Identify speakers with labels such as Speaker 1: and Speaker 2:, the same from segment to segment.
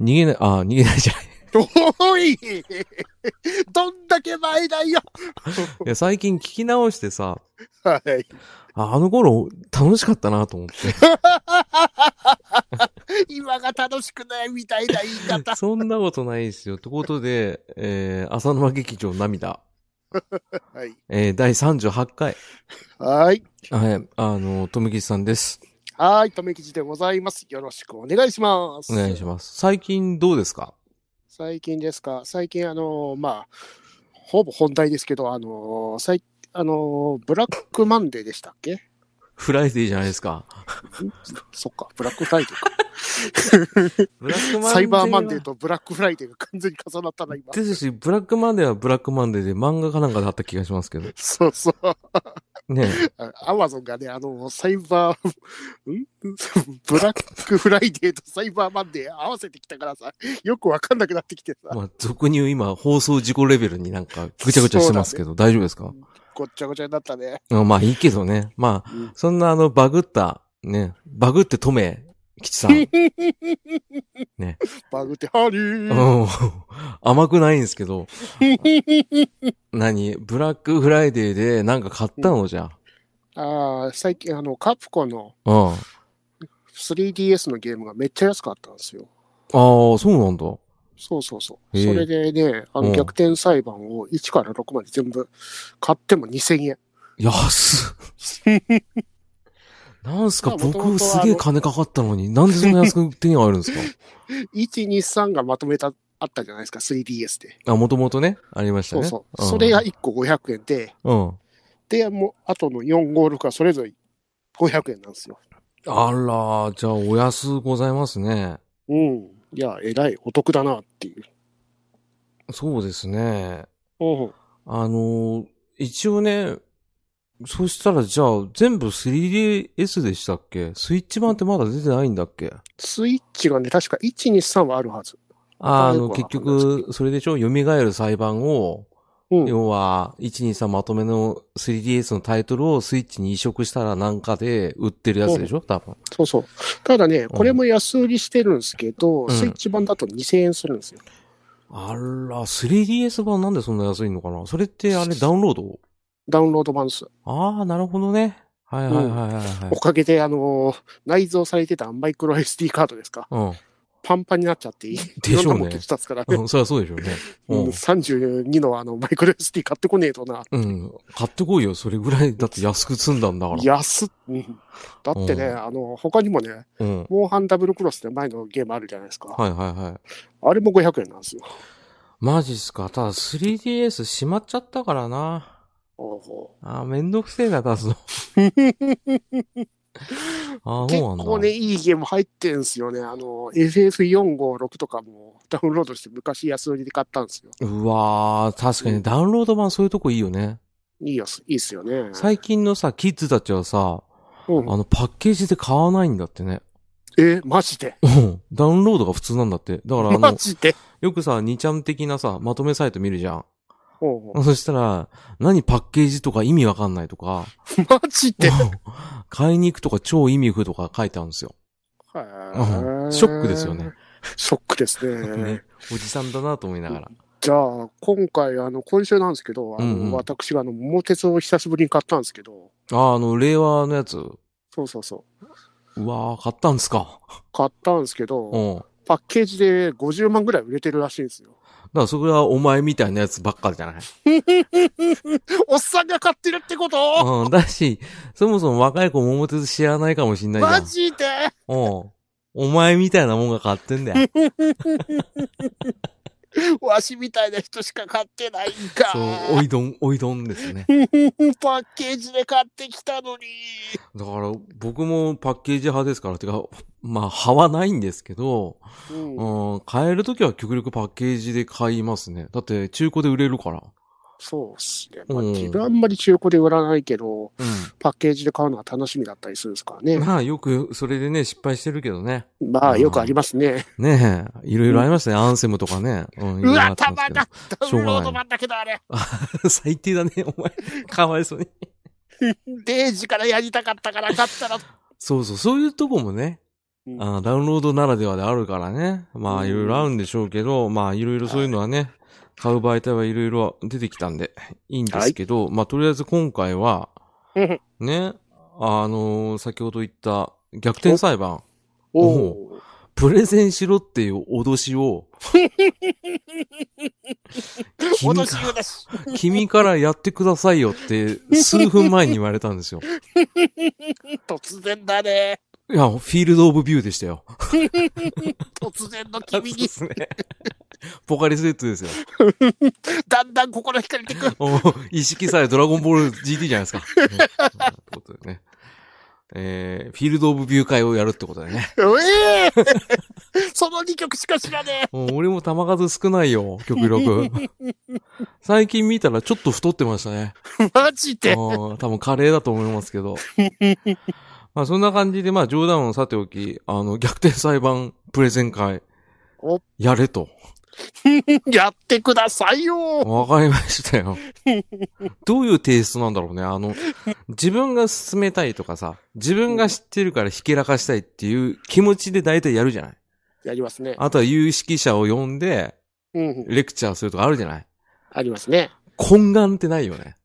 Speaker 1: 逃げない、 あー逃げないじゃ ない。
Speaker 2: おいどんだけ前だよ
Speaker 1: いや、最近聞き直してさ、
Speaker 2: はい。
Speaker 1: ああの頃楽しかったなと思って。
Speaker 2: 今が楽しくないみたいな言い方。
Speaker 1: そんなことないですよ。ということで、えー、浅沼劇場涙。
Speaker 2: はい。
Speaker 1: えー、第38回。
Speaker 2: はい。
Speaker 1: はい。あの、とむきさんです。
Speaker 2: はい。とめきじでございます。よろしくお願いします。
Speaker 1: お願いします。最近どうですか
Speaker 2: 最近ですか最近、あのーまあ、ほぼ本題ですけど、あのー最、あのーブラックマンデーでしたっけ
Speaker 1: フライデーじゃないですか。
Speaker 2: そっか、ブラックフライデーか。
Speaker 1: ブラック
Speaker 2: サイバーマンデー
Speaker 1: と。
Speaker 2: とブラックフライデーが完全に重なったな、今。
Speaker 1: ですし、ブラックマンデーはブラックマンデーで漫画かなんかだった気がしますけど。
Speaker 2: そうそう。
Speaker 1: ね
Speaker 2: あアマゾンがね、あの、サイバー、 んブラックフライデーとサイバーマンデー合わせてきたからさ、よくわかんなくなってきてさ、
Speaker 1: まあ、俗に言う今、放送事故レベルになんかぐちゃぐちゃしてますけど、大丈夫ですか
Speaker 2: ごっちゃごちゃになったね。
Speaker 1: あまあ、いいけどね。まあ、
Speaker 2: うん
Speaker 1: そんなあの、バグった、ね、バグって止め、吉さ ん。
Speaker 2: バグって、ハリ
Speaker 1: う
Speaker 2: ー
Speaker 1: ん甘くないんですけ ど、何ブラックフライデーでなんか買ったのじゃ
Speaker 2: ああ、最近、あの、カプコンの
Speaker 1: あ。うん。ああ、
Speaker 2: 3DS のゲームがめっちゃ安かったんですよ。
Speaker 1: そうなんだ。
Speaker 2: そうそうそう。
Speaker 1: へえ
Speaker 2: それでね、あ
Speaker 1: うん
Speaker 2: の、逆転裁判を1から6まで全部買っても2000円。
Speaker 1: 安っなんすか
Speaker 2: まあ元々
Speaker 1: 僕
Speaker 2: は
Speaker 1: すげえ金かかったのに、なんでそんな安く手に入るんです か
Speaker 2: 1、2、3がまとめた、あったじゃないですか、3DS で。
Speaker 1: あ、もともとね、ありました
Speaker 2: そ
Speaker 1: ね。
Speaker 2: うそう。
Speaker 1: ん
Speaker 2: それが、1個500円で、
Speaker 1: うん。
Speaker 2: で、もう、あとの4、5、6はそれぞれ500円なんですよ。
Speaker 1: あら、じゃあお安ございますね。
Speaker 2: うん。いや、えらいお得だなっていう。
Speaker 1: そうですね。
Speaker 2: うん。
Speaker 1: あのー一応ね、そしたらじゃあ全部 3DS でしたっけスイッチ版ってまだ出てないんだっけ
Speaker 2: スイッチがね、確か1、2、3はあるはず。
Speaker 1: ああの、
Speaker 2: よく
Speaker 1: 結
Speaker 2: わかんないですけど
Speaker 1: 局、それでしょ蘇る裁判を、
Speaker 2: うん。
Speaker 1: 要は、123まとめの 3DS のタイトルをスイッチに移植したらなんかで売ってるやつでしょ多分。
Speaker 2: そうそう。ただね、これも安売りしてるんですけど、
Speaker 1: うん
Speaker 2: スイッチ版だと2000円するんですよ。
Speaker 1: あら、3DS 版なんでそんな安いのかなそれってあれダウンロード
Speaker 2: ダウンロード版です。
Speaker 1: ああ、なるほどね。はいはいはいはい、はい
Speaker 2: おかげで、あのー内蔵されてたマイクロ SD カードですか。
Speaker 1: うん。
Speaker 2: パンパンになっちゃっていい。
Speaker 1: でしょうね
Speaker 2: いろんなもん消したっすからね。
Speaker 1: うん、そりゃそうでしょうね。
Speaker 2: う
Speaker 1: うん
Speaker 2: ん、32のあのマイクロ SD 買ってこねえとな。
Speaker 1: うん。買ってこいよ。それぐらい、だって安く済んだんだから。
Speaker 2: 安っ、うんだってね、
Speaker 1: う
Speaker 2: あの、他にもね、
Speaker 1: うん。はい
Speaker 2: モンハンダブルクロスって前のゲームあるじゃないですか。
Speaker 1: はいはい。
Speaker 2: あれも500円なんですよ。
Speaker 1: マジっすか。ただ 3DS しまっちゃったからな。あー、めんどくせえな、出す の。あー、
Speaker 2: 結
Speaker 1: そうなんだ。
Speaker 2: 構ね、いいゲーム入ってんすよね。あの、FF456 とかもダウンロードして昔安売りで買ったんですよ。
Speaker 1: うわー、確かにダウンロード版そういうとこいいよね。
Speaker 2: いいやつ、いいっすよね。
Speaker 1: 最近のさ、キッズたちはさ、
Speaker 2: うん
Speaker 1: あの、パッケージで買わないんだってね。
Speaker 2: え、マジで
Speaker 1: うん。ダウンロードが普通なんだって。だからあ
Speaker 2: マ
Speaker 1: の、
Speaker 2: ジで
Speaker 1: よくさ、2ちゃん的なさ、まとめサイト見るじゃん。
Speaker 2: うんうん
Speaker 1: そしたら、何パッケージとか意味わかんないとか、
Speaker 2: マジで
Speaker 1: 買いに行くとか超意味不とか書いてあるんですよ。
Speaker 2: は
Speaker 1: う
Speaker 2: い
Speaker 1: んショックですよね。
Speaker 2: ショックですね
Speaker 1: ね。、おじさんだなと思いながら。
Speaker 2: じゃあ、今回、あの、今週なんですけど、あ
Speaker 1: うんうん
Speaker 2: の、私があの、桃鉄を久しぶりに買ったんですけど、
Speaker 1: あ、あの、令和のやつ。
Speaker 2: そうそうそう
Speaker 1: わー買ったんですか。
Speaker 2: う、買ったんですけ
Speaker 1: う
Speaker 2: ど、
Speaker 1: ん。だか
Speaker 2: パッケージで50万ぐらい売れてるらしいんですよ。
Speaker 1: らそれはお前みたいなやつばっかじゃない。
Speaker 2: おっさんが買ってるってこと
Speaker 1: うん。だし、そもそも若い子桃鉄知らないかもしんないじゃ
Speaker 2: マ
Speaker 1: ん。
Speaker 2: ジで
Speaker 1: うん。お前みたいなもんが買ってんだよ。
Speaker 2: わしみたいな人しか買ってないんか。
Speaker 1: そう、おいどん、おいどんですね。
Speaker 2: パッケージで買ってきたのに。
Speaker 1: だから、僕もパッケージ派ですから、てか、まあ、派はないんですけど、
Speaker 2: うん
Speaker 1: うん、買えるときは極力パッケージで買いますね。だって中古で売れるから。
Speaker 2: そうっすね。まあ、
Speaker 1: うん
Speaker 2: 自分あんまり中古で売らないけど、
Speaker 1: う
Speaker 2: パッケージで買うのは楽しみだったりするんですからね。
Speaker 1: まあよくそれでね、失敗してるけどね。
Speaker 2: まあ、よくありますね。
Speaker 1: ねえ、いろいろありましたね。アンセムとかね。うん、いうろいろあ
Speaker 2: わ、
Speaker 1: った
Speaker 2: た
Speaker 1: んです
Speaker 2: ま
Speaker 1: けど
Speaker 2: だダウンロード版だけどあれ。
Speaker 1: 最低だね、お前。かわいそうに。
Speaker 2: デイジからやりたかったから買ったら。
Speaker 1: そうそう、そういうとこもね、
Speaker 2: うん
Speaker 1: あダウンロードならではであるからね。ま
Speaker 2: う
Speaker 1: あ、
Speaker 2: ん
Speaker 1: いろいろあるんでしょうけど、まあ、いろいろそういうのはね、買う媒体はいろいろ出てきたんで、いいんですけど、まあ、とりあえず今回は
Speaker 2: うん、
Speaker 1: ね、あのー先ほど言った逆転裁判、
Speaker 2: お
Speaker 1: おプレゼンしろっていう脅し を、君
Speaker 2: お。
Speaker 1: か
Speaker 2: 脅しよです。
Speaker 1: ら君からやってくださいよって、数分前に言われたんですよ。
Speaker 2: 突然だね。
Speaker 1: いや、フィールドオブビューでしたよ。
Speaker 2: 突然の
Speaker 1: そうで
Speaker 2: 君に、
Speaker 1: すね。ポカリスエットですよ。
Speaker 2: だんだん心惹かれてく。
Speaker 1: お意識さえドラゴンボール GT じゃないですか。ねってことでね。えー、フィールドオブビュー会をやるってことだよね。
Speaker 2: ええその2曲しか知らね
Speaker 1: もう俺も球数少ないよ、極力。最近見たらちょっと太ってましたね。
Speaker 2: え。マジで。
Speaker 1: うん多分カレーだと思いますけど。まあそんな感じで、まあ冗談をさておき、あの、逆転裁判プレゼン会
Speaker 2: お、
Speaker 1: やれと。
Speaker 2: やってくださいよ。
Speaker 1: わかりましたよ。どういうテイストなんだろうね。あの、自分が進めたいとかさ、自分が知ってるからひけらかしたいっていう気持ちで大体やるじゃない。
Speaker 2: やりますね。
Speaker 1: あとは有識者を呼んで、
Speaker 2: うん。
Speaker 1: レクチャーするとかあるじゃない。
Speaker 2: ありますね。
Speaker 1: 懇願ってないよね。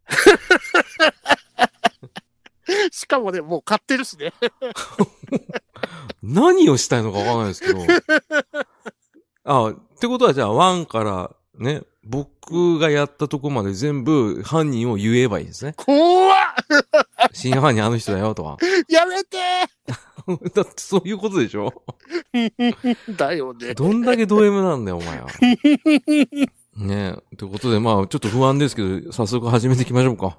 Speaker 2: しかもね、もう買ってるしね。
Speaker 1: 何をしたいのかわからないですけど。あ、ってことはじゃあ1からね、僕がやったとこまで全部犯人を言えばいいですね。
Speaker 2: 怖っ
Speaker 1: 真犯人あの人だよとか。
Speaker 2: やめて
Speaker 1: だってそういうことでしょ
Speaker 2: だよ ね。
Speaker 1: どんだけド M なんだよ、お前は。ねえ。ということで、まあ、ちょっと不安ですけど、早速始めていきましょうか。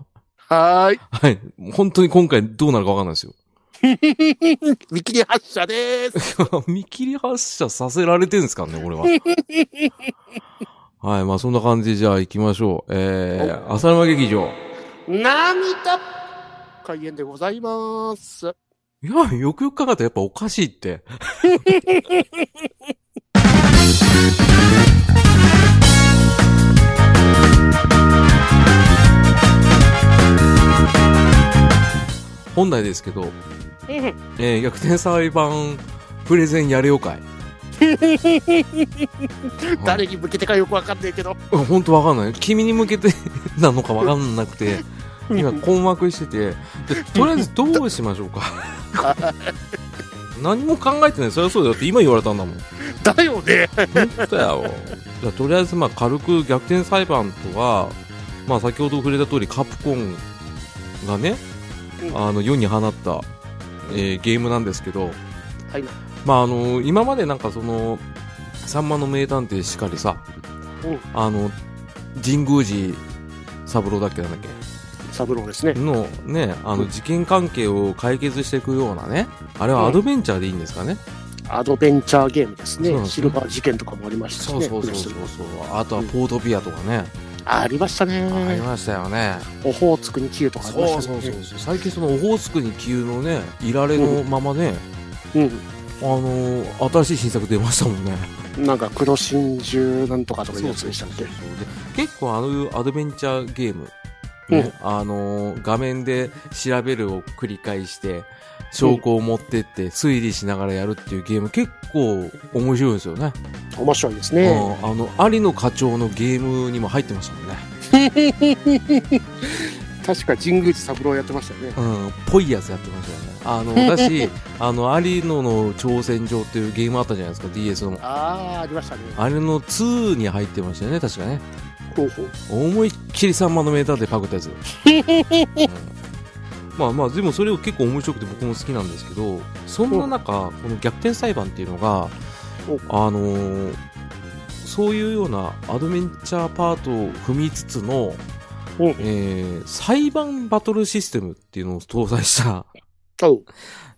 Speaker 2: はーい。
Speaker 1: はい。本当に今回どうなるかわかんないですよ。
Speaker 2: 見切り発車でーす。
Speaker 1: 見切り発車させられてるんですからね、俺は。はい。まあ、そんな感じで、じゃあ行きましょう。えー、浅沼劇場。
Speaker 2: 涙開演でございます。
Speaker 1: いや、よくよく考えたらやっぱおかしいって。 本来ですけど、
Speaker 2: うん
Speaker 1: えー逆転裁判プレゼンやれよかい。
Speaker 2: 誰に向けてかよくわかんないけど。
Speaker 1: うんほんとわかんない。君に向けて なのかわかんなくて、今困惑してて、でとりあえずどうしましょうか。何も考えてない。そりゃそうだよ。だって今言われたんだもん。
Speaker 2: だよね。
Speaker 1: 本当だよ。じゃあとりあえずまあ軽く逆転裁判とは、まあ先ほど触れた通りカプコンがね
Speaker 2: う、ん
Speaker 1: あの世に放った、えーゲームなんですけど、
Speaker 2: はいな
Speaker 1: まああの今までなんかその、さんまの名探偵しかりさ、
Speaker 2: うん
Speaker 1: あの、神宮寺三郎だっけなんだっ
Speaker 2: サブローですね
Speaker 1: け。のね、あ
Speaker 2: う
Speaker 1: の
Speaker 2: ん
Speaker 1: 事件関係を解決していくようなね、あれはアドベンチャーでいいんですかね。
Speaker 2: アドベンチャーゲームです
Speaker 1: そうなん
Speaker 2: ね。
Speaker 1: です
Speaker 2: シ
Speaker 1: ね
Speaker 2: ルバー事件とかもありましたし
Speaker 1: そう
Speaker 2: ね。
Speaker 1: そうそうそう
Speaker 2: プレステ
Speaker 1: そう。あとはポートピアとかね、
Speaker 2: ありました
Speaker 1: あり
Speaker 2: ね。
Speaker 1: ましたよね。
Speaker 2: オホーツクにキューとかありま
Speaker 1: そう
Speaker 2: した
Speaker 1: そう
Speaker 2: ね。
Speaker 1: そうそう最近そのオホーツクに急のねいられのままね、あのー新しい新作出ましたもんね
Speaker 2: うん。なんか黒真珠なんとかとかいうやつでしたっ
Speaker 1: そ
Speaker 2: け。
Speaker 1: うそうそうで結構あのアドベンチャーゲーム、
Speaker 2: うん
Speaker 1: ねあのー画面で調べるを繰り返して証拠を持ってって推理しながらやるっていうゲーム結構面白いですよね、
Speaker 2: 面白いですね。
Speaker 1: うんあの有野課長のゲームにも入ってましたもんね
Speaker 2: 確か神宮寺三郎やってましたよね。
Speaker 1: うん、ぽいやつやってましたよね。あの、だ し、あの、有野の挑戦状っていうゲームあったじゃないですか、DS の。
Speaker 2: ああ、ありましたね。
Speaker 1: あれの2に入ってましたよね、確かね。
Speaker 2: ほうほう
Speaker 1: 思いっきりさんまのメーターでパクったやつ。うんまあまあ、でもそれを結構面白くて僕も好きなんですけど、そんな中、この逆転裁判っていうのが、あのーそういうようなアドベンチャーパートを踏みつつの、
Speaker 2: うん
Speaker 1: えー裁判バトルシステムっていうのを搭載した、
Speaker 2: おう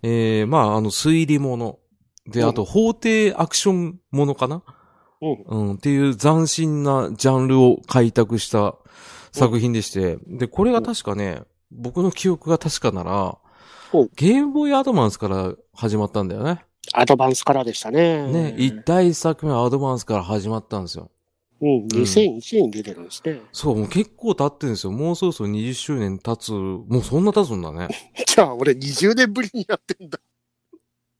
Speaker 1: えーまあ、あの、推理もの。で、
Speaker 2: うん
Speaker 1: あと、法廷アクションものかな
Speaker 2: うん
Speaker 1: うん、っていう斬新なジャンルを開拓した作品でして、で、これが確かね、僕の記憶が確かなら
Speaker 2: お、
Speaker 1: ゲームボーイアドバンスから始まったんだよね。
Speaker 2: アドバンスからでしたね。
Speaker 1: ね、一第一作目はアドバンスから始まったんですよ。
Speaker 2: うん、2001年に出てるんですね。
Speaker 1: そう、もう結構経ってるんですよ。もうそろそろ20周 年経つ、もうそんな経つんだね。
Speaker 2: じゃあ、俺20年ぶりにやってんだ。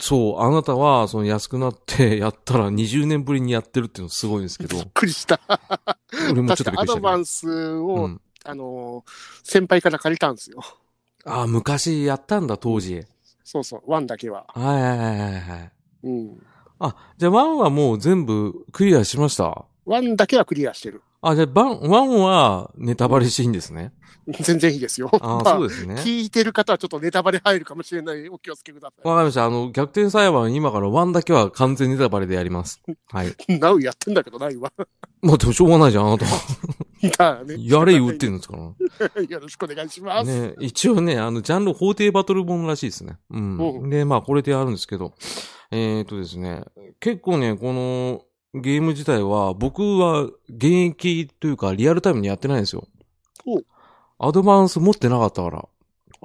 Speaker 1: そう、あなたは、その安くなって やったら20年ぶりにやってるっていうのすごいんですけど
Speaker 2: びっ、くりした。
Speaker 1: 俺もちょっと
Speaker 2: 確か
Speaker 1: びっく
Speaker 2: ア
Speaker 1: りした
Speaker 2: ド
Speaker 1: け
Speaker 2: バ
Speaker 1: ど。
Speaker 2: ンス
Speaker 1: う
Speaker 2: を、
Speaker 1: ん、
Speaker 2: あのー、先輩から借りたんですよ。
Speaker 1: ああ、昔やったんだ、当時。
Speaker 2: そうそう、ワンだけは。
Speaker 1: はいはいはいはいはい。
Speaker 2: うん。
Speaker 1: あ、じゃあ1はもう全部クリアしました。
Speaker 2: ワンだけはクリアしてる。
Speaker 1: あ、じゃあバン1はネタバレしていいんですね。
Speaker 2: 全然いいですよ。
Speaker 1: ああ、
Speaker 2: まあ
Speaker 1: そうですね。
Speaker 2: 聞いてる方はちょっとネタバレ入るかもしれない。お気をつけくださ
Speaker 1: わかりました。あの、逆転裁判、今から1だけは完全ネタバレでやります。はい。
Speaker 2: い。なうやってんだけどな いわ。
Speaker 1: まあでもしょうがないじゃん、あな た。
Speaker 2: だね。
Speaker 1: やれ言ってるんですから。
Speaker 2: よろしくお願いします。
Speaker 1: ね、一応ね、あの、ジャンル法廷バトル本らしいですね。う。
Speaker 2: うん
Speaker 1: で、まあ、これであるんですけど、えっ、ー、とですね、結構ね、このゲーム自体は、僕は現役というか、リアルタイムにやってないんですよ
Speaker 2: お。
Speaker 1: アドバンス持ってなかったから。
Speaker 2: あ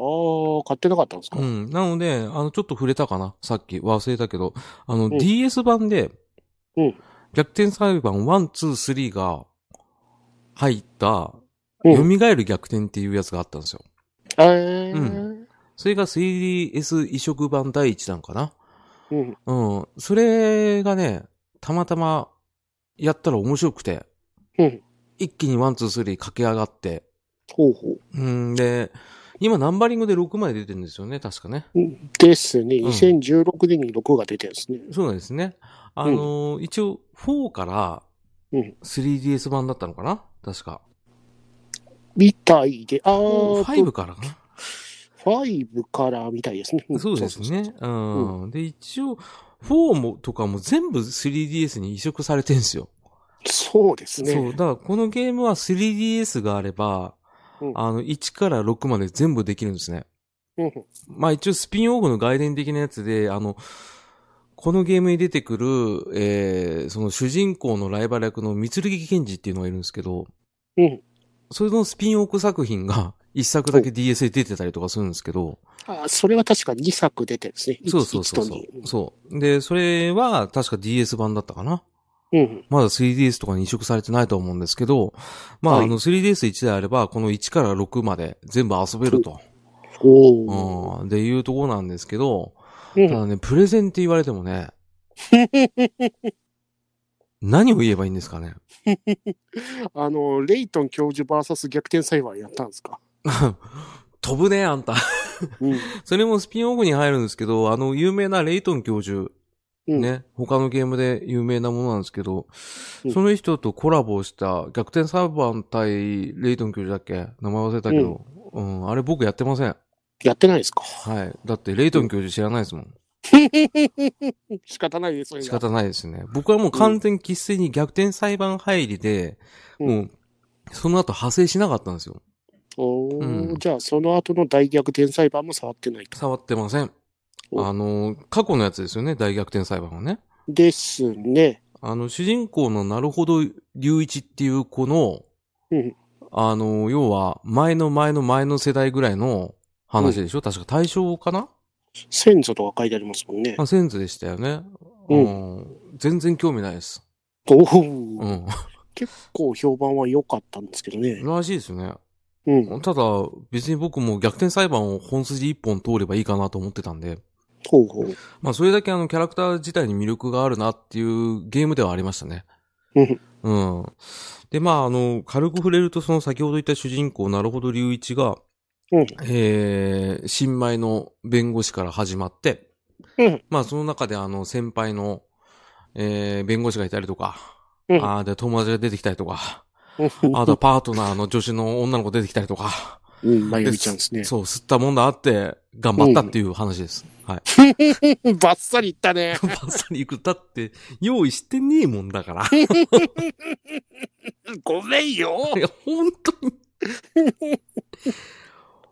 Speaker 2: あ、買ってなかったんですか、
Speaker 1: うん。なので、あの、ちょっと触れたかなさっき忘れたけど、あの、
Speaker 2: ん
Speaker 1: DS 版で
Speaker 2: うん、
Speaker 1: 逆転裁判1、2、3が入った、
Speaker 2: うん。
Speaker 1: 蘇る逆転っていうやつがあったんですよ。
Speaker 2: えー
Speaker 1: うそれが 3DS 移植版第1弾かな。
Speaker 2: うん。
Speaker 1: うん。それがね、たまたまやったら面白くて、
Speaker 2: うん。
Speaker 1: 一気にワンツースリー駆け上がって、
Speaker 2: ほうほう。
Speaker 1: うんで、今ナンバリングで6まで出てるんですよね、確かね。
Speaker 2: ですね。
Speaker 1: うん
Speaker 2: 2016年に6が出てるんですね。
Speaker 1: そうなんですね。あのー一応4から
Speaker 2: うん
Speaker 1: 3DS 版だったのかな確か。
Speaker 2: みたいで、ああ、
Speaker 1: 5からかな
Speaker 2: 5からみたいですね。ん
Speaker 1: そうです。ね。うん。で、一応、4も、とかも全部 3DS に移植されてんすよ。
Speaker 2: そうです
Speaker 1: そう。
Speaker 2: ね。
Speaker 1: だから、このゲームは 3DS があれば、
Speaker 2: うん
Speaker 1: あの、1から6まで全部できるんですね。
Speaker 2: うん
Speaker 1: まあ一応スピンオフの概念的なやつで、あの、このゲームに出てくる、えー、その主人公のライバル役の三剣賢治っていうのがいるんですけど、
Speaker 2: うん。
Speaker 1: それのスピンオフ作品が 一作だけ DS で出てたりとかするんですけど、
Speaker 2: あーそれは確か2作出てるんですね。
Speaker 1: そうそうそう
Speaker 2: 1
Speaker 1: そ
Speaker 2: と
Speaker 1: う。そう。で、それは確か DS 版だったかな。
Speaker 2: 2。うん。
Speaker 1: まだ 3DS とかに移植されてないと思うんですけど、まあ、
Speaker 2: はい
Speaker 1: あの 3DS1 であれば、この1から6まで全部遊べると。
Speaker 2: おお。
Speaker 1: うん。でいうとこなんですけど、
Speaker 2: う
Speaker 1: た
Speaker 2: ん。
Speaker 1: だね、プレゼンって言われても ね、何を言えばいいんですかね。
Speaker 2: あの、レイトン教授 VS 逆転裁判やったんですか。
Speaker 1: 飛ぶね、あんた。
Speaker 2: うん。
Speaker 1: それもスピンオフに入るんですけど、あの、有名なレイトン教授、
Speaker 2: うん。
Speaker 1: ね、他のゲームで有名なものなんですけど、
Speaker 2: うん
Speaker 1: その人とコラボした逆転裁判対レイトン教授だっけ名前忘れたけど、うん、あれ僕やってません。
Speaker 2: やってないですか。
Speaker 1: はい。だってレイトン教授知らないですもん。
Speaker 2: 仕方ないです、それが
Speaker 1: 仕方ないですね。僕はもう完全に喫粋に逆転裁判入りで、
Speaker 2: うん
Speaker 1: もう、その後派生しなかったんですよ。
Speaker 2: おお、
Speaker 1: うん
Speaker 2: じゃあ、その後の大逆転裁判も触ってないと。
Speaker 1: 触ってません。
Speaker 2: お
Speaker 1: あの、過去のやつですよね、大逆転裁判はね。
Speaker 2: ですね。
Speaker 1: あの、主人公のなるほど隆一っていう子の、
Speaker 2: うん
Speaker 1: あの、要は、前の前の前の世代ぐらいの話でしょ、確か大正かな
Speaker 2: 先祖とか書いてありますもんね。
Speaker 1: あ、センズでしたよね。。
Speaker 2: うん
Speaker 1: 全然興味ないです。
Speaker 2: おお、
Speaker 1: うん。
Speaker 2: 結構評判は良かったんですけどね。
Speaker 1: らしいですね。
Speaker 2: うん。
Speaker 1: ただ、別に僕も逆転裁判を本筋一本通ればいいかなと思ってたんで、
Speaker 2: ほうほう。
Speaker 1: まあそれだけあのキャラクター自体に魅力があるなっていうゲームではありましたね。
Speaker 2: うん。
Speaker 1: うん。で、まああの、軽く触れるとその先ほど言った主人公、なるほど隆一が、
Speaker 2: うん
Speaker 1: えー、新米の弁護士から始まって、
Speaker 2: うん
Speaker 1: まあその中であの先輩の、えー、弁護士がいたりとか、
Speaker 2: うん
Speaker 1: ああ、で友達が出てきたりとか、
Speaker 2: うん
Speaker 1: あとはパートナーの女子の女の子出てきたりとか、
Speaker 2: うん、まゆみちゃんですね。
Speaker 1: そう、吸ったもんだあって、頑張ったっていう話です。はい。
Speaker 2: バッサリいったね。
Speaker 1: バッサリ行く。だって、用意してねえもんだから。
Speaker 2: ごめんよ。
Speaker 1: いや、本当に。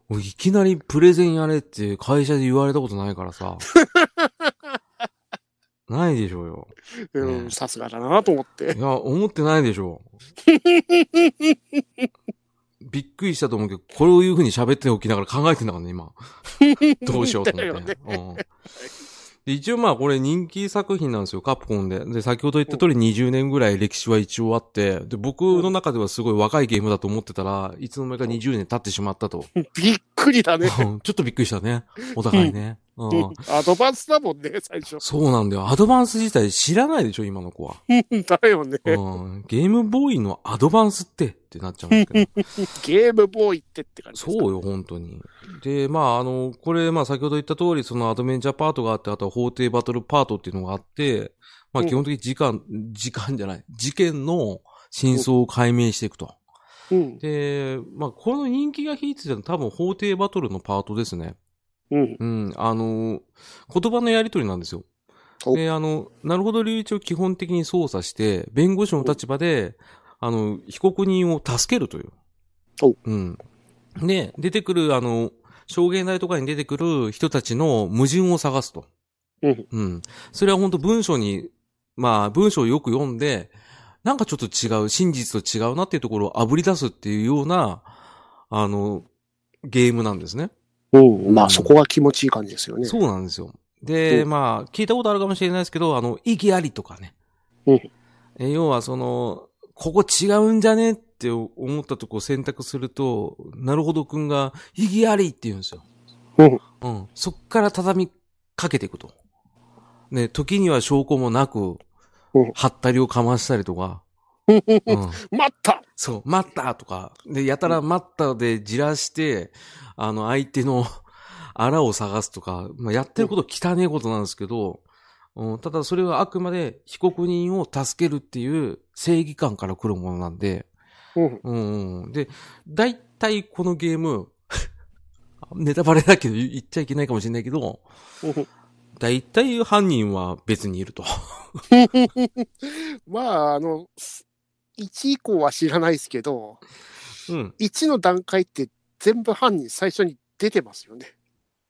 Speaker 1: 俺いきなりプレゼンやれって会社で言われたことないからさ。ないでしょうよ。
Speaker 2: うん、さすがだなと思って。
Speaker 1: いや、思ってないでしょう。びっくりしたと思うけど、これをいうふうに喋っておきながら考えてんだからね、今。どうしようと 思って。うんで一応まあこれ人気作品なんですよ、カプコンで。で、先ほど言った通り20年ぐらい歴史は一応あって、で、僕の中ではすごい若いゲームだと思ってたら、いつの間にか20年経ってしまったと。
Speaker 2: びっくりだね。
Speaker 1: うんちょっとびっくりしたね。お互いね。う
Speaker 2: うん
Speaker 1: ん。
Speaker 2: アドバンスだもんね、最初。
Speaker 1: そうなんだよ。アドバンス自体知らないでしょ、今の子は。
Speaker 2: だよね。
Speaker 1: うん。ゲームボーイのアドバンスってってなっちゃうんですけど。
Speaker 2: ゲームボーイってって感じですか。
Speaker 1: そうよ、本当に。で、まあ、あの、これ、まあ、先ほど言った通り、そのアドベンチャーパートがあって、あとは法廷バトルパートっていうのがあって、まあ、
Speaker 2: うん
Speaker 1: 基本的に時間、時間じゃない、事件の真相を解明していくと。
Speaker 2: うん。
Speaker 1: で、まあ、この人気が引いてたのは多分法廷バトルのパートですね。
Speaker 2: うん。
Speaker 1: うん、あの、言葉のやりとりなんですよ。
Speaker 2: お
Speaker 1: で、あの、なるほど、隆一を基本的に操作して、弁護士の立場で、あの、被告人を助けるという
Speaker 2: お。
Speaker 1: うん。で、出てくる、あの、証言台とかに出てくる人たちの矛盾を探すと。
Speaker 2: うん。
Speaker 1: うん。それは本当文章に、まあ、文章をよく読んで、なんかちょっと違う、真実と違うなっていうところを炙り出すっていうような、あの、ゲームなんですね。
Speaker 2: うん。まあ、そこが気持ちいい感じですよね。
Speaker 1: そうなんですよ。
Speaker 2: う
Speaker 1: で、
Speaker 2: ん
Speaker 1: まあ、聞いたことあるかもしれないですけど、あの、意義ありとかね。
Speaker 2: うん
Speaker 1: え要は、その、ここ違うんじゃねって思ったとこ選択すると、なるほどくんが、意義ありって言うんですよ。
Speaker 2: うん。
Speaker 1: うん。そっから畳みかけていくと。ね、時には証拠もなく
Speaker 2: うん、
Speaker 1: はったりをかましたりとか。うん
Speaker 2: 待った
Speaker 1: そう、待ったとか、で、やたら待ったでじらして、あの、相手の あらを探すとか、まあ、やってること汚いことなんですけど、うん、ただそれはあくまで被告人を助けるっていう正義感から来るものなんで、
Speaker 2: うん。
Speaker 1: うん、うん。で、大体このゲーム、 ネタバレだけど言っちゃいけないかもしれないけど、
Speaker 2: うん
Speaker 1: 大体犯人は別にいると。
Speaker 2: まあ、あの、す1以降は知らないですけど、
Speaker 1: うん。
Speaker 2: 1の段階って全部犯人最初に出てますよね。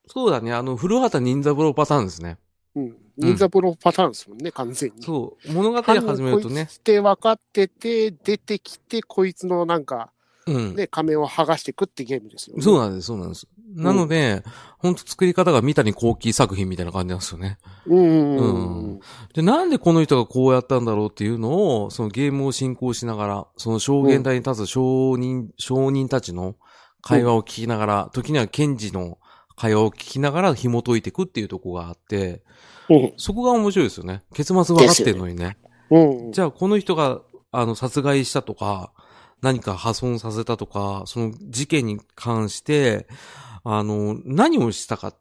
Speaker 1: そうだね、あの、古畑任三郎パターンですね。
Speaker 2: うん。忍者プロパターンですもんね、完全に。
Speaker 1: そう、物語
Speaker 2: 犯人
Speaker 1: 始めるとね
Speaker 2: こい。つって分かってて、出てきて、こいつのなんか、
Speaker 1: うん。
Speaker 2: ね、仮面を剥がしてくってゲームですよね。
Speaker 1: そうなんです、そうなんです。なので、ほんと作り方が三谷幸喜作品みたいな感じなんですよね。
Speaker 2: うん。
Speaker 1: うんで、なんでこの人がこうやったんだろうっていうのを、そのゲームを進行しながら、その証言台に立つ証人、証人たちの会話を聞きながら、時には検事の会話を聞きながら紐解いていくっていうとこがあって、
Speaker 2: うん。
Speaker 1: そこが面白いですよね。結末分かってるのにね。
Speaker 2: うん。
Speaker 1: じゃあこの人が、あの、殺害したとか、何か破損させたとか、その事件に関して、あの、何をしたか。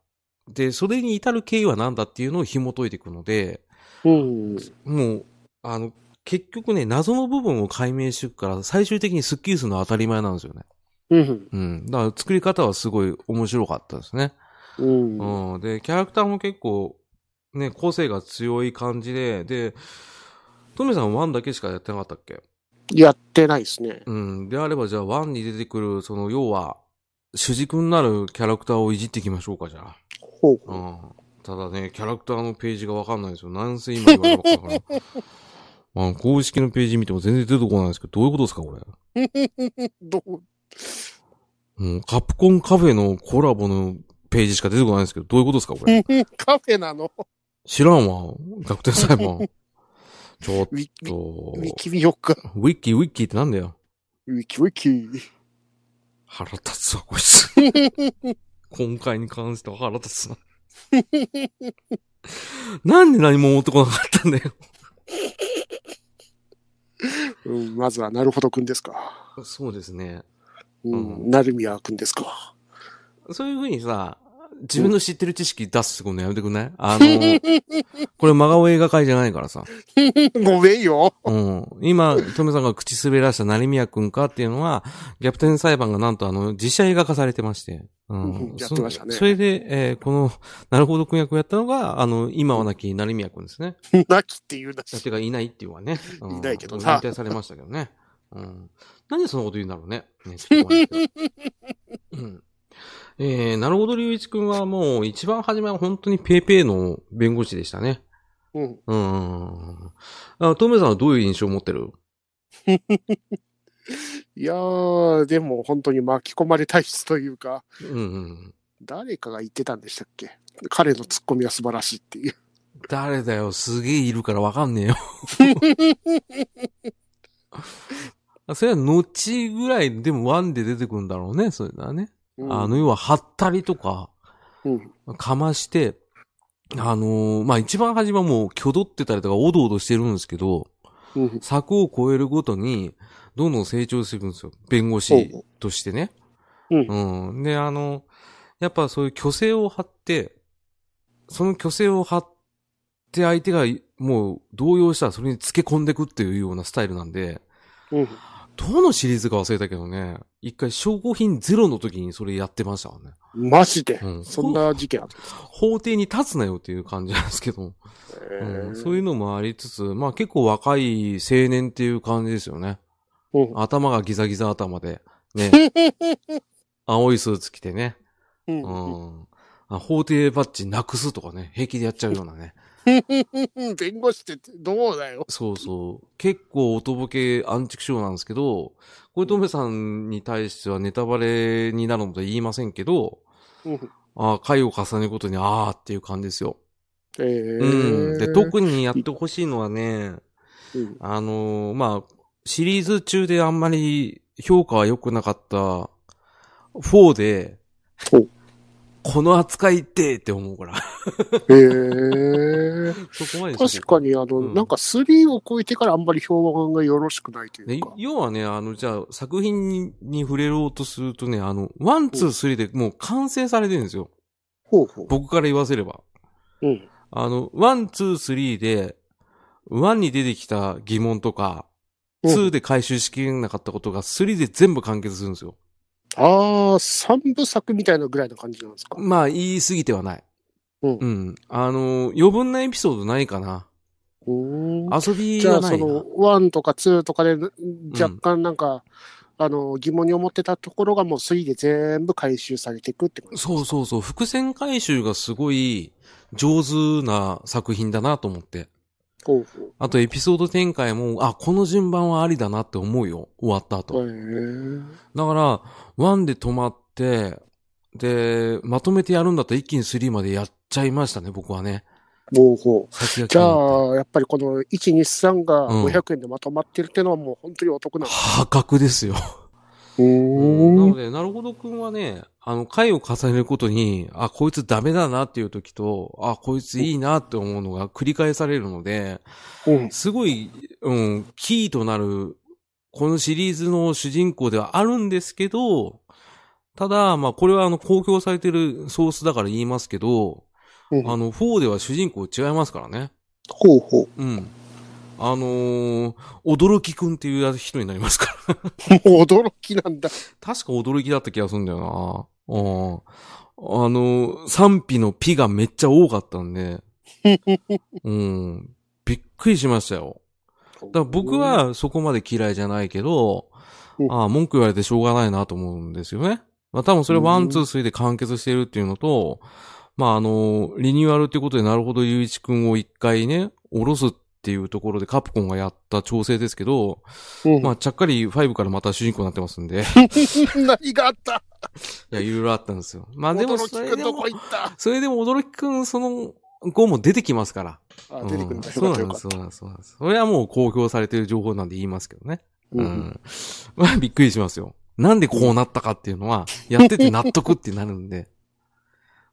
Speaker 1: で、それに至る経緯は何だっていうのを紐解いていくので、
Speaker 2: うん。
Speaker 1: もう、あの、結局ね、謎の部分を解明していくから、最終的にスッキリするのは当たり前なんですよね。
Speaker 2: うん。
Speaker 1: うん。だから作り方はすごい面白かったですね。
Speaker 2: うん。
Speaker 1: うん、で、キャラクターも結構、ね、個性が強い感じで、で、トメさんワンだけしかやってなかったっけ
Speaker 2: やってないですね。
Speaker 1: うん。であれば、じゃあワンに出てくる、その、要は、主軸になるキャラクターをいじっていきましょうか、じゃあ。
Speaker 2: ほう
Speaker 1: う
Speaker 2: ほう。
Speaker 1: ん。ただね、キャラクターのページがわかんないですよ。なんせ今言わればわかんない。まあ、公式のページ見ても全然出てこないんですけど、どういうことですか、これ。
Speaker 2: どう
Speaker 1: うん、カプコンカフェのコラボのページしか出てこないんですけど、どういうことですか、これ。
Speaker 2: カフェなの
Speaker 1: 知らんわ。学天裁 判。ちょっ
Speaker 2: ウィウィ
Speaker 1: と
Speaker 2: ウ、ィキ見よっか。
Speaker 1: ウィッキーウィッキーってなんだよ。
Speaker 2: ウィキウィキ。
Speaker 1: 腹立つわ、こい つ。今回に関しては腹立つな。なんで何も持ってこなかったんだよ。
Speaker 2: うん、まずは、なるほどくんですか。
Speaker 1: そうですね。
Speaker 2: うん、
Speaker 1: う
Speaker 2: なるみやくんですか。
Speaker 1: そういうふうにさ、自分の知ってる知識出すってことやめてくんないあの、 これ真顔映画界じゃないからさ。
Speaker 2: ごめんよ。
Speaker 1: うん。今、トメさんが口滑らした成宮くんかっていうのは、ギャプテン裁判がなんとあの、実写映画化されてまして。う
Speaker 2: うん
Speaker 1: ん。
Speaker 2: やってましたね
Speaker 1: そそれで、えーこの、なるほどくん役をやったのが、あの、今は亡き成宮くんですね。
Speaker 2: なきっていうなし。
Speaker 1: てか、いないっていうのは ね。うん
Speaker 2: いないけどな
Speaker 1: 引退されましたけどね。うん。なんでそんなこと言うんだろうね。ねちょっとわかんないけ どうん。えー、なるほど、隆一くんはもう、一番初めは本当にペイペイの弁護士でしたね。
Speaker 2: うん。
Speaker 1: うんうんうんうん。あ、トメさんはどういう印象を持ってる
Speaker 2: いやー、でも本当に巻き込まれ体質というか、
Speaker 1: うんうん。
Speaker 2: 誰かが言ってたんでしたっけ彼のツッコミは素晴らしいっていう。
Speaker 1: 誰だよ、すげえいるからわかん ねえよ。あそれは後ぐらい、でもワンで出てくるんだろうね、そういうのはね。
Speaker 2: うん
Speaker 1: あの、要は、はったりとか、
Speaker 2: うん。
Speaker 1: かまして、あのーまあ、一番初めはもう、挙動ってたりとか、おどおどしてるんですけど、
Speaker 2: うん。
Speaker 1: 柵を超えるごとに、どんどん成長していくんですよ。弁護士としてね。
Speaker 2: うん
Speaker 1: うん。で、あの、やっぱそういう虚勢を張って、その虚勢を張って相手がもう動揺したらそれにつけ込んでくっていうようなスタイルなんで、
Speaker 2: うん。
Speaker 1: どのシリーズか忘れたけどね、一回証拠品ゼロの時にそれやってましたからね。
Speaker 2: マジで、
Speaker 1: うん
Speaker 2: そんな事件あったんですか
Speaker 1: 法廷に立つなよっていう感じなんですけど、うん、そういうのもありつつ、まあ結構若い青年っていう感じですよね。
Speaker 2: うん。
Speaker 1: 頭がギザギザ頭で、ね。青いスーツ着てね。
Speaker 2: う。
Speaker 1: うんん。あ法廷バッジなくすとかね、平気でやっちゃうようなね。
Speaker 2: うん。 弁護士ってどうだよ。
Speaker 1: そうそう。結構おとぼけアンチクショーなんですけど、これトメさんに対してはネタバレになるのとは言いませんけど、
Speaker 2: うん。
Speaker 1: ああ、回を重ねることに、ああっていう感じですよ。
Speaker 2: えー、
Speaker 1: うん。で、特にやってほしいのはね、
Speaker 2: うん。
Speaker 1: あのーまあ、シリーズ中であんまり評価は良くなかった4で
Speaker 2: お、
Speaker 1: この扱いってって思うから。
Speaker 2: えー、
Speaker 1: そこまで
Speaker 2: 確かに、あの、
Speaker 1: うん
Speaker 2: なんか3を超えてからあんまり評判がよろしくないとい
Speaker 1: ね
Speaker 2: うか。
Speaker 1: 要はね、あの、じゃあ、作品にに触れようとするとね、あの、ワン、ツー、スリーでもう完成されてるんですよ。
Speaker 2: ほうほ
Speaker 1: 僕から言わせれば。
Speaker 2: う。うん。
Speaker 1: あの、ワン、ツー、スリーで、ワンに出てきた疑問とか、
Speaker 2: うん
Speaker 1: ツーで回収しきれなかったことが、スリーで全部完結するんですよ。
Speaker 2: ああ、三部作みたいなぐらいな感じなんですか。
Speaker 1: まあ、言い過ぎてはない。
Speaker 2: うん
Speaker 1: うん。あの、余分なエピソードないかな。
Speaker 2: うーん
Speaker 1: 遊び
Speaker 2: じゃ
Speaker 1: が
Speaker 2: あ、
Speaker 1: な
Speaker 2: そ
Speaker 1: いな
Speaker 2: の。、1とか2とかで、若干なんか、あの、疑問に思ってたところがもう3で全部回収されていくってこと
Speaker 1: そうそうそう。伏線回収がすごい上手な作品だなと思って。
Speaker 2: ほうほう。
Speaker 1: あとエピソード展開も、あ、この順番はありだなって思うよ。終わった後。
Speaker 2: へー
Speaker 1: だから、1で止まって、で、まとめてやるんだったら一気に3までやっちゃいましたね、僕はね。
Speaker 2: ほうほう。
Speaker 1: 先が気
Speaker 2: じ
Speaker 1: に
Speaker 2: ゃ
Speaker 1: なっ
Speaker 2: あ、やっぱりこの1、2、3が
Speaker 1: うん
Speaker 2: 500円でまとまってるっていうのはもう本当にお得な
Speaker 1: た。破格ですよ。な
Speaker 2: の。う
Speaker 1: の
Speaker 2: ん。
Speaker 1: で、なるほどくんはね、あの、回を重ねることに、あ、こいつダメだなっていう時と、あ、こいついいなって思うのが繰り返されるので、
Speaker 2: うん。
Speaker 1: すごい、うん、キーとなる、このシリーズの主人公ではあるんですけど、ただ、まあ、これはあの、公表されてるソースだから言いますけど、
Speaker 2: うん
Speaker 1: あの、4では主人公違いますからね。
Speaker 2: ほうほう。
Speaker 1: うん。あのー、驚きくんっていう人になりますから。
Speaker 2: もう驚きなんだ。
Speaker 1: 確か驚きだった気がするんだよな。うん。あの、賛否のピがめっちゃ多かったん で。うん。びっくりしましたよ。だから僕、 はそこまで嫌いじゃないけど
Speaker 2: う、ん
Speaker 1: ああ、文句言われてしょうがないなと思うんですよね。まあ多分それワ
Speaker 2: うん
Speaker 1: ン、ツー、スリーで完結してるっていうのと、まああの、リニューアルっていうことでなるほど、ゆういちくんを一回ね、下ろすっていうところでカプコンがやった調整ですけど、
Speaker 2: うん
Speaker 1: まあちゃっかり5からまた主人公になってますんで。
Speaker 2: 何があった
Speaker 1: いや、いろいろあったんですよ。まあでも、
Speaker 2: 驚
Speaker 1: そ
Speaker 2: き
Speaker 1: れ
Speaker 2: く
Speaker 1: で
Speaker 2: んど
Speaker 1: も
Speaker 2: こ、行った
Speaker 1: それでも驚きくん、その後も出てきますから。
Speaker 2: あ、出てくるん
Speaker 1: う
Speaker 2: だ。
Speaker 1: ん
Speaker 2: よ
Speaker 1: そ
Speaker 2: か
Speaker 1: う
Speaker 2: っ
Speaker 1: なん
Speaker 2: たよ
Speaker 1: で
Speaker 2: かっ
Speaker 1: す、
Speaker 2: た。
Speaker 1: そうなんです、そうなんです。それはもう公表されてる情報なんで言いますけどね。う
Speaker 2: う。
Speaker 1: んん。 まあ、びっくりしますよ。なんでこうなったかっていうのは、やってて納得ってなるんで。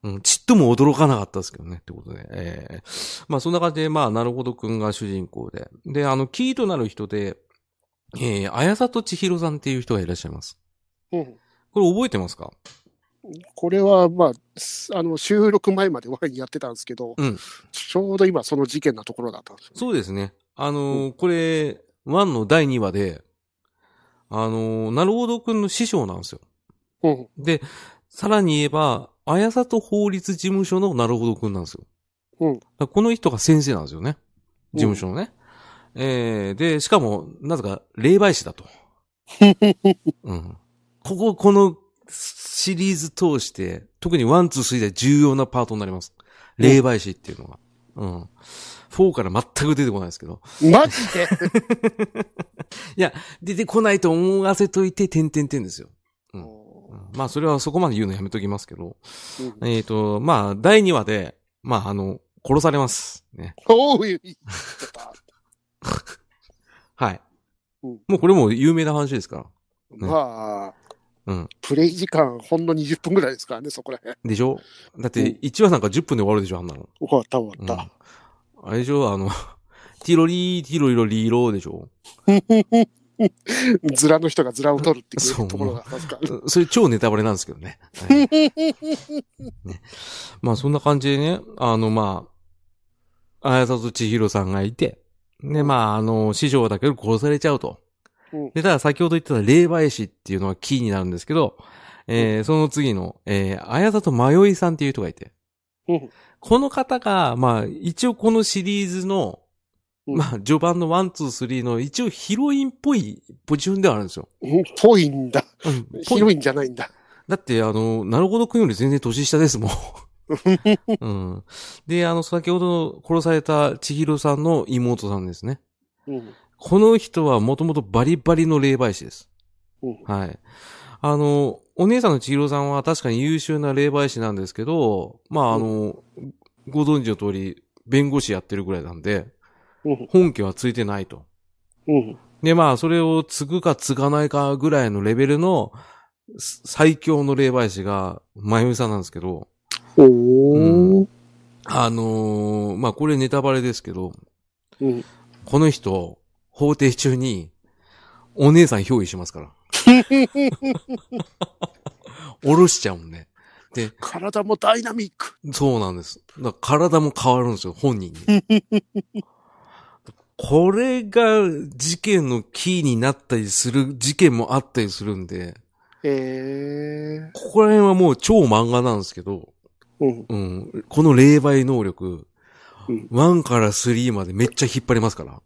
Speaker 1: うん、ちっとも驚かなかったですけどね、ってことで。ええまあ、そんな感じで、まあ、なるほどくんが主人公で。で、あの、キーとなる人で、ええ綾里千尋さんっていう人がいらっしゃいます。
Speaker 2: うん
Speaker 1: これ覚えてますか
Speaker 2: これは、まあす、あの、収録前までワインやってたんですけど、
Speaker 1: うん
Speaker 2: ちょうど今、その事件のところだったんですよね
Speaker 1: そうですね。あのーこれ、1の第2話で、あのーなるほどくんの師匠なんですよ。
Speaker 2: うん。
Speaker 1: で、さらに言えば、綾里法律事務所のなるほどくんなんですよ。
Speaker 2: うん
Speaker 1: だからこの人が先生なんですよね。事務所のね。えー、で、しかも、なぜか、霊媒師だ と。うん。ここ、このシリーズ通して、特にワン、ツー、スリーで重要なパートになります。霊媒師っていうのが。うん。4から全く出てこないですけど。
Speaker 2: マジで
Speaker 1: 出てこないと思わせといて、点々点ですよ。うんう
Speaker 2: うん
Speaker 1: まあ、それはそこまで言うのやめときますけど。
Speaker 2: ん
Speaker 1: えっ、と、まあ、第2話で、まあ、あの、殺されます。ね。
Speaker 2: おい、言ってた
Speaker 1: はい。
Speaker 2: うん
Speaker 1: もうこれもう有名な話ですから。
Speaker 2: まあ、
Speaker 1: うん
Speaker 2: プレイ時間ほんの20分ぐらいですからね、そこら辺。
Speaker 1: でしょだっ
Speaker 2: うん
Speaker 1: て、1話なんか10分で終わるでしょ、あんなの。
Speaker 2: 終わった終わった。
Speaker 1: うん、あれでしょあの、 ティロリー、ティロリロリーローでしょ
Speaker 2: ズラの人がズラを取るって
Speaker 1: そ
Speaker 2: いううところが確か。
Speaker 1: それ超ネタバレなんですけどね。はいねまあそんな感じでね、あのまあ、綾里千尋さんがいて、でまああの、師匠だけど殺されちゃうと。
Speaker 2: うん
Speaker 1: で、ただ先ほど言ってた霊媒師っていうのはキーになるんですけど、えーその次の、えー、綾里迷いさんっていう人がいて、
Speaker 2: うん
Speaker 1: この方が、まあ一応このシリーズの、
Speaker 2: うん
Speaker 1: まあ序盤の1、2、3の一応ヒロインっぽいポジションではあるんですよ。
Speaker 2: うんぽいんだ。
Speaker 1: うんぽい
Speaker 2: 広いんじゃないんだ。
Speaker 1: だって、あの、なるほどくんより全然年下ですも ん。うん、で、あの、先ほど殺された千尋さんの妹さんですね。
Speaker 2: うん。
Speaker 1: この人はもともとバリバリの霊媒師です。
Speaker 2: うん
Speaker 1: はい。あの、お姉さんの千尋さんは確かに優秀な霊媒師なんですけど、まあ、あの、ご存知の通り、弁護士やってるぐらいなんで、
Speaker 2: うん。
Speaker 1: 本家はついてないと。
Speaker 2: うん。
Speaker 1: で、まあ、それを継ぐか継がないかぐらいのレベルのす最強の霊媒師が、まゆみさんなんですけど、
Speaker 2: おー。
Speaker 1: あのーまあ、これネタバレですけど、
Speaker 2: うん。
Speaker 1: この人、法廷中に、お姉さん憑依します から。おろしちゃうんね。
Speaker 2: 体もダイナミック。
Speaker 1: そうなんです。だから体も変わるんですよ、本人に。 これが事件のキーになったりする事件もあったりするんで、
Speaker 2: えー。
Speaker 1: ここら辺はもう超漫画なんですけど、
Speaker 2: うん。
Speaker 1: うん、この霊媒能力、
Speaker 2: うん
Speaker 1: 1から3までめっちゃ引っ張りますから、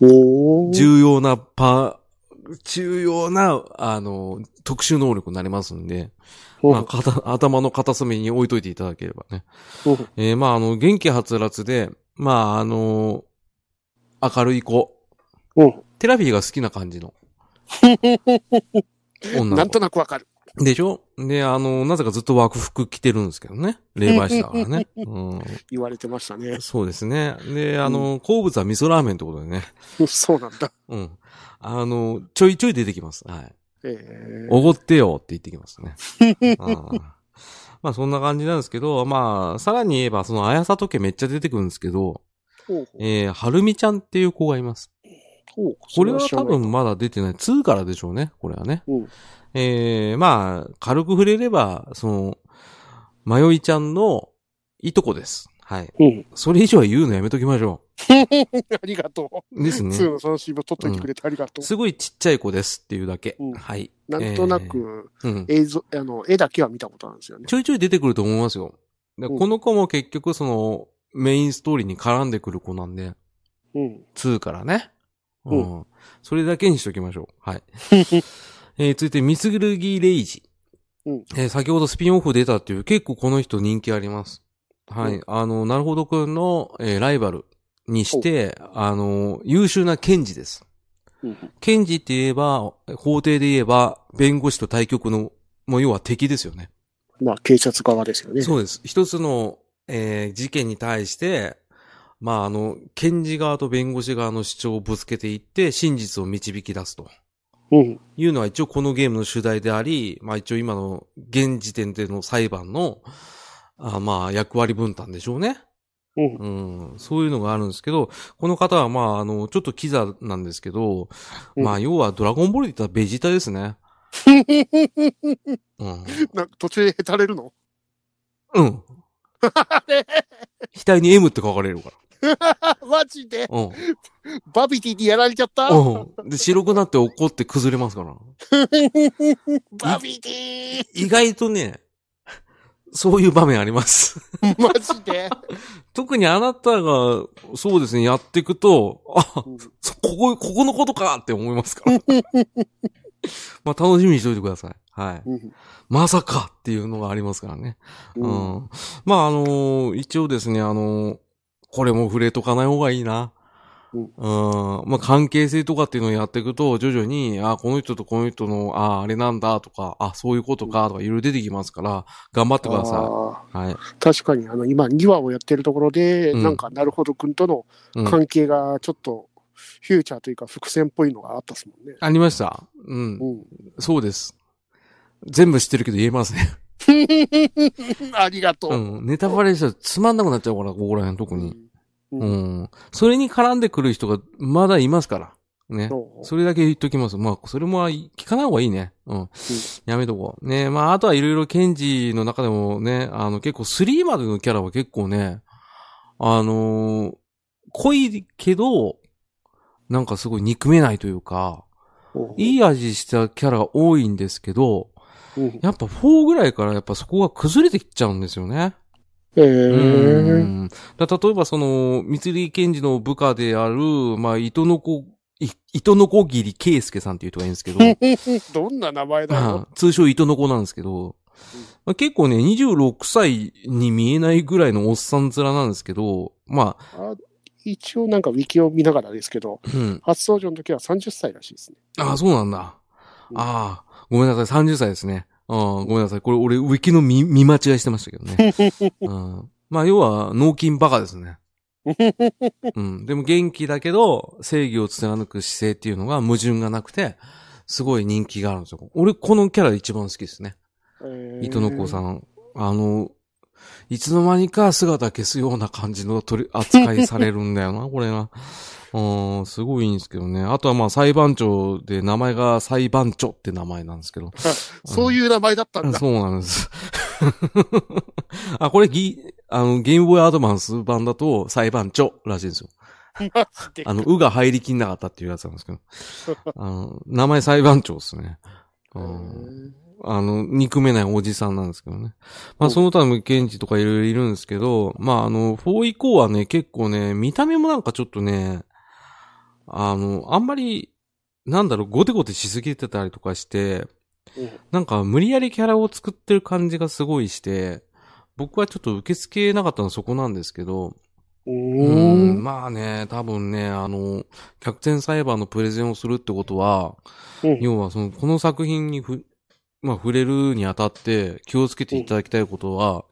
Speaker 2: おー。
Speaker 1: 重要なパー、重要な、あの、特殊能力になりますんで、まあ、かた頭の片隅に置いといていただければね。
Speaker 2: うん
Speaker 1: えーまあ、あの、元気はつらつで、まあ、あの明るい子、
Speaker 2: うん。
Speaker 1: テラフィーが好きな感じの女の
Speaker 2: なん
Speaker 1: 子
Speaker 2: と。なくわかる。
Speaker 1: でしょで、あの、なぜかずっと枠服着てるんですけどね。霊媒師だからね。うん
Speaker 2: 言われてましたね。
Speaker 1: そうですね。で、あの、好物は味噌ラーメンってことでね。
Speaker 2: そうなんだ。
Speaker 1: うん。あの、ちょいちょい出てきます。はい。
Speaker 2: えー。
Speaker 1: おごってよって言ってきますね。うんまあそんな感じなんですけど、まあ、さらに言えば、その、あやさと家めっちゃ出てくるんですけど、
Speaker 2: ほう
Speaker 1: えー、はるみちゃんっていう子がいます。
Speaker 2: ほう
Speaker 1: これは多。
Speaker 2: そ
Speaker 1: 分まだ出てない。2からでしょうね、これはね。
Speaker 2: れは知らない
Speaker 1: えー、まあ、軽く触れれば、その、まよいちゃんのいとこです。はい。
Speaker 2: うん。うん。
Speaker 1: それ以上は言うのやめときましょ
Speaker 2: ありがと
Speaker 1: う。です
Speaker 2: う。
Speaker 1: ね。
Speaker 2: ツーのそのシーンを撮っといてくれてありがとう。
Speaker 1: すごいちっちゃい子ですっていうだけ。
Speaker 2: うん
Speaker 1: はい。
Speaker 2: なんとなく
Speaker 1: えー、うん。
Speaker 2: 映像、あの、絵だけは見たことなんですよね。
Speaker 1: ちょいちょい出てくると思いますよ。で
Speaker 2: うん
Speaker 1: この子も結局そのメインストーリーに絡んでくる子なんで、
Speaker 2: うん。
Speaker 1: 2からね。うん。それだけにしときましょう。 はい。えー、続いて、ミスギルギーレイジ。
Speaker 2: うん
Speaker 1: えー先ほどスピンオフ出たっていう、結構この人人気あります。はい。
Speaker 2: うん
Speaker 1: あの、なるほどくんの、えーライバルにして、あの、優秀な検事です。
Speaker 2: うん。
Speaker 1: 検事って言えば、法廷で言えば、弁護士と対局の、もう要は敵ですよね。
Speaker 2: まあ、警察側ですよね。
Speaker 1: そうです。一つの、えー事件に対して、まあ、あの、検事側と弁護士側の主張をぶつけていって、真実を導き出すと。
Speaker 2: うん。
Speaker 1: いうのは一応このゲームの主題であり、まあ一応今の現時点での裁判の、あまあ役割分担でしょうね。
Speaker 2: うん。
Speaker 1: うん、そういうのがあるんですけど、この方はまあ、あの、ちょっとキザなんですけど、
Speaker 2: うん
Speaker 1: まあ、要はドラゴンボールで言ったらベジータです ね。うん。
Speaker 2: なんか途中でへたれるの
Speaker 1: うん。
Speaker 2: あれ
Speaker 1: 額に M って書かれるか
Speaker 2: マジで
Speaker 1: ら。うん。
Speaker 2: バビティにやられちゃった
Speaker 1: うん。で、白くなって怒って崩れますから。
Speaker 2: バビティ
Speaker 1: 意外とね、そういう場面あります。
Speaker 2: マジで、
Speaker 1: 特にあなたが、そうですね、やっていくと、あ、
Speaker 2: うん
Speaker 1: そここ、ここのことかって思います から。まあ、楽しみにしておいてください。はい。
Speaker 2: うん
Speaker 1: まさかっていうのがありますからね。う
Speaker 2: うん
Speaker 1: ん。まあ、あのー一応ですね、あのーこれも触れとかない方がいいな。
Speaker 2: う
Speaker 1: うんん。まあ、関係性とかっていうのをやっていくと、徐々に、あ、この人とこの人の、あ、あれなんだとか、あ、そういうことかとか、いろいろ出てきますから、頑張ってくださ
Speaker 2: あ
Speaker 1: い。はい。
Speaker 2: ー確かに、あの、今、2話をやってるところで、
Speaker 1: うん
Speaker 2: なんか、なるほど君との
Speaker 1: うん。
Speaker 2: 関係が、ちょっと、フューチャーというか、伏線っぽいのがあったっすもんね。
Speaker 1: ありました。うん。
Speaker 2: うん。
Speaker 1: そうです。全部知ってるけど言えますね。
Speaker 2: ありがと
Speaker 1: う
Speaker 2: う。
Speaker 1: ん。ネタバレしたらつまんなくなっちゃうから、ここら辺特に。
Speaker 2: う。
Speaker 1: うんん。それに絡んでくる人がまだいますから。ね。
Speaker 2: そう
Speaker 1: それだけ言っときます。まあ、それも聞かない方がいいね。うん。やめとこう。ねまあ、あとはいろいろケンジの中でもね、あの、結構3までのキャラは結構ね、あのー濃いけど、なんかすごい憎めないというか、いい味したキャラが多いんですけど、
Speaker 2: うん
Speaker 1: やっぱ4ぐらいからやっぱそこが崩れてきちゃうんですよね。
Speaker 2: へ
Speaker 1: う
Speaker 2: え。
Speaker 1: んだ例えばその、三入賢治の部下である、まあ、糸の子、い糸の子切圭介さんっていう人がいるんですけど、
Speaker 2: どんな名前だ
Speaker 1: は
Speaker 2: ろ
Speaker 1: い通称糸の子なんですけど、まあ、結構ね、26歳に見えないぐらいのおっさん面なんですけど、まあ、
Speaker 2: うあ一応なんかウィキを見ながらですけど、
Speaker 1: うん。
Speaker 2: 初登場の時は30歳らしいですね。
Speaker 1: ああ、そうなんだ。あ
Speaker 2: うん
Speaker 1: あー、ごめんなさい、30歳ですね。ああ、ごめんなさい。これ俺、ウィキの見、見間違いしてましたけどね。 うん、まあ、要は、脳筋バカですね。うん。でも元気だけど、正義を貫く姿勢っていうのが矛盾がなくて、すごい人気があるんですよ。俺、このキャラ一番好きですね。糸の子さ
Speaker 2: ん。
Speaker 1: ん。あの、いつの間にか姿消すような感じの取り扱いされるんだよな、 これな。うん、すごいいいんですけどね。あとはまあ裁判長で名前が裁判長って名前なんですけど。
Speaker 2: そういう名前だったんだ。
Speaker 1: そうなんです。 あ、これギ、あの、ゲームボーイアドバンス版だと裁判長らしいんですよ。
Speaker 2: で
Speaker 1: あの、うが入りきんなかったっていうやつなん ですけど。あの、名前裁判長ですね。うんあの、憎めないおじさんなんですけどね。まあ、
Speaker 2: うん
Speaker 1: その他もケンジとかいろいろいるんですけど、まあ、あの、4以降はね、結構ね、見た目もなんかちょっとね、あの、あんまり、なんだろう、ゴテゴテしすぎてたりとかして、
Speaker 2: うん
Speaker 1: なんか無理やりキャラを作ってる感じがすごいして、僕はちょっと受け付けなかったのはそこなんですけど、
Speaker 2: う
Speaker 1: うんん、まあね、多分ね、あの、逆転裁判のプレゼンをするってことは、
Speaker 2: うん
Speaker 1: 要はその、この作品にふ、まあ、触れるにあたって気をつけていただきたいことは、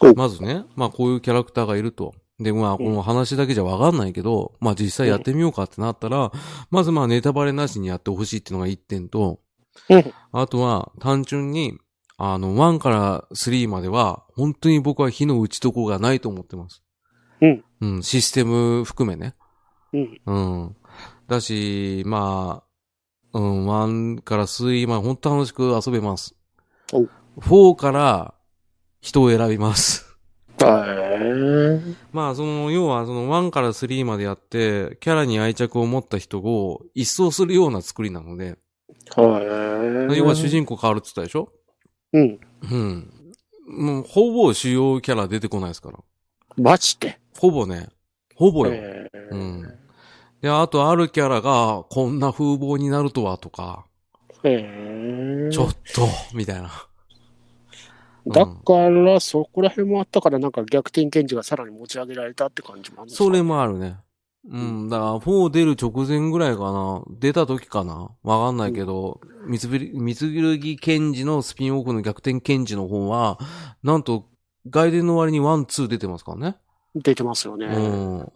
Speaker 2: うん
Speaker 1: まずね、まあ、こういうキャラクターがいると。で、まあ、この話だけじゃわかんないけど、まあ、実際やってみようかってなったら、まずまあ、ネタバレなしにやってほしいっていうのが一点と
Speaker 2: うん、
Speaker 1: あとは、単純に、あの、1から3までは、本当に僕は火の打ちどころがないと思ってます。
Speaker 2: うん。
Speaker 1: うん、システム含めね。
Speaker 2: うん
Speaker 1: うん。だし、まあ、うん、1から3まで本当楽しく遊べます
Speaker 2: お。
Speaker 1: 4から人を選びます。
Speaker 2: へ
Speaker 1: まあ、その、要は、その1から3までやって、キャラに愛着を持った人を一掃するような作りなので、
Speaker 2: ーはい。
Speaker 1: 要は主人公変わるって言ったでしょ
Speaker 2: うん。
Speaker 1: うん。もう、ほぼ主要キャラ出てこないですから。
Speaker 2: マジで。
Speaker 1: ほぼね。ほぼよ。
Speaker 2: へー
Speaker 1: うん。で、あと、あるキャラが、こんな風貌になるとは、とか。
Speaker 2: へー
Speaker 1: ちょっと、みたいな。
Speaker 2: だから、そこら辺もあったから、なんか逆転検事がさらに持ち上げられたって感じもあるんですか
Speaker 1: それもあるね。うん、だから、4出る直前ぐらいかな。出た時かな。わかんないけど、三つび三つぐる賢治のスピンオフの逆転賢治の方は、なんと、外伝の割にワン、ツー出てますからね。
Speaker 2: 出てますよね。
Speaker 1: うん。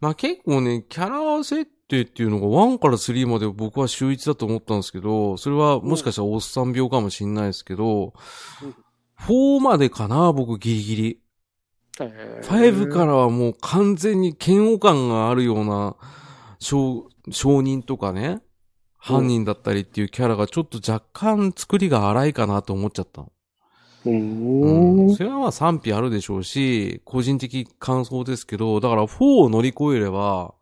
Speaker 1: まあ結構ね、キャラ設定っていうのが1から3まで僕は秀逸だと思ったんですけど、それはもしかしたらおっさん病かもしんないですけど
Speaker 2: うん、
Speaker 1: 4までかな、僕ギリギリ。
Speaker 2: へー
Speaker 1: 5からはもう完全に嫌悪感があるような証証人とかね、犯人だったりっていうキャラがちょっと若干作りが荒いかなと思っちゃったの。
Speaker 2: う
Speaker 1: う
Speaker 2: ー
Speaker 1: ん。
Speaker 2: ん。
Speaker 1: それはまあ賛否あるでしょうし、個人的感想ですけど、だから4を乗り越えれば、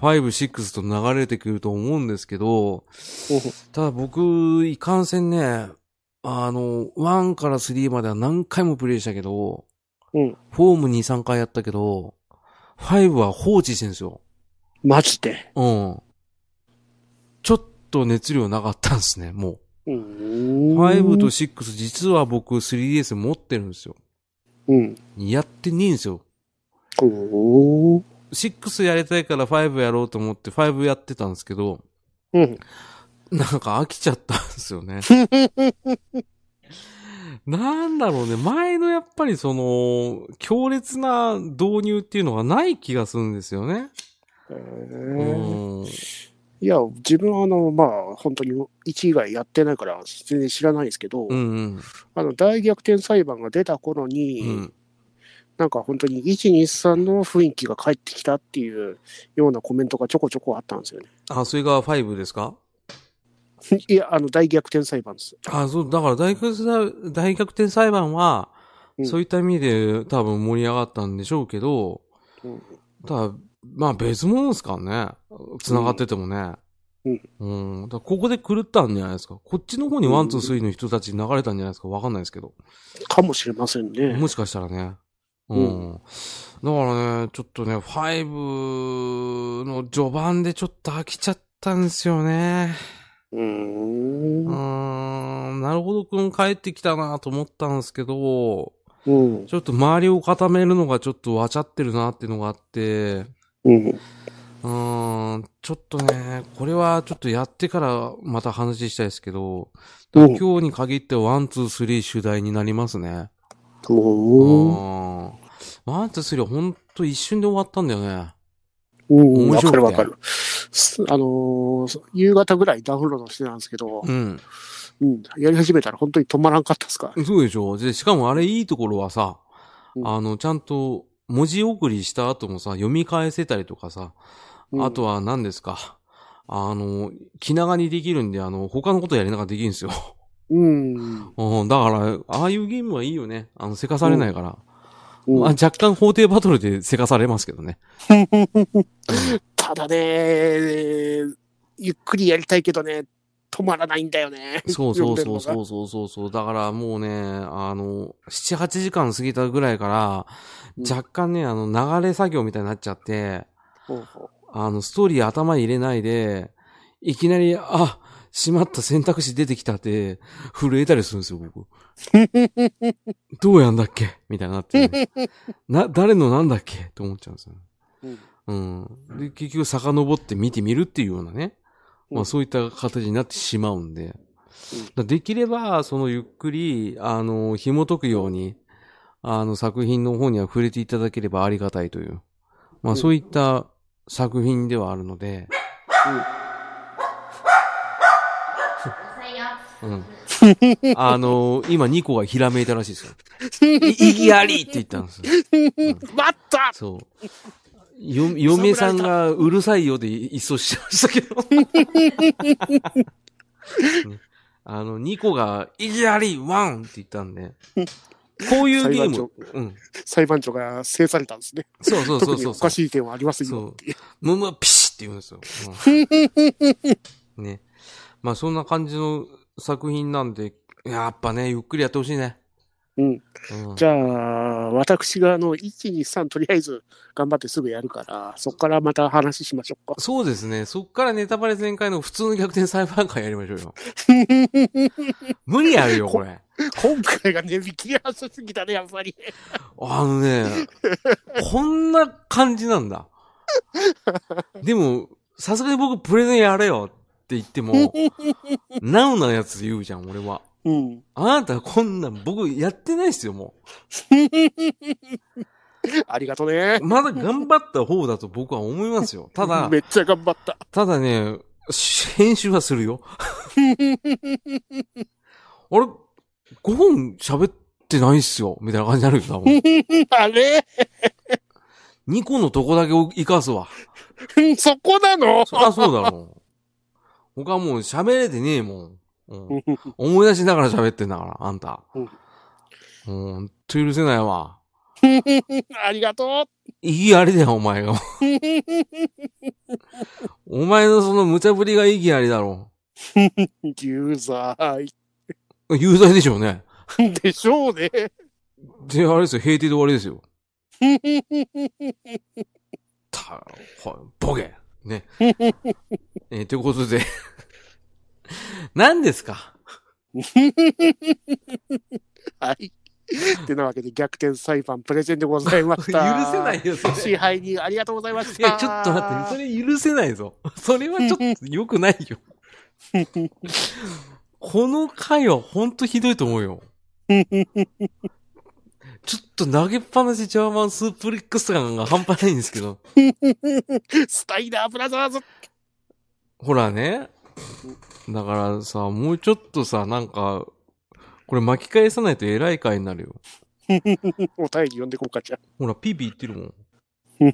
Speaker 1: 5、6と流れてくると思うんですけど、ただ僕、いかんせんね、あの、1から3までは何回もプレイしたけど、
Speaker 2: うん
Speaker 1: フォーム2、3回やったけど、5は放置してんですよ。
Speaker 2: マジで。
Speaker 1: うん。ちょっと熱量なかったんですね、も
Speaker 2: う
Speaker 1: う。
Speaker 2: ーん。
Speaker 1: 5と6、実は僕 3DS 持ってるんですよ。
Speaker 2: うん。
Speaker 1: やってねえんですよ。
Speaker 2: おー
Speaker 1: 6やりたいから5やろうと思って5やってたんですけど、
Speaker 2: うん。
Speaker 1: なんか飽きちゃったんですよね。 なんだろうね、前のやっぱりその、強烈な導入っていうのがない気がするんですよね。
Speaker 2: へ
Speaker 1: う
Speaker 2: ー
Speaker 1: ん。
Speaker 2: いや、自分はあの、まあ、本当に1以外やってないから、全然知らないんですけど、
Speaker 1: うんうん
Speaker 2: あの、大逆転裁判が出た頃に、
Speaker 1: うん
Speaker 2: なんか本当に1、2、3の雰囲気が返ってきたっていうようなコメントがちょこちょこあったんですよね。
Speaker 1: あそれが5ですか
Speaker 2: いや、あの、大逆転裁判です。
Speaker 1: あそうだから大学さ大逆転裁判は、
Speaker 2: うん
Speaker 1: そういった意味で多分盛り上がったんでしょうけど、
Speaker 2: うん
Speaker 1: ただまあ別物ですからね繋がっててもねうん、だからここで狂ったんじゃないですかこっちの方にワンツースリーの人たちに流れたんじゃないですかわかんないですけど
Speaker 2: かもしれませんね。
Speaker 1: もしかしたらね。うん。だからね、ちょっとね、5の序盤でちょっと飽きちゃったんですよね。
Speaker 2: うー。
Speaker 1: うんーん、なるほどくん帰ってきたなと思ったんですけど、
Speaker 2: うん。
Speaker 1: ちょっと周りを固めるのがちょっとわちゃってるなっていうのがあって、
Speaker 2: うん。
Speaker 1: うーん、ちょっとね、これはちょっとやってからまた話したいですけど、
Speaker 2: うん
Speaker 1: 今日に限ってワン、ツー、スリー主題になりますね。
Speaker 2: も
Speaker 1: ああ。ワンツースリーはほんと一瞬で終わったんだよね。
Speaker 2: う、うん。
Speaker 1: 面
Speaker 2: わ
Speaker 1: 白く
Speaker 2: か
Speaker 1: て
Speaker 2: るわかる。すあのー夕方ぐらいダウンロードしてたんですけど、
Speaker 1: うん。
Speaker 2: うん。やり始めたら本当に止まらんかったっすから。
Speaker 1: そうでしょで、しかもあれいいところはさ、
Speaker 2: うん
Speaker 1: あの、ちゃんと文字送りした後もさ、読み返せたりとかさ、
Speaker 2: うん
Speaker 1: あとは何ですか。あの、気長にできるんで、あの、他のことやりながらできるんですよ。
Speaker 2: うん。
Speaker 1: うん、だから、ああいうゲームはいいよね。あの、せかされないから。
Speaker 2: うん
Speaker 1: まあ、若干法廷バトルでせかされますけど ね。
Speaker 2: ただね、ゆっくりやりたいけどね、止まらないんだよね。
Speaker 1: そうそうそう
Speaker 2: 読んでるのが
Speaker 1: そうそうそうそう。だからもうね、あの、7、8時間過ぎたぐらいから、
Speaker 2: うん
Speaker 1: 若干ね、あの、流れ作業みたいになっちゃって、
Speaker 2: ほうほ
Speaker 1: あの、ストーリー頭に入れないで、いきなり、あ、しまった選択肢出てきたって、震えたりするんですよ、 僕。どうやんだっけみたいになって、な、誰のなんだっけと思っちゃうんですよ。
Speaker 2: ううん
Speaker 1: うん。で、結局遡って見てみるっていうようなね。ま
Speaker 2: う
Speaker 1: あ
Speaker 2: ん
Speaker 1: そういった形になってしまうんで。だからできれば、そのゆっくり、あの、紐解くように、あの作品の方には触れていただければありがたいという。まあ
Speaker 2: うん
Speaker 1: そういった作品ではあるので。 うん。あの、今2個がひらめいたらしいです よ。い意義ありって言ったんですよ。
Speaker 2: 待った
Speaker 1: そう。よ、嫁さんがうるさいよでいっそしましたけど。 ねあの、ニコが、いきなりワンって言ったんで。こういうゲー
Speaker 2: 裁判
Speaker 1: ム。うん。
Speaker 2: 裁判長が制されたんですね。
Speaker 1: そうそうそ
Speaker 2: 特
Speaker 1: う
Speaker 2: に
Speaker 1: そう
Speaker 2: お
Speaker 1: そ
Speaker 2: か
Speaker 1: う。
Speaker 2: しい点はありません
Speaker 1: そ
Speaker 2: よ
Speaker 1: う
Speaker 2: っていう。
Speaker 1: ムムピシって言うんですよ。 うんね。まあそんな感じの作品なんで、やっぱね、ゆっくりやってほしいね。
Speaker 2: うん
Speaker 1: うん
Speaker 2: じゃあ、私があの、1、2、3とりあえず頑張ってすぐやるから、そこからまた話しましょうか。
Speaker 1: そうですね。そっからネタバレ全開の普通の逆転裁判官やりましょうよ。無理あるよ、これ。
Speaker 2: 今回が値引きやすすぎたね、やっぱり。
Speaker 1: あのね、こんな感じなんだ。でも、さすがに僕プレゼンやれよって言っても、ナウなやつ言うじゃん、俺は。
Speaker 2: うん。
Speaker 1: あなたこんなん僕やってないっすよ、も
Speaker 2: ありがとね
Speaker 1: う。。まだ頑張った方だと僕は思いますよ。ただ
Speaker 2: め、っちゃ頑張った。
Speaker 1: ただね、し編集はする よ。あれ、5本喋ってないっすよ、みたいな感じになるよ、多 分。
Speaker 2: あれ
Speaker 1: 2個のとこだけ生かすわ。
Speaker 2: うんそこなの
Speaker 1: そりゃそうだろう。他もう喋れてねえもん。うん、思い出しながら喋ってんだから、あんた。うん、ほんと許せないわ。
Speaker 2: ありがと
Speaker 1: 意義ありだよ、お前 が。お前のその無茶ぶりが意義ありだろ
Speaker 2: う。ユーザー。
Speaker 1: う。有罪でしょうね。
Speaker 2: でしょうね。
Speaker 1: で、あれですよ、平定で終わりです よ。た、ほ、ボケ。ね。 えーということで。何ですか
Speaker 2: はい。ってなわけで逆転裁判プレゼンでございま
Speaker 1: 許
Speaker 2: し
Speaker 1: せ
Speaker 2: た。
Speaker 1: ないよ、それ。
Speaker 2: 支配人ありがとうございまし
Speaker 1: い
Speaker 2: た。
Speaker 1: や、ちょっと待って、それ許せないぞ。それはちょっと良くないよ。この回はほんとひどいと思うよ。ちょっと投げっぱなしジャーマンスープリックス感が半端ないんですけど。
Speaker 2: スタイナーブラザーズ。
Speaker 1: ほらね。だからさ、もうちょっとさ、なんか、これ巻き返さないと偉い回になるよ。
Speaker 2: お便り読んでこうかじゃ
Speaker 1: ほら、ピーピー言ってるもん。
Speaker 2: あ。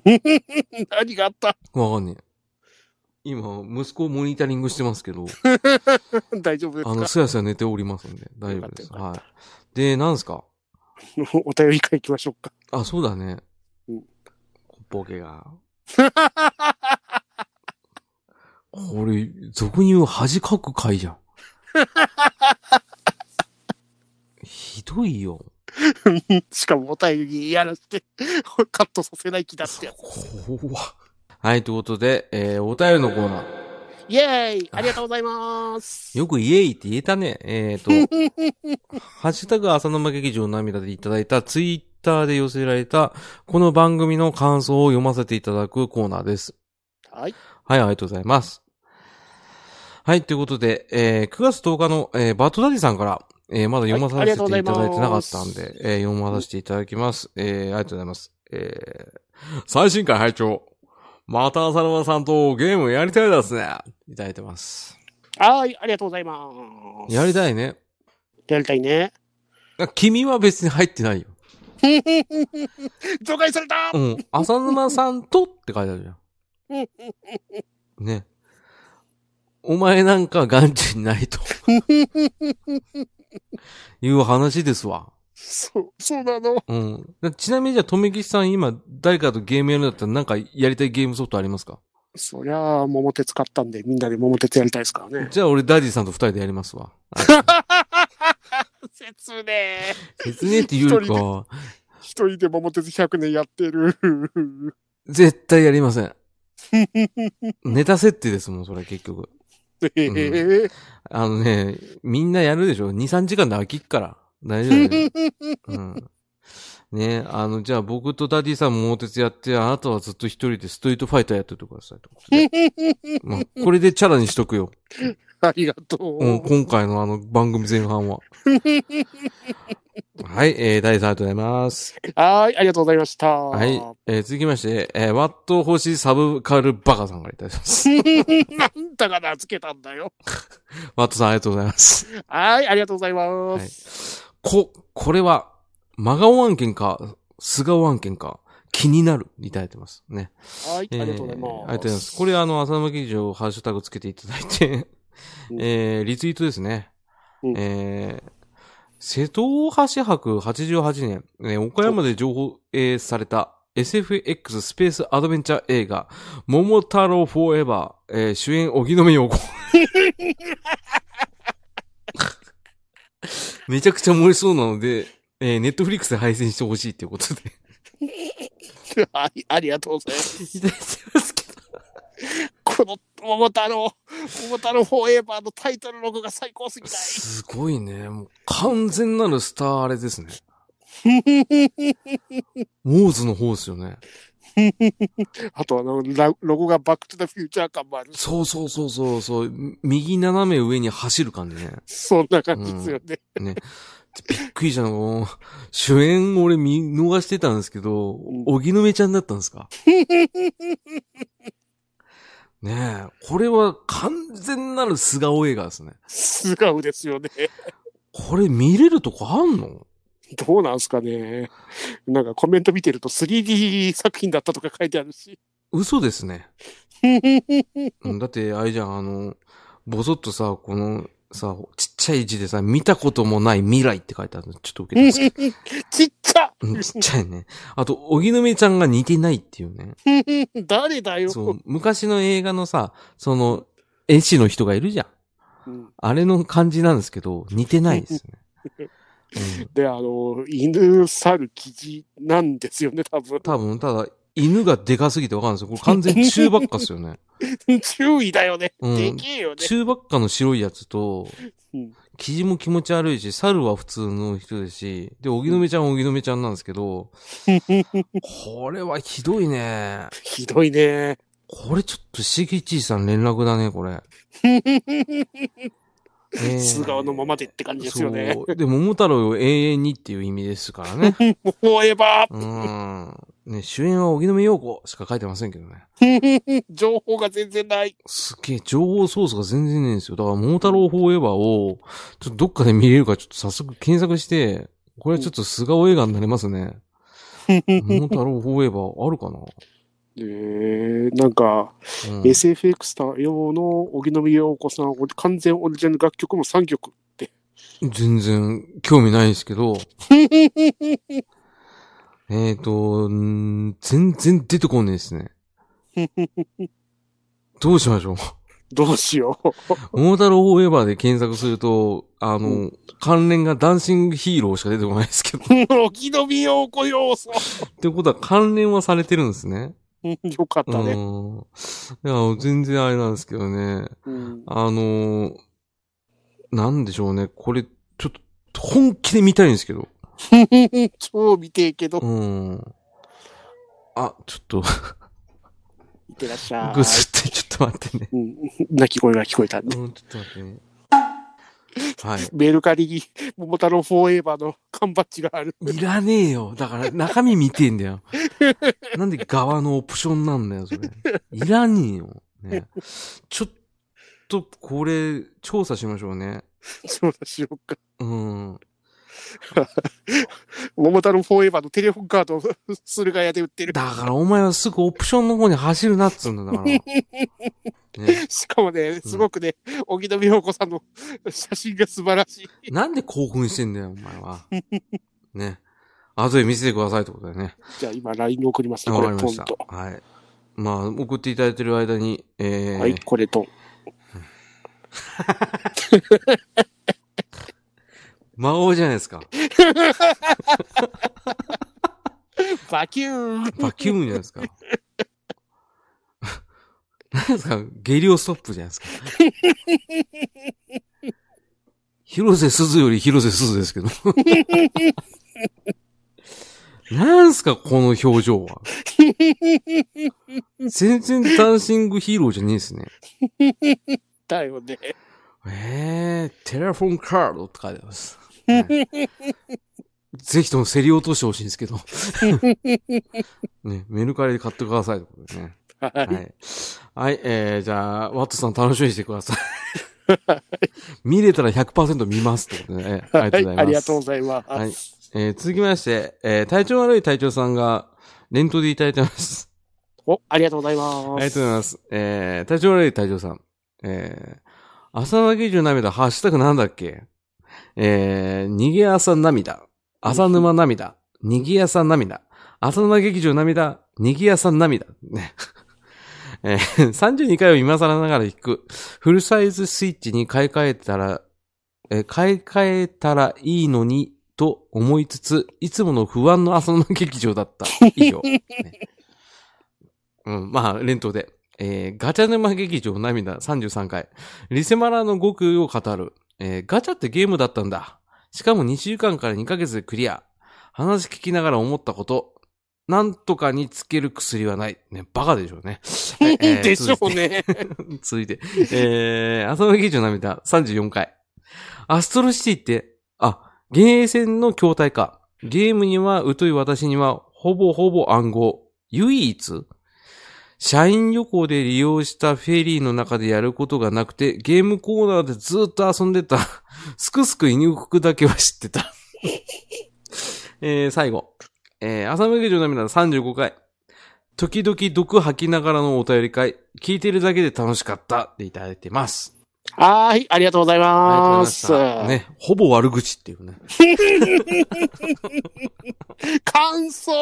Speaker 2: 何があった
Speaker 1: わかんねえ。今、息子をモニタリングしてますけ ど、
Speaker 2: 大丈夫
Speaker 1: あの、
Speaker 2: です
Speaker 1: すやすや寝ておりますんで、大丈夫です。
Speaker 2: よかったよかっ
Speaker 1: はい。で、なんすか
Speaker 2: かお便り会行きましょうか。
Speaker 1: あ、そうだね
Speaker 2: うん。
Speaker 1: ボケが。これ、俗に言う恥かく回 じゃん。ひどいよ。
Speaker 2: しかもお便りやらせて、カットさせない気だって。
Speaker 1: 怖っはい、ということで、えー、お便りのコーナー。
Speaker 2: イェーイありがとうございます。
Speaker 1: よくイエイって言えたね。え ー、と、ハッシュタグ浅沼劇場涙でいただいたツイッターで寄せられた、この番組の感想を読ませていただくコーナーです。
Speaker 2: はい。
Speaker 1: はい、ありがとうございます。はい、ということで、えー、9月10日の、えー、バットダディさんから、えー、まだ読まさ
Speaker 2: はいあり
Speaker 1: せ
Speaker 2: が
Speaker 1: て
Speaker 2: とう
Speaker 1: い
Speaker 2: ご
Speaker 1: た
Speaker 2: ざいます
Speaker 1: だいてなかったんで、えー読まさせていただきます。えー、ありがとうございます。えー、最新回拝聴また浅沼さんとゲームやりたいですね。いただいてます。
Speaker 2: はい、ありがとうございます。
Speaker 1: やりたいね。
Speaker 2: やりたいね。
Speaker 1: あ君は別に入ってないよ。
Speaker 2: 除外された
Speaker 1: うん。浅沼さんとって書いてあるじゃん。ね。お前なんか眼中にないと。いう話ですわ。
Speaker 2: そう、そうなの。
Speaker 1: うん。だちなみにじゃあ、とめきさん今、誰かとゲームやるんだったらなんかやりたいゲームソフトありますか
Speaker 2: そりゃあ、桃鉄買ったんで、みんなで桃鉄やりたいですからね。
Speaker 1: じゃあ、俺、ダディさんと二人でやりますわ。
Speaker 2: 説明。
Speaker 1: 説明って言うよりか、
Speaker 2: 一人で桃鉄100年やってる。
Speaker 1: 絶対やりません。ネタ設定ですもん、それ結局。
Speaker 2: ええ
Speaker 1: あのね、みんなやるでしょ ?2、3時間で飽きっから。大丈夫だよ。うん。ねあの、じゃあ僕とダディさんも桃鉄やって、あなたはずっと一人でストリートファイターやっててくださいと。まあ、これでチャラにしとく よ。
Speaker 2: ありがとう。
Speaker 1: うん、今回のあの番組前半 は。はい、えー、ダディさんありがとうございます。
Speaker 2: はーい、ありがとうございました。
Speaker 1: はい、えー、続きまして、えー、ワット星サブカルバカさんからいただきます。
Speaker 2: なんだが名付けたんだよ。
Speaker 1: ワットさんありがとうございます。
Speaker 2: はーい、ありがとうございま
Speaker 1: はい
Speaker 2: す。。
Speaker 1: こ、これは、真顔案件か、素顔案件か、気になる、いただいてますね。
Speaker 2: はい、ありがとうござ
Speaker 1: えーありが
Speaker 2: います。
Speaker 1: とうございます。これ、あの、浅沼劇場、ハッシュタグつけていただいて、
Speaker 2: うん
Speaker 1: えー、リツイートですね。
Speaker 2: うん
Speaker 1: えー、瀬戸大橋博88年、えー岡山で情報、えーされた SFX スペースアドベンチャー映画、桃太郎フォーエバー、えー主演、荻野目洋子。 めちゃくちゃ盛りそうなので、えー、ネットフリックスで配信してほしいっていう ことで、
Speaker 2: はい、ありがとうございます。
Speaker 1: いただいてますけど。
Speaker 2: この桃太郎、桃太郎フォーエバーのタイトルロゴが最高 すぎない。
Speaker 1: すごいね。もう完全なるスターあれですね。モーズの方ですよね。
Speaker 2: あとあの、ラロゴがバックトゥザフューチャー感もある。
Speaker 1: そうそうそうそうそう。右斜め上に走る感じね。
Speaker 2: そんな感じですよね。
Speaker 1: びっくりしたの。主演俺見逃してたんですけど
Speaker 2: ん、
Speaker 1: おぎのめちゃんだったんですかねえ。これは完全なる素顔映画ですね。
Speaker 2: 素顔ですよね。
Speaker 1: これ見れるとこあんの
Speaker 2: どうなんすかね。なんかコメント見てると 3D 作品だったとか書いてあるし。
Speaker 1: 嘘ですね。うん、だって、あれじゃん、あの、ぼそっとさ、この、さ、ちっちゃい字でさ、見たこともない未来って書いてあるの。ちょっと受けてますけ
Speaker 2: ちっちゃ
Speaker 1: ど。うんちっちゃいね。あと、おぎのめちゃんが似てないっていうね。
Speaker 2: 誰だよ。
Speaker 1: そう、昔の映画のさ、その、絵師の人がいるじゃん。
Speaker 2: うん
Speaker 1: あれの感じなんですけど、似てないですね。うん、
Speaker 2: で、あの、犬、猿、キジなんですよね、多分。
Speaker 1: 多分、ただ、犬がでかすぎてわかんないですよ。これ完全に中ばっかっすよね。
Speaker 2: 注意だよね。
Speaker 1: うん
Speaker 2: でけえよね。
Speaker 1: 中ばっかの白いやつと
Speaker 2: うん、
Speaker 1: キジも気持ち悪いし、猿は普通の人ですし、で、荻野目ちゃんは荻野目ちゃんなんですけど、これはひどいね。
Speaker 2: ひどいね。
Speaker 1: これちょっとしげちいさん連絡だね、これ。ね
Speaker 2: 素顔のままでって感じですよね。
Speaker 1: そう。で、桃太郎を永遠にっていう意味ですからね。
Speaker 2: 思えば、
Speaker 1: うん。ね、主演は荻野目洋子しか書いてませんけどね。
Speaker 2: 情報が全然ない。
Speaker 1: すっげえ、情報ソースが全然ないんですよ。だから、桃太郎フォーエバーを、ちょっとどっかで見れるか、ちょっと早速検索して、これはちょっと素顔映画になりますね。桃太郎フォーエバーあるか
Speaker 2: えー、なんか、
Speaker 1: な、うん
Speaker 2: SFX 対応の荻野目洋子さん、完全オリジナル楽曲も3曲。
Speaker 1: 全然興味ないですけど。えっと、んー全然出てこないですね。どうしましょう。
Speaker 2: どうしよう。
Speaker 1: 桃太郎フォーエバーで検索すると、あの、関連がダンシングヒーローしか出てこないですけど。っ
Speaker 2: 荻野目洋子要素。
Speaker 1: てことは関連はされてるんですね。
Speaker 2: うんよかっ
Speaker 1: う
Speaker 2: たね。
Speaker 1: ん。いや、全然あれなんですけどね。
Speaker 2: うん
Speaker 1: あのーなんでしょうね。これ、ちょっと、本気で見たいんですけど。
Speaker 2: 超見てえけど、
Speaker 1: うん。あ、ちょっと、
Speaker 2: いってらっしゃい
Speaker 1: ぐ。ずって、ちょっと待ってね。
Speaker 2: うん泣き声が聞こえたんで。
Speaker 1: うん、ちょっと待ってね。はい。
Speaker 2: メルカリに桃太郎フォーエバーの缶バッジがある。
Speaker 1: いらねえよ。だから、中身見てんだよ。なんで側のオプションなんだよ、それ。いらねえよ。ね、ちょっと、これ、調査しましょうね。
Speaker 2: そうだしようか。
Speaker 1: うん。
Speaker 2: 桃太郎フォーエバーのテレホンカードを駿河屋で売ってる。
Speaker 1: だからお前はすぐオプションの方に走るなっつうんだから。ね、
Speaker 2: しかもね、すごくね、荻野美穂子さんの写真が素晴らしい。
Speaker 1: なんで興奮してんだよ、お前は。ね。後で見せてくださいってことだよね。
Speaker 2: じゃあ今 LINE に送りますね、
Speaker 1: わかり
Speaker 2: これ
Speaker 1: ま
Speaker 2: ポン
Speaker 1: した
Speaker 2: と。。
Speaker 1: はい。まあ、送っていただいてる間に、えー、
Speaker 2: はい、これと。
Speaker 1: 魔王じゃないですか。
Speaker 2: バキューン
Speaker 1: バキュームじゃないですか。何ですか下痢をストップじゃないですか。広瀬すずより広瀬すずですけど。何すかこの表情は。全然ダンシングヒーローじゃねえですね。
Speaker 2: だよね。
Speaker 1: ええテレフォンカードって書いてあります。ね ぜひとも競り落としてほしいんですけど。ね、メルカリで買ってくださいってことですね。
Speaker 2: はい。
Speaker 1: はい。はい、えー、じゃあ、ワットさん楽しみにしてください。見れたら100%見ますってことでね。ありがとうございます。
Speaker 2: ありがとうございます。
Speaker 1: はいえー続きまして、えー体調悪い隊長さんが、レントでいただいてます。
Speaker 2: お、ありがとうございます。
Speaker 1: ありがとうございます。えー、体調悪い隊長さん。えー、朝泣き中涙、ハッシュタグなんだっけえー、逃げ朝涙、朝沼涙、逃げ朝涙、朝沼劇場涙、逃げ朝涙。ね。 えー、32回を今更ながら弾く。フルサイズスイッチに買い替えたら、えー買い替えたらいいのに、と思いつつ、いつもの不安の朝沼劇場だった。以上。ねうん、まあ、連投で。えー、ガチャ沼劇場涙33回。リセマラの極意を語る。えー、ガチャってゲームだったんだ。しかも2週間から2ヶ月でクリア。話聞きながら思ったこと。なんとかにつける薬はない。ね、バカでしょう ね。はいえー
Speaker 2: でしょうね。
Speaker 1: 続いて、えー、浅野劇場涙34回。アストロシティって、あ、幻影戦の筐体か。ゲームには疎い私には、ほぼほぼ暗号。唯一社員旅行で利用したフェリーの中でやることがなくて、ゲームコーナーでずっと遊んでた。すくすく犬国だけは知ってた。えー、最後。えー、浅野劇場涙35回。時々毒吐きながらのお便り会、聞いてるだけで楽しかったっていただいてます。
Speaker 2: はーい、ありがとうござい
Speaker 1: ありがとうご
Speaker 2: ま
Speaker 1: ざ
Speaker 2: す。
Speaker 1: いました。ね、ほぼ悪口っていうね。
Speaker 2: 感想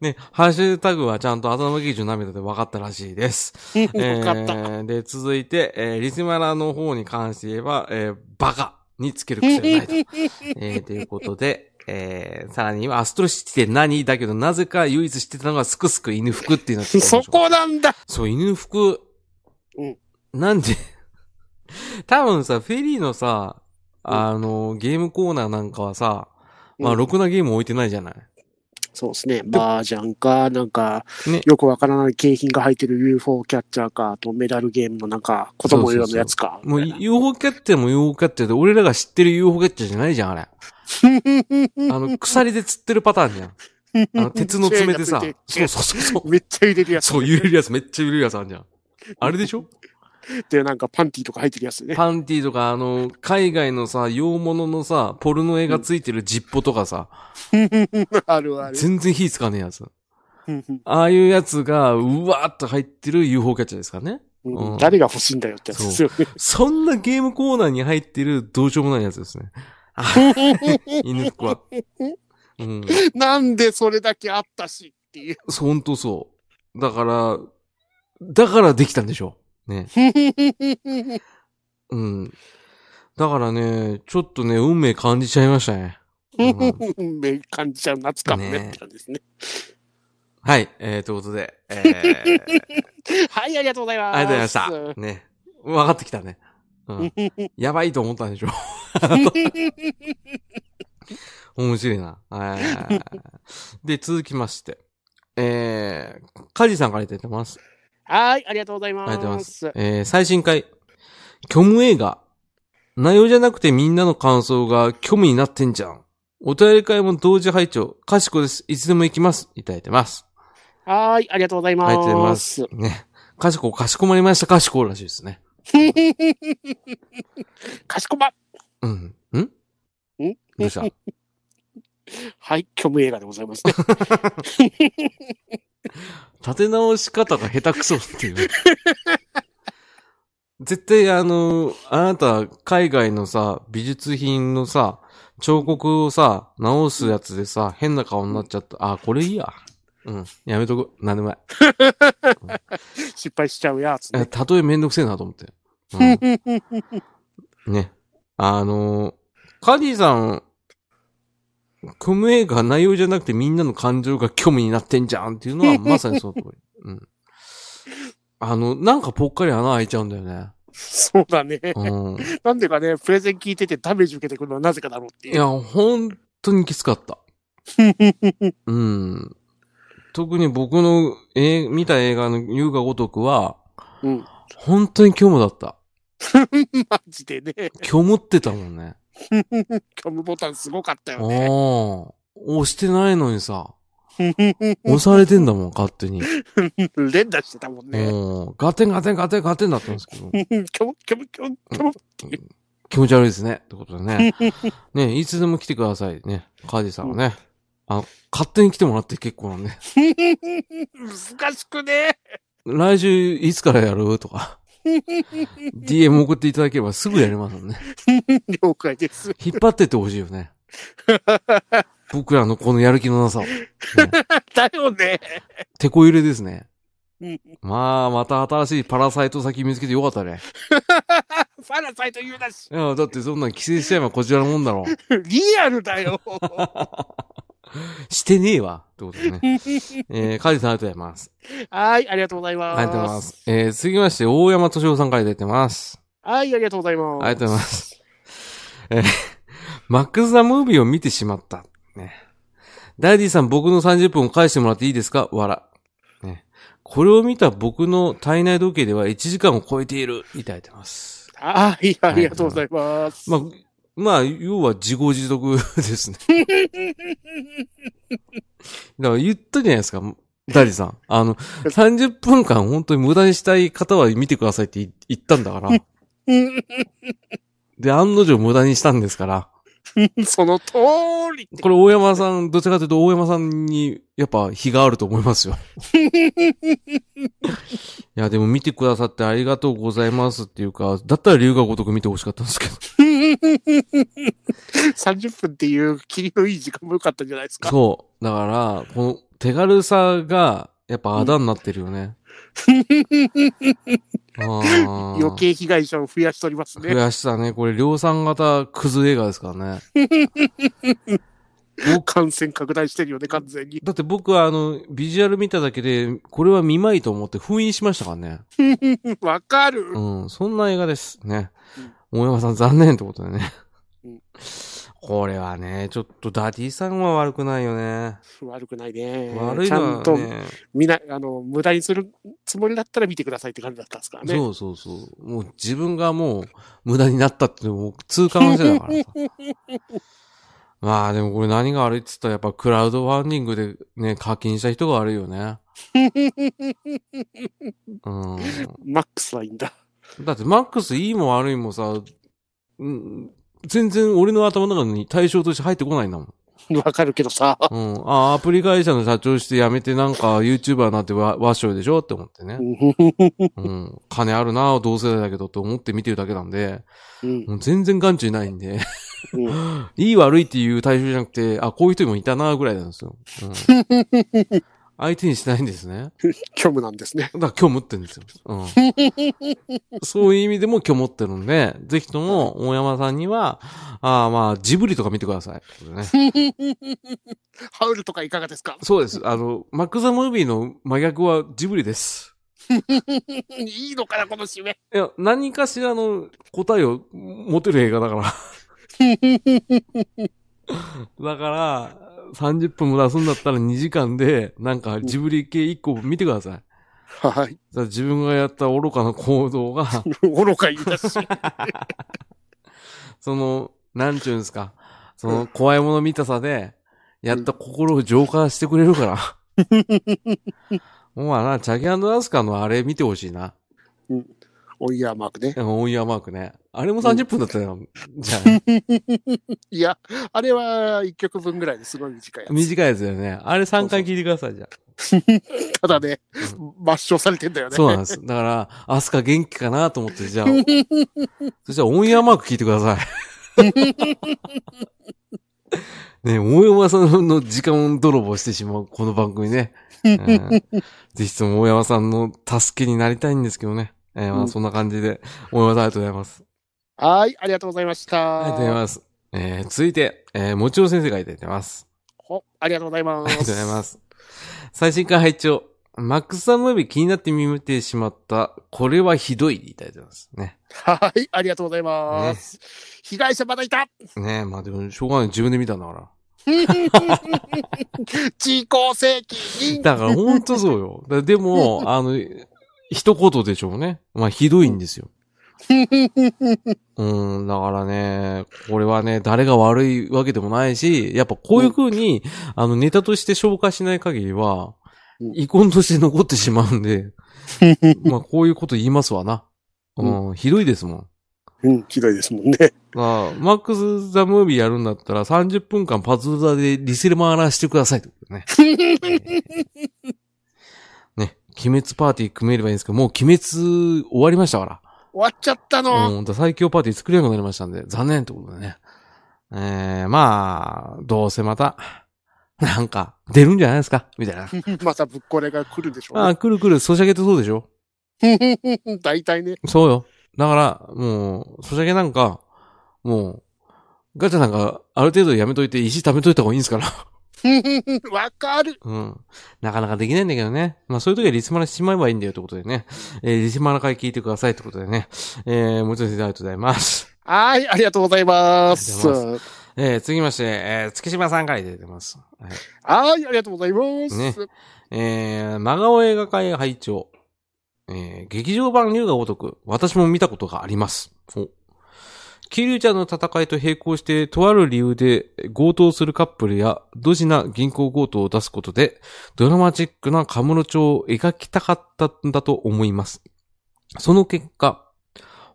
Speaker 1: ね、ハッシュタグはちゃんと頭の劇場涙で分かったらしいです。
Speaker 2: よかった。
Speaker 1: えーで、続いて、えーリスマラの方に関して言えば、えーバカにつける癖はないと。えーということで、えーさらには、アストロシティって何だけど、なぜか唯一知ってたのがすくすく犬服っていうのが
Speaker 2: そこなんだ
Speaker 1: そう、犬服。
Speaker 2: うん
Speaker 1: なんで 多分さ、フェリーのさ、あの、ゲームコーナーなんかはさ、まあ、
Speaker 2: うん
Speaker 1: ろくなゲーム置いてないじゃない。
Speaker 2: そうですね。麻雀か、なんか、
Speaker 1: ね
Speaker 2: よくわからない景品が入ってる UFO キャッチャーか、あとメダルゲームのなんか、子供用のやつか。
Speaker 1: もう
Speaker 2: みたいな
Speaker 1: UFO キャッチャーも UFO キャッチャーで、俺らが知ってる UFO キャッチャーじゃないじゃん、あれ。あの、鎖で釣ってるパターンじゃん。あの、鉄の爪 でさ
Speaker 2: 杖が。つい
Speaker 1: そ
Speaker 2: て
Speaker 1: うそうそうそう。
Speaker 2: めっちゃ入れるやつ。
Speaker 1: そう、揺れるやつ、めっちゃ揺れるやつあるじゃん。あれでしょ
Speaker 2: で、なんかパンティとか入ってるやつね。
Speaker 1: パンティとか、あの、海外のさ、洋物のさ、ポルノ絵がついてるジッポとかさ、
Speaker 2: あるある。
Speaker 1: 全然火つかねえやつ。ああいうやつが、うわーっと入ってる UFO キャッチャーですからね。
Speaker 2: うん
Speaker 1: うん
Speaker 2: 誰が欲しいんだよってやつですよね。
Speaker 1: そんなゲームコーナーに入ってるどうしようもないやつですね。あ犬っ子は。うん。
Speaker 2: なんでそれだけあったしっていう。
Speaker 1: そう、ほんとそう。だから、だからできたんでしょう。ね。うん。だからね、ちょっとね、運命感じちゃいましたね。うん
Speaker 2: 運命感じちゃう夏かもねって感じですね。
Speaker 1: はい。えー、ということで、えー、
Speaker 2: はい、ありがとうございます。
Speaker 1: ありがとうございました。ね。分かってきたね。 うん。やばいと思ったんで しょ。面白いな。はいで、続きまして。えー、カジさんからいただいてます。
Speaker 2: はい、ありがとうございます。
Speaker 1: ありがとうございます。えー、最新回。虚無映画。内容じゃなくてみんなの感想が虚無になってんじゃん。お便り会も同時拝聴。かしこです。いつでも行きます。いただいてます。
Speaker 2: はい、ありがとうございます。
Speaker 1: ありがとうございます。ね。かしこ、かしこまりました。かしこらしいですね。
Speaker 2: かしこま。
Speaker 1: うん。んんどうした
Speaker 2: はい、虚無映画でございますね。
Speaker 1: 立て直し方が下手くそっていう。 絶対あの、あなた、海外のさ、美術品のさ、彫刻をさ、直すやつでさ、変な顔になっちゃった。あ、これいいや。うん。やめとく。なんでもない。
Speaker 2: 失敗しちゃうやつ
Speaker 1: え
Speaker 2: ね。
Speaker 1: 例えめんどくせえなと思って。うん、ね。あの、カディさん、組む映画内容じゃなくてみんなの感情が虚無になってんじゃんっていう のはまさにその通り。うん。あの、なんかぽっかり穴開いちゃうんだよね。
Speaker 2: そうだね。
Speaker 1: うん。
Speaker 2: なんでかね、プレゼン聞いててダメージ受けてくるのはなぜかだろうって
Speaker 1: い
Speaker 2: いう。
Speaker 1: や、本当にきつかった。うん。特に僕の、えー見た映画の優雅ごとくは、
Speaker 2: うん
Speaker 1: 本当に虚無だった。
Speaker 2: マジでね、
Speaker 1: 虚無ってたもんね。
Speaker 2: 虚無ボタンすごかったよ
Speaker 1: あ
Speaker 2: ね。
Speaker 1: あ。押してないのにさ。押されてんだもん、勝手に。
Speaker 2: 連打してたもんね。
Speaker 1: うん。ガテンガテンガテンガテンだったんですけ ど。
Speaker 2: 虚無、虚無、虚無、虚無。
Speaker 1: 気持ち悪いですね。ってことでね。ね、いつでも来てくださいね。カジさんはね。あの、勝手に来てもらって結構なんで。
Speaker 2: 難しくね。
Speaker 1: 来週いつからやると か。DM 送っていただければすぐやりますのでね。
Speaker 2: 了解です。
Speaker 1: 引っ張ってってほしいよね。僕らのこのやる気のなさを。
Speaker 2: だよね。
Speaker 1: 手こ入れですね
Speaker 2: うん。
Speaker 1: まあ、また新しいパラサイト先見つけてよかったね。
Speaker 2: パラサイト言うなし。
Speaker 1: いや、だってそんなん規制しちゃえばこちらのもんだろう。
Speaker 2: リアルだよ。
Speaker 1: してねえわ。ってことでね。えー、カジさんありがとうございます。
Speaker 2: はい、ありがとうございます。
Speaker 1: ありがとうございま。す。えー、続きまして、大山敏夫さんから出てます。
Speaker 2: はい、ありがとうございます。
Speaker 1: ありがとうございます。 えーマックス・ザ・ムービーを見てしまった。ね。ダディさん、僕の30分を返してもらっていいですかわら。ね。これを見た僕の体内時計では1時間を超えている。いただいてます。
Speaker 2: はい、ありがとうございます。
Speaker 1: まあ、まあ、要は自業自得 ですね。だから言ったじゃないですか、ダディさん。あの、30分間本当に無駄にしたい方は見てくださいってい言ったんだから。で、案の定無駄にしたんですから。
Speaker 2: その通りって
Speaker 1: これ大山さん、どちらかというと大山さんにやっぱ非があると思いますよ。いや、でも見てくださってありがとうございますっていうか、だったら龍が如く見てほしかったんですけど。
Speaker 2: 30分っていう切りのいい時間も良かったんじゃないですか。
Speaker 1: そう。だから、この手軽さが、やっぱあだになってるよ ね。あー
Speaker 2: 余計被害者を増やしております
Speaker 1: 増
Speaker 2: ね。
Speaker 1: やしたね。これ、量産型クズ映画ですからね。
Speaker 2: 感染拡大してるよね、完全に。
Speaker 1: だって僕はあの、ビジュアル見ただけで、これは見まいと思って封印しましたからね。
Speaker 2: わかる。
Speaker 1: うん、そんな映画ですね。大山さん残念ってことでね
Speaker 2: うん。
Speaker 1: これはね、ちょっとダディさんは悪くないよね。
Speaker 2: 悪くないね。
Speaker 1: 悪い
Speaker 2: ちゃ
Speaker 1: の
Speaker 2: ん
Speaker 1: は
Speaker 2: と
Speaker 1: ね。
Speaker 2: 見ない、あの、無駄にするつもりだったら見てくださいって感じだったんですからね。
Speaker 1: そうそうそう。もう自分がもう無駄になったってもう痛感のせいだからさ。まあでもこれ何が悪いって言ったらやっぱクラウドファンディングでね、課金した人が悪いよね。うん。
Speaker 2: マックスはいいんだ。
Speaker 1: だってマックスいいも悪いもさ、うん、全然俺の頭の中に対象として入ってこないんだもん。
Speaker 2: わかるけどさ。
Speaker 1: うん。あ、アプリ会社の社長して辞めてなんか YouTuber になってわ、わっしょいでしょって思ってね。うん。金あるな同世代だけどって思って見てるだけなんで、
Speaker 2: うん
Speaker 1: もう全然眼中にないんで、
Speaker 2: うん
Speaker 1: いい悪いっていう対象じゃなくて、あ、こういう人もいたなぐらいなんですよ。うん。 相手にしないんですね。
Speaker 2: 虚無なんですね。
Speaker 1: だから虚無ってんですよ。うん。そういう意味でも虚無ってるんで、ぜひとも大山さんには、ああまあ、ジブリとか見てください。ということでね
Speaker 2: ハウルとかいかがですか
Speaker 1: そうです。あの、マック・ザ・ムービーの真逆はジブリです。
Speaker 2: いいのかな、この締め。
Speaker 1: いや、何かしらの答えを持てる映画だから。だから、30分も出すんだったら2時間で、なんかジブリ系1個見てください。だか
Speaker 2: はい。
Speaker 1: ら自分がやった愚かな行動が、
Speaker 2: 愚か言い出すし。
Speaker 1: その、なんちゅうんですか、その、怖いもの見たさで、やった心を浄化してくれるから。もうな、チャギアスカのあれ見てほしいな。
Speaker 2: オイヤーマークね。
Speaker 1: オンイヤーマークね。あれも30分だったよ。じゃ
Speaker 2: いや、あれは1曲分ぐらいですごい短いや
Speaker 1: あ、
Speaker 2: つ。
Speaker 1: 短いやつだよね。あれ3回聞いてください、じゃあ。
Speaker 2: ただね、抹消されてんだよね。
Speaker 1: そうなんです。だから、アスカ元気かなと思って、じゃあ、 そしたらオンイヤーマーク聞いてください。 ね大山さんの時間を泥棒してしまう、この番組ね。うんぜひとも大山さんの助けになりたいんですけどね。えーま
Speaker 2: う
Speaker 1: あ
Speaker 2: ん
Speaker 1: そんな感じで、大山さんありがとうございます。
Speaker 2: はい、ありがとうございまし
Speaker 1: あ
Speaker 2: た。
Speaker 1: りがとうございます。えー続いて、えー、もちろん先生がいただいてます。
Speaker 2: おありがとうございます。
Speaker 1: ありがとうございます。最新回配聴マックスさんムービー気になって見てしまった、これはひどい、いただいてますね。
Speaker 2: はい、ありがとうございます。被害者まだいた
Speaker 1: ねえ、まあでも、しょうがない。自分で見たんだから。
Speaker 2: 自己責任
Speaker 1: だから、ほんとそうよ。だで も、あの、一言でしょうね。まあ、ひどいんですよ。うん、だからね、これはね、誰が悪いわけでもないし、やっぱこういう風に、あの、ネタとして消化しない限りは
Speaker 2: うん、
Speaker 1: 遺恨として残ってしまうん で、まあ、こういうこと言いますわな。うん、ひどいですもん。
Speaker 2: うん、ひどいですもんね。
Speaker 1: まあ、マックス・ザ・ムービーやるんだったら30分間パズドラでリセル回らしてくださいってこと ね。ね、鬼滅パーティー組めればいいんですけど、もう鬼滅終わりましたか
Speaker 2: 終わっちゃっ
Speaker 1: ら。
Speaker 2: たの。
Speaker 1: うん、だから最強パーティー作れなくなりましたんで、残念ってことでね。えー、まあ、どうせまた、なんか、出るんじゃないですかみ たいな。
Speaker 2: またぶっこれが来るでしょ
Speaker 1: まあ、くるくる、ソシャゲってそうでしょ
Speaker 2: う。大体ね。
Speaker 1: そうよ。だから、もう、ソシャゲなんか、もう、ガチャなんか、ある程度やめといて、石貯めといた方がいいんですから。
Speaker 2: わかる。
Speaker 1: うん。なかなかできないんだけどね。まあそういう時はリスマラしちまえばいいんだよってことでね。えーリスマラ会聞いてくださいってことでね。えー、もちろん先生ありがとうございます。
Speaker 2: はい、ありがとうございます。
Speaker 1: ありがと
Speaker 2: は
Speaker 1: えー、続きまして、えー、月島さんからいただいてます。はい、
Speaker 2: い、ありがとうございます。
Speaker 1: ねえー、真顔映画会拝聴えー、劇場版龍が如く、私も見たことがあります。お。キリュウちゃんの戦いと並行して、とある理由で強盗するカップルや、ドジな銀行強盗を出すことで、ドラマチックなカムロ町を描きたかったんだと思います。その結果、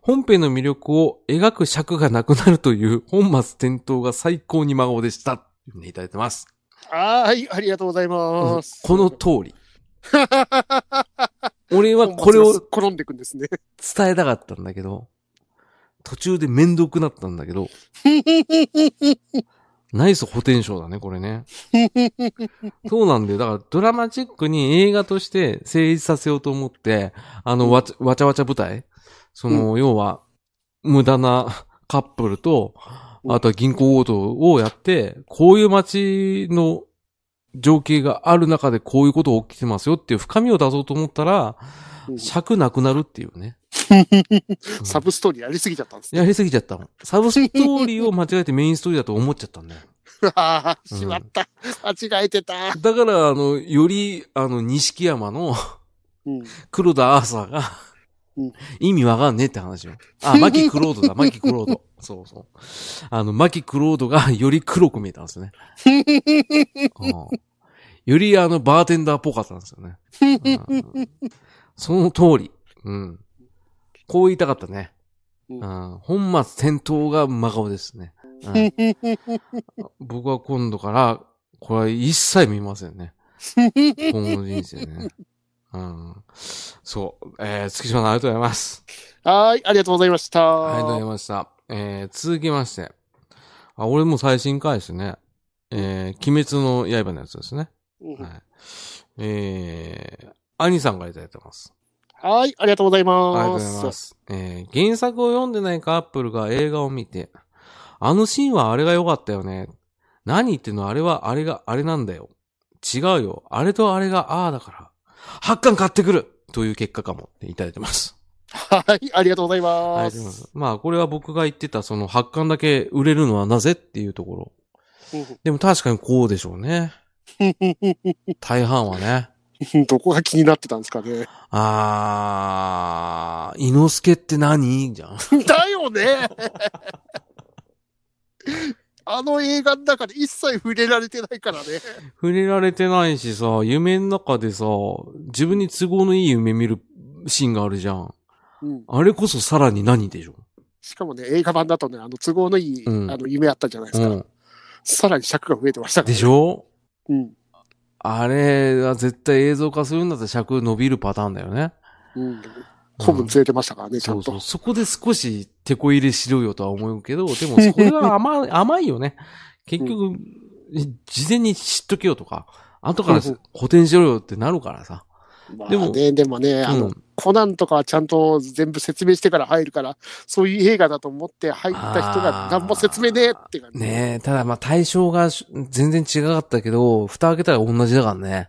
Speaker 1: 本編の魅力を描く尺がなくなるという本末転倒が最高に真顔でした。というふうにいただいてます。
Speaker 2: はい、ありがとうございます。
Speaker 1: この通り。俺はこれを
Speaker 2: 転んでいくんですね。
Speaker 1: 伝えたかったんだけど、途中でめんどくなったんだけ ど、ナイス補填賞だね、これね。そうなんだよ。だからドラマチックに映画として成立させようと思って、あの、わちわちゃわちゃ舞台その、要は、無駄なカップルと、
Speaker 2: うん
Speaker 1: あとは銀行強盗をやって、こういう街の情景がある中でこういうこと起きてますよっていう深みを出そうと思ったら、
Speaker 2: うん
Speaker 1: 尺なくなるっていうね。
Speaker 2: サブストーリーやりすぎちゃったんですね。
Speaker 1: やりすぎちゃったの。サブストーリーを間違えてメインストーリーだと思っちゃった んだよ。
Speaker 2: ああ、しまった。間違えてた。
Speaker 1: だから、あの、より、あの、錦山の
Speaker 2: うん。
Speaker 1: 黒田アーサーが
Speaker 2: うん、
Speaker 1: 意味わかんねえって話よ。あ、マキクロー ドだ、マキクロード。そうそう。あの、マキクロードが より黒く見えたん ですよね。うんより、あの、バーテンダーっぽかったんですよね。うんその通り。うん。こう言いたかったね。
Speaker 2: うん
Speaker 1: うん、本末転倒が真顔ですね。うん僕は今度から、これは一切見ませんね。今後の人生ね。うん。そう。えー、月島さんありがとうございます。
Speaker 2: はーい、ありがとうございました。
Speaker 1: ありがとうございました。えー、続きまして。あ、俺も最新回ですね。えー、鬼滅の刃のやつですね。
Speaker 2: うん
Speaker 1: はい。えー、兄さんからいただいてます。
Speaker 2: はーい、ありがとうござい
Speaker 1: ありがとうご
Speaker 2: ます。
Speaker 1: ざいます。えー、原作を読んでないカップルが映画を見て、あのシーンはあれが良かったよね。何言ってんのあれはあれがあれなんだよ。違うよ。あれとあれがああだから。8巻買ってくるという結果かも。いただいてます。
Speaker 2: はい、ありがとうござ
Speaker 1: あ
Speaker 2: い
Speaker 1: り
Speaker 2: ま。
Speaker 1: がとうございますす。まあ、これは僕が言ってた、その発刊だけ売れるのはなぜっていうところ。でも確かにこうでしょう ね。大半はね。
Speaker 2: うんどこが気になってたんですかね。
Speaker 1: あー、猪之助って何じゃん。
Speaker 2: だよね あの映画の中で一切触れられてないからね。
Speaker 1: 触れられてないしさ、夢の中でさ、自分に都合のいい夢見るシーンがあるじゃん。
Speaker 2: うん、
Speaker 1: あれこそさらに何でしょ
Speaker 2: しかもね、映画版だとね、あの都合のいい、
Speaker 1: うん
Speaker 2: あの夢あったじゃないで
Speaker 1: う
Speaker 2: すか。
Speaker 1: ん。
Speaker 2: さらに尺が増えてましたか
Speaker 1: で
Speaker 2: ら、ね。
Speaker 1: しょ
Speaker 2: うん。
Speaker 1: あれは絶対映像化するんだったら尺伸びるパターンだよね。
Speaker 2: うん。古文ずれてましたからね、ちゃ
Speaker 1: そ
Speaker 2: ん
Speaker 1: うそ
Speaker 2: と
Speaker 1: う。。そこで少し手こ入れしろよとは思うけ ど、でもそれは甘い、甘いよね。結局、事前に知っとけよとか、後から
Speaker 2: うんうん
Speaker 1: 補填しろよってなるからさ。
Speaker 2: まあ
Speaker 1: でも
Speaker 2: ね、でもね、あの、
Speaker 1: うん
Speaker 2: コナンとかはちゃんと全部説明してから入るから、そういう映画だと思って入った人が何も説明ねえって感じ。
Speaker 1: ねえ、ただまあ対象がし全然違かったけど、蓋開けたら同じだからね。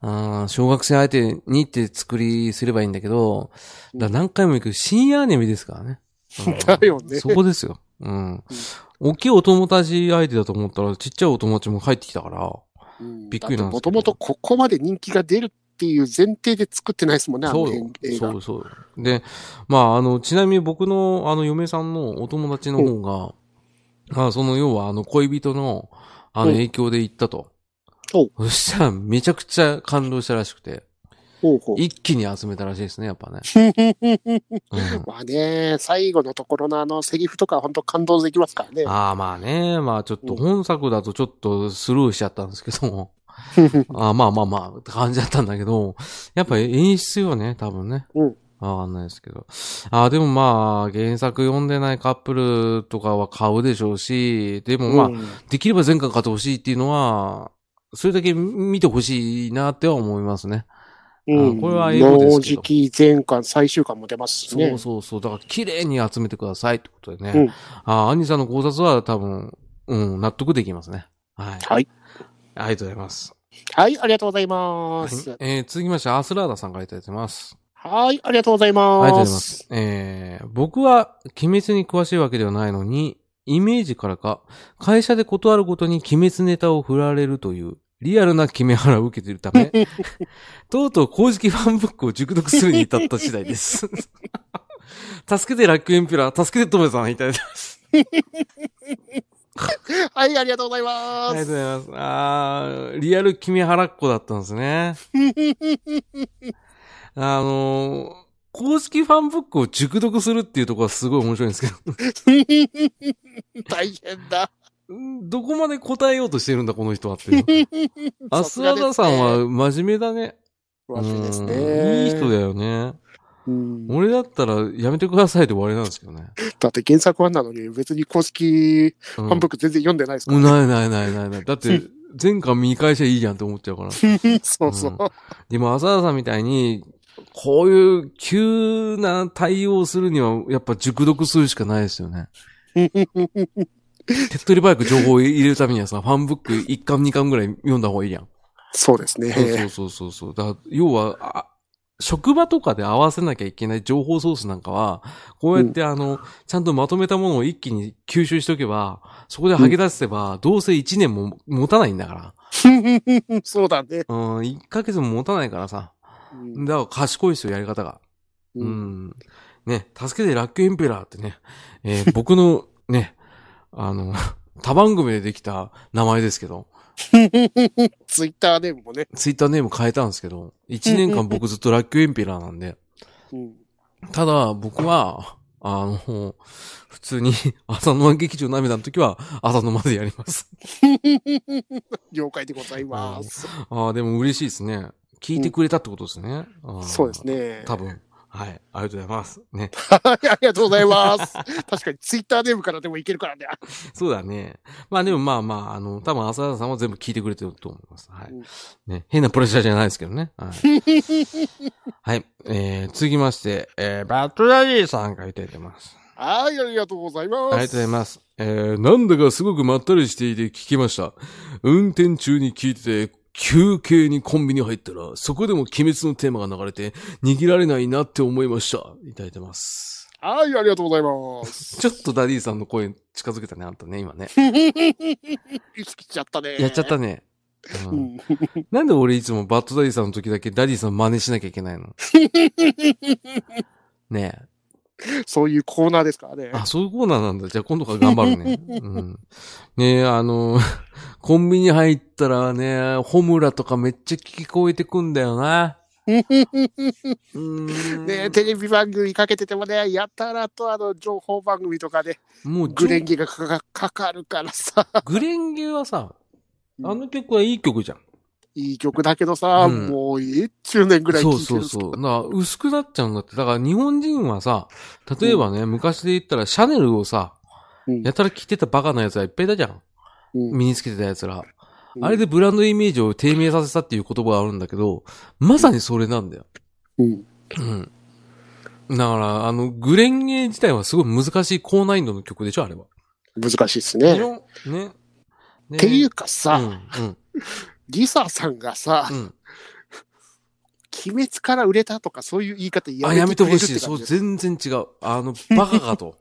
Speaker 2: うん。
Speaker 1: うん、小学生相手にって作りすればいいんだけど、だから何回も行く深夜アニメですからね。うん
Speaker 2: だよね
Speaker 1: そこですよ。うん。大きいお友達相手だと思ったら、ちっちゃいお友達も入ってきたから。
Speaker 2: うん
Speaker 1: びっくりなんで
Speaker 2: も
Speaker 1: すけど
Speaker 2: ともとここまで人気が出るっていう前提で作ってないですもんね、あの
Speaker 1: そうよ。
Speaker 2: 映
Speaker 1: そ
Speaker 2: 画。
Speaker 1: うそうよ。で、まあ、あの、ちなみに僕の、あの、嫁さんのお友達の方が、まあ、その、要は、あの、恋人の、あの、
Speaker 2: うん
Speaker 1: 影響で行ったと。
Speaker 2: お
Speaker 1: そしたら、めちゃくちゃ感動したらしくて、
Speaker 2: ほうほう
Speaker 1: 一気に集めたらしいですね、やっ ぱね。うん
Speaker 2: まあね、最後のところのあのセリフとか本当感動できますからね。
Speaker 1: ああ、まあね、まあ、ちょっと、本作だとちょっとスルーしちゃったんですけども。あーまあまあまあ、って感じだったんだけど、やっぱ演出よね、多分ね。
Speaker 2: うん
Speaker 1: わかんないですけど。あーでもまあ、原作読んでないカップルとかは買うでしょうし、でもまあ、
Speaker 2: うん
Speaker 1: できれば全巻買ってほしいっていうのは、それだけ見てほしいなっては思いますね。
Speaker 2: うん
Speaker 1: あこれは英語ですけど
Speaker 2: もうじき前巻、最終巻も出ますしね。
Speaker 1: そうそうそう。だから、綺麗に集めてくださいってことでね。
Speaker 2: うん
Speaker 1: あー兄さんの考察は多分、うん、納得できますね。はい。
Speaker 2: はい。
Speaker 1: ありがとうございます。
Speaker 2: はい、ありがとうございます。
Speaker 1: はいえー続きまして、アスラーダさんからいただいてます。
Speaker 2: はい、ありがとうござ
Speaker 1: あ
Speaker 2: い
Speaker 1: りがとう
Speaker 2: ま
Speaker 1: ございますす。。えー、僕は、鬼滅に詳しいわけではないのに、イメージからか、会社で断るごとに鬼滅ネタを振られるという、リアルな決め腹を受けているため、とうとう公式ファンブックを熟読するに至った次第です。助けてラッキーエンピラー、助けてトメさん、いただいてます。
Speaker 2: はい、ありがとうござい
Speaker 1: あ
Speaker 2: ま
Speaker 1: りがとうご
Speaker 2: す。
Speaker 1: ざいます。あーリアル決め腹っ子だったんですね。あのー公式ファンブックを熟読するっていうところはすごい面白いんですけど、
Speaker 2: 大変だ。
Speaker 1: うんどこまで答えようとしてるんだ、この人はって いう。アスラダさんは真面目だね。
Speaker 2: わけです
Speaker 1: う
Speaker 2: ね。
Speaker 1: んいい人だよね。
Speaker 2: うん
Speaker 1: 俺だったらやめてくださいで終わりなんですけどね。
Speaker 2: だって原作版なのに別に公式
Speaker 1: う
Speaker 2: フ
Speaker 1: ん
Speaker 2: ァンブック全然読んでないですか
Speaker 1: う
Speaker 2: ら
Speaker 1: ん
Speaker 2: ね。
Speaker 1: ないないないないない。だって、前回見返しゃいいじゃんって思っちゃうから。
Speaker 2: そうそう。
Speaker 1: でも、アスラダさんみたいに、こういう急な対応をするには、やっぱ熟読するしかないですよ ね。手っ取り早く情報を入れるためにはさ、ファンブック1巻2巻ぐらい読んだ方がいいやん。
Speaker 2: そうですね。
Speaker 1: そうそうそうそう。だから要は、あ職場とかで合わせなきゃいけない情報ソースなんかは、こうやってあの、ちゃんとまとめたものを一気に吸収しとけば、そこで吐き出せば、どうせ1年も持たないんだか
Speaker 2: そうだね。
Speaker 1: ら。うん、1ヶ月も持たないからさ。
Speaker 2: うん
Speaker 1: だから賢いですよ、やり方が。う
Speaker 2: うん
Speaker 1: ん。ね、助けてラックエンペラーってね、えー 僕のね、あの、 他番組でできた名前ですけど、
Speaker 2: ツイッターネームもね。
Speaker 1: ツイッターネーム変えたんですけど、1年間僕ずっとラックエンペラーなんで、
Speaker 2: うん
Speaker 1: ただ僕は、あの、普通に 朝沼劇場涙の時は朝沼でやります。
Speaker 2: 了解でございます。
Speaker 1: ああ、でも嬉しいですね。聞いてくれたってことですね。あー
Speaker 2: そうです。ね。
Speaker 1: 多分。はい。ありがとうございます。ね。
Speaker 2: はい ありがとうございます。確かにツイッターネームからでもいけるからね。
Speaker 1: そうだね。まあでもまあまあ、あの、多分浅田さんは全部聞いてくれてると思います。は
Speaker 2: うん
Speaker 1: い。ね、変なプレッシャーじゃないですけどね。 はい。はい。えー、続きまして、えー、バットダディさんがいただいてます。
Speaker 2: はい、ありがとうござい
Speaker 1: あ
Speaker 2: ま
Speaker 1: り
Speaker 2: す。
Speaker 1: がとうございます。えー、なんだかすごくまったりしていて聞きました。運転中に聞いてて、休憩にコンビニ入ったら、そこでも鬼滅のテーマが流れて、逃げられないなって思いました。いただいてます。
Speaker 2: はい、ありがとうございます。
Speaker 1: ちょっとダディさんの声近づけたね、あんたね、今ね。
Speaker 2: 意識しちゃったね。
Speaker 1: やっちゃったね。う
Speaker 2: うんん。
Speaker 1: なんで俺いつもバッドダディさんの時だけダディさん真似しなきゃいけないのねえ。
Speaker 2: そういうコーナーですからね。
Speaker 1: あ、そういうコーナーなんだ。じゃあ今度から頑張るね。うん、ねえ、あの、 コンビニ入ったらね、ホムラとかめっちゃ聞こえてくんだよな。うーん
Speaker 2: ね、テレビ番組かけててもね、やたらとあの情報番組とかで、
Speaker 1: もう
Speaker 2: グレン
Speaker 1: ゲ。
Speaker 2: ゲがかかかかるからさ、
Speaker 1: グレンゲはさ、
Speaker 2: うん
Speaker 1: あの曲はいい曲じゃん。
Speaker 2: いい曲だけどさ、
Speaker 1: うん
Speaker 2: もういい10年ぐらい聴
Speaker 1: そう
Speaker 2: いて
Speaker 1: そ
Speaker 2: る
Speaker 1: うんそ
Speaker 2: ですけど
Speaker 1: う。だから薄くなっちゃうんだって。だから日本人はさ、例えばね、昔で言ったらシャネルをさ、
Speaker 2: うん
Speaker 1: やたら着てたバカな奴らいっぱいいたじゃん。
Speaker 2: うん
Speaker 1: 身につけてた奴ら。
Speaker 2: うん
Speaker 1: あれでブランドイメージを低迷させたっていう言葉があるんだけど、まさにそれなんだよ。
Speaker 2: うん
Speaker 1: うん。だから、あの、グレンゲ自体はすごい難しい高難易度の曲でしょ、あれは。
Speaker 2: 難しいですね。っ
Speaker 1: ね。ね
Speaker 2: ていうかさ、
Speaker 1: うん、
Speaker 2: リサさんがさ、
Speaker 1: うん、うん。
Speaker 2: 鬼滅から売れたとかそういう言い方や
Speaker 1: あ、
Speaker 2: めて
Speaker 1: やめて
Speaker 2: くれる
Speaker 1: ほ
Speaker 2: って
Speaker 1: しい。そ
Speaker 2: 感
Speaker 1: う、
Speaker 2: じ
Speaker 1: 全然違う。あの、バカかと。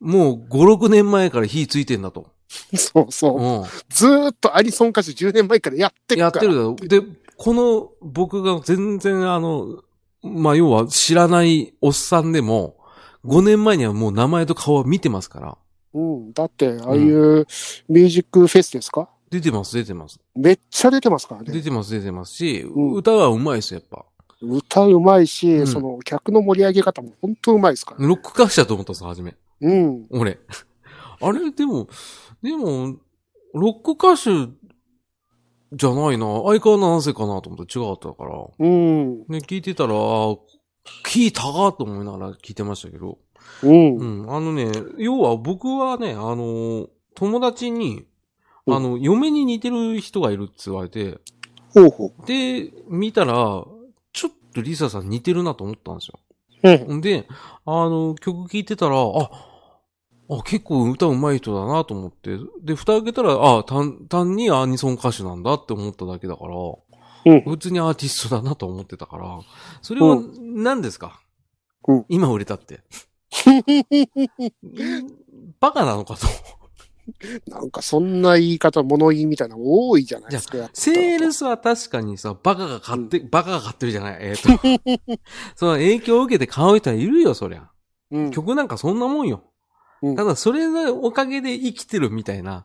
Speaker 1: もう5、6年前から火ついてんだと。
Speaker 2: そうそう。
Speaker 1: うん。
Speaker 2: ずーっとアニソン歌手10年前からやってる
Speaker 1: やっ
Speaker 2: から。
Speaker 1: てるだろ。で、この僕が全然あの、まあ、要は知らないおっさんでも、5年前にはもう名前と顔は見てますから。
Speaker 2: うん。だって、ああいうミュージックフェスですか、
Speaker 1: 出てます、出てます。
Speaker 2: めっちゃ出てますから
Speaker 1: 出
Speaker 2: ね。
Speaker 1: てます、出てますし、
Speaker 2: うん
Speaker 1: 歌は上手いですよ、やっぱ。
Speaker 2: 歌うまいし、
Speaker 1: うん
Speaker 2: その客の盛り上げ方も本当うまいですから。
Speaker 1: ロック歌手だと思ったんですよ、初め。
Speaker 2: うん。
Speaker 1: 俺。 あれ、でも、でも、ロック歌手じゃないな。相変わらずなんせかなと思って違かったから。
Speaker 2: うん。
Speaker 1: ね、聞いてたら、あー聞いたかと思いながら聞いてましたけど。
Speaker 2: うん。
Speaker 1: うん、あのね、要は僕はね、あのー友達に、
Speaker 2: うん
Speaker 1: あの、嫁に似てる人がいるって言われて、
Speaker 2: ほうほう。
Speaker 1: で、見たら、ちょっとリサさん似てるなと思ったんですよ。
Speaker 2: うん。
Speaker 1: んで、あの、曲聴いてたら、あ、あ、結構歌うまい人だなと思って、で、蓋開けたら、あ、単、単にアニソン歌手なんだって思っただけだから、
Speaker 2: うん
Speaker 1: 普通にアーティストだなと思ってたから、それは
Speaker 2: う
Speaker 1: 何ですか、
Speaker 2: うん
Speaker 1: 今売れた って。バカなのかと。
Speaker 2: なんかそんな言い方、物言いみたいなの多いじゃないですか。やっぱ
Speaker 1: セールスは確かにさ、バカが買って、バカが買ってるじゃない。えっ、と、 その影響を受けて買う人はいるよ、そりゃ。
Speaker 2: うん。
Speaker 1: 曲なんかそんなもんよ。
Speaker 2: うん
Speaker 1: ただ、それのおかげで生きてるみたいな、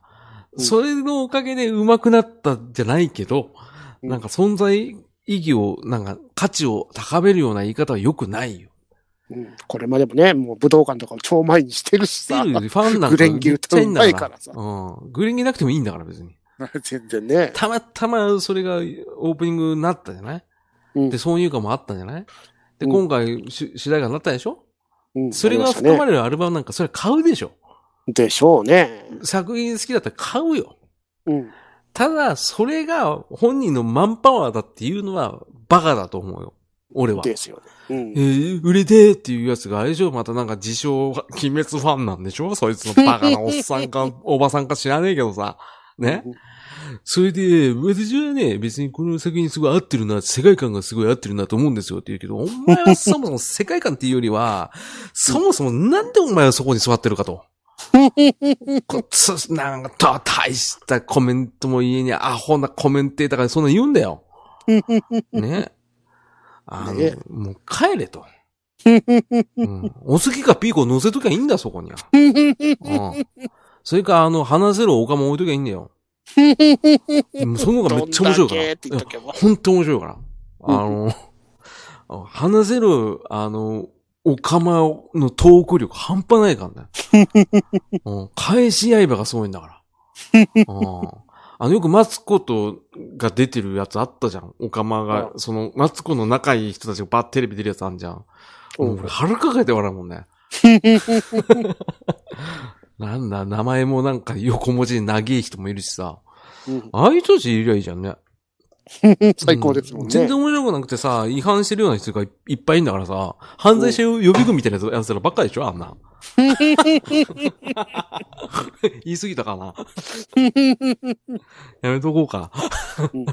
Speaker 2: うん
Speaker 1: それのおかげで上手くなったじゃないけど、
Speaker 2: うん
Speaker 1: なんか存在意義を、なんか価値を高めるような言い方は良くないよ。
Speaker 2: うんこれまでもね、もう武道館とかを超前にしてるし
Speaker 1: ステ
Speaker 2: さ。
Speaker 1: ルファンなんか
Speaker 2: グレンゲ
Speaker 1: めっちゃいいんだ
Speaker 2: 歌うまいからさ
Speaker 1: うん。グレンゲなくてもいいんだから別に。
Speaker 2: 全然ね。
Speaker 1: たまたまそれがオープニングになったじゃない
Speaker 2: うん
Speaker 1: で、挿入歌もあったんじゃないで、
Speaker 2: うん
Speaker 1: 今回し主題歌になったでしょ
Speaker 2: うん
Speaker 1: それが含まれるアルバムなんかそれは買うでしょ
Speaker 2: でしょうね。
Speaker 1: 作品好きだったら買うよ。
Speaker 2: うん。
Speaker 1: ただ、それが本人のマンパワーだっていうのはバカだと思うよ。俺は。
Speaker 2: ですよね。
Speaker 1: えー、売れてーっていうやつが、あれでしょまたなんか自称、鬼滅 ファンなんでしょそいつのバカなおっさんか、おばさんか知らねえけどさ。
Speaker 2: うん。
Speaker 1: ねそれで、私はね、別にこの作品すごい合ってるな、世界観がすごい合ってるなと思うんですよって言うけど、お前はそもそも世界観っていうよりは、そもそもなんでお前はそこに座ってるかと。こつなんか、と大したコメントも言えにアホなコメンテーターがそんな言うんだよ。ね。あの、
Speaker 2: ね
Speaker 1: もう帰れと。うん、お好きかピーコを乗せときゃいいんだ、そこには。うん。それか、あの、話せるおかも置いときゃいいんだよ。うんその方がめっちゃ面白いから。
Speaker 2: どんだけって言っとけば
Speaker 1: 本当面白いから。あの、話せる、あの、お釜のトーク力半端ないからね。うん、返し刃がすごいんだから。うんあの、よくマツコとが出てるやつあったじゃん。お釜が、その、マツコの仲いい人たちがバッテレビ出るやつあんじゃん。
Speaker 2: うん
Speaker 1: もう俺腹抱えて笑うもん ね。なんだ、名前もなんか横文字で長い人もいるしさ。
Speaker 2: うん
Speaker 1: ああいう人たちいりゃいいじゃんね。
Speaker 2: 最高ですもん
Speaker 1: う
Speaker 2: ね。
Speaker 1: 全然面白くなくてさ、違反してるような人がいいっぱいいるんだからさ、犯罪者予備軍みたいなやつやつらばっかりでしょあん な。言い過ぎたかなやめとこうか
Speaker 2: うん。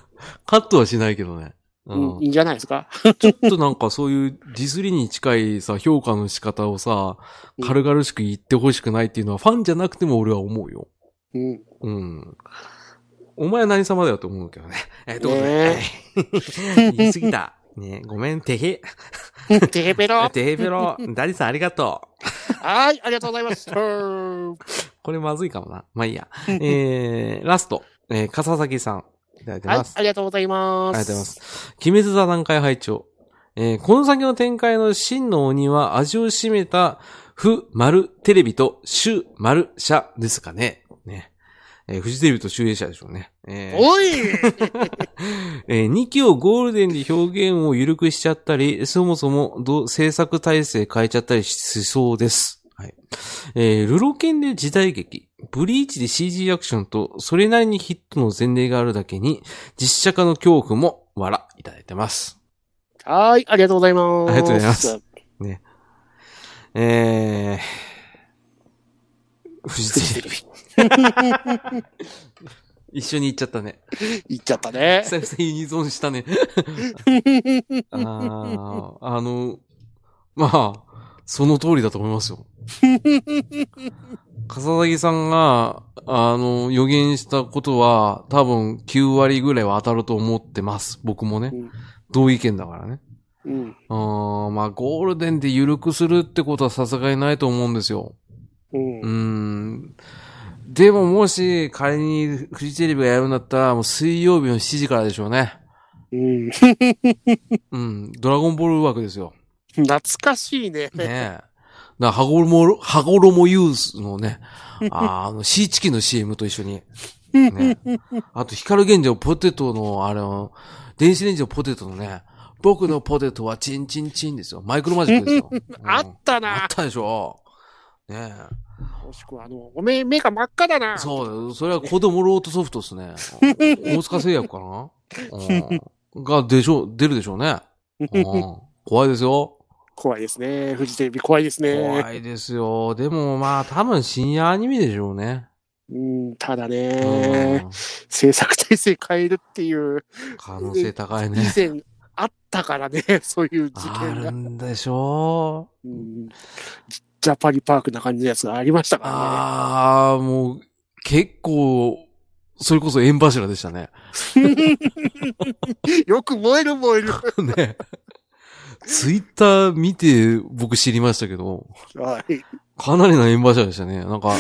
Speaker 1: カットはしないけどね。うん
Speaker 2: うんいいんじゃないですか。
Speaker 1: ちょっとなんかそういうディスりに近いさ、評価の仕方をさ、軽々しく言ってほしくないっていうのはファンじゃなくても俺は思うよ。
Speaker 2: うん。
Speaker 1: うん。お前は何様だよと思うけどね。 えー、ということで、
Speaker 2: ね
Speaker 1: はい 言い過ぎた。ねごめん、てへ。
Speaker 2: テヘペロ は
Speaker 1: てへべろ。ダリさんありがとう。
Speaker 2: い、ありがとうございま した。は
Speaker 1: これまずいかもな。まあいいや。えー、ラスト。えー、笠崎さん。いただいてま
Speaker 2: い、
Speaker 1: す。
Speaker 2: ありがとうございます。
Speaker 1: ありがとうございます。鬼滅座談会拝聴。えーこの先の展開の真の鬼は味を占めた、ふ、丸、テレビと、主、丸、社ですかね。ね。えーフジテレビと集英社でしょうね。えー
Speaker 2: おい
Speaker 1: え2期をゴールデンで表現を緩くしちゃったり、そもそもど制作体制変えちゃったりしそうです。はい。えールロケンで時代劇、ブリーチで CG アクションと、それなりにヒットの前例があるだけに、実写化の恐怖も、笑いただいてます。
Speaker 2: はーい、ありがとうございます。
Speaker 1: ありがとうございます。 えー、フジテレビ。一緒に行っちゃったね。
Speaker 2: 言っちゃったね。
Speaker 1: 久々にユニゾンした ね。あーあの、まあ、その通りだと思います よ。笠崎さんが、あの、予言したことは、多分9割ぐらいは当たると思ってます。僕もね
Speaker 2: うん。
Speaker 1: 同意見だからね。
Speaker 2: うん。
Speaker 1: あーまあ、ゴールデンで緩くするってことはさすがにないと思うんですよ。
Speaker 2: うん
Speaker 1: うー。ん。でももし仮にフジテレビがやるんだったら、もう水曜日の7時からでしょうね。
Speaker 2: うん。
Speaker 1: うん。ドラゴンボール枠ですよ。
Speaker 2: 懐かしいね。
Speaker 1: ねえ。な、羽衣、羽衣ユースのね、あーあの、シーチキンの CM と一緒に。ね、あと、光源氏のポテトの、あれの、電子レンジのポテトのね、僕のポテトはチンチンチンですよ。マイクロマジックですよ。うん
Speaker 2: あった
Speaker 1: あ
Speaker 2: な
Speaker 1: っ。たでしょ。ねえ。
Speaker 2: もしくは、あの、おめ目が真っ赤だな。
Speaker 1: そうだよ。それは子供ロートソフトです ね。大塚製薬かな、うん、が、でしょ、出るでしょう ね。うん、怖いですよ。
Speaker 2: 怖いですね。フジテレビ怖いですね。
Speaker 1: 怖いですよ。でもまあ、多分深夜アニメでしょうね。
Speaker 2: うん、ただね、
Speaker 1: うん
Speaker 2: 制作体制変えるっていう、
Speaker 1: 可能性高い
Speaker 2: 以
Speaker 1: ね。
Speaker 2: 前あったからね、 そういう事
Speaker 1: あ
Speaker 2: 件
Speaker 1: る
Speaker 2: が。
Speaker 1: んでしょう。
Speaker 2: うんジャパリパークな感じのやつがありましたか
Speaker 1: ああ、もう、結構、それこそ縁柱でしたね。
Speaker 2: らね。よく燃える燃える。
Speaker 1: ね。ツイッター見て僕知りましたけど、
Speaker 2: はい。
Speaker 1: かなりな縁柱でしたね。なんか、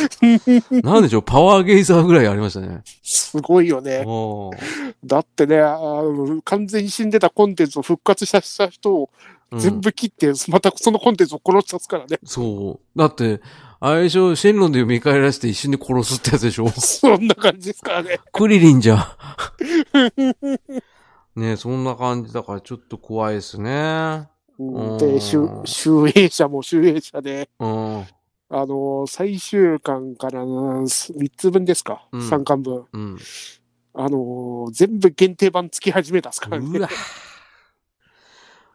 Speaker 1: なんでしょう、パワーゲイザーぐらいありましたね。
Speaker 2: すごいよね。
Speaker 1: おー
Speaker 2: だってね、あの完全に死んでたコンテンツを復活したした人を
Speaker 1: うん
Speaker 2: 全部切って、またそのコンテンツを殺しちゃ すからね。
Speaker 1: そう。だって、あれでしょ、シェンロンで見返らせて一瞬で殺すってやつでしょ。
Speaker 2: そんな感じですからね。
Speaker 1: クリリンじ ゃん。ねえそんな感じだからちょっと怖いですね。
Speaker 2: うん
Speaker 1: う
Speaker 2: で、
Speaker 1: ん
Speaker 2: 集集英者も集英者で、
Speaker 1: うん。
Speaker 2: あの、最終巻から3つ分ですか、
Speaker 1: う
Speaker 2: 三
Speaker 1: ん
Speaker 2: 3巻分。
Speaker 1: うん。
Speaker 2: あの、全部限定版つき始めたっすから
Speaker 1: う
Speaker 2: ね。
Speaker 1: わ。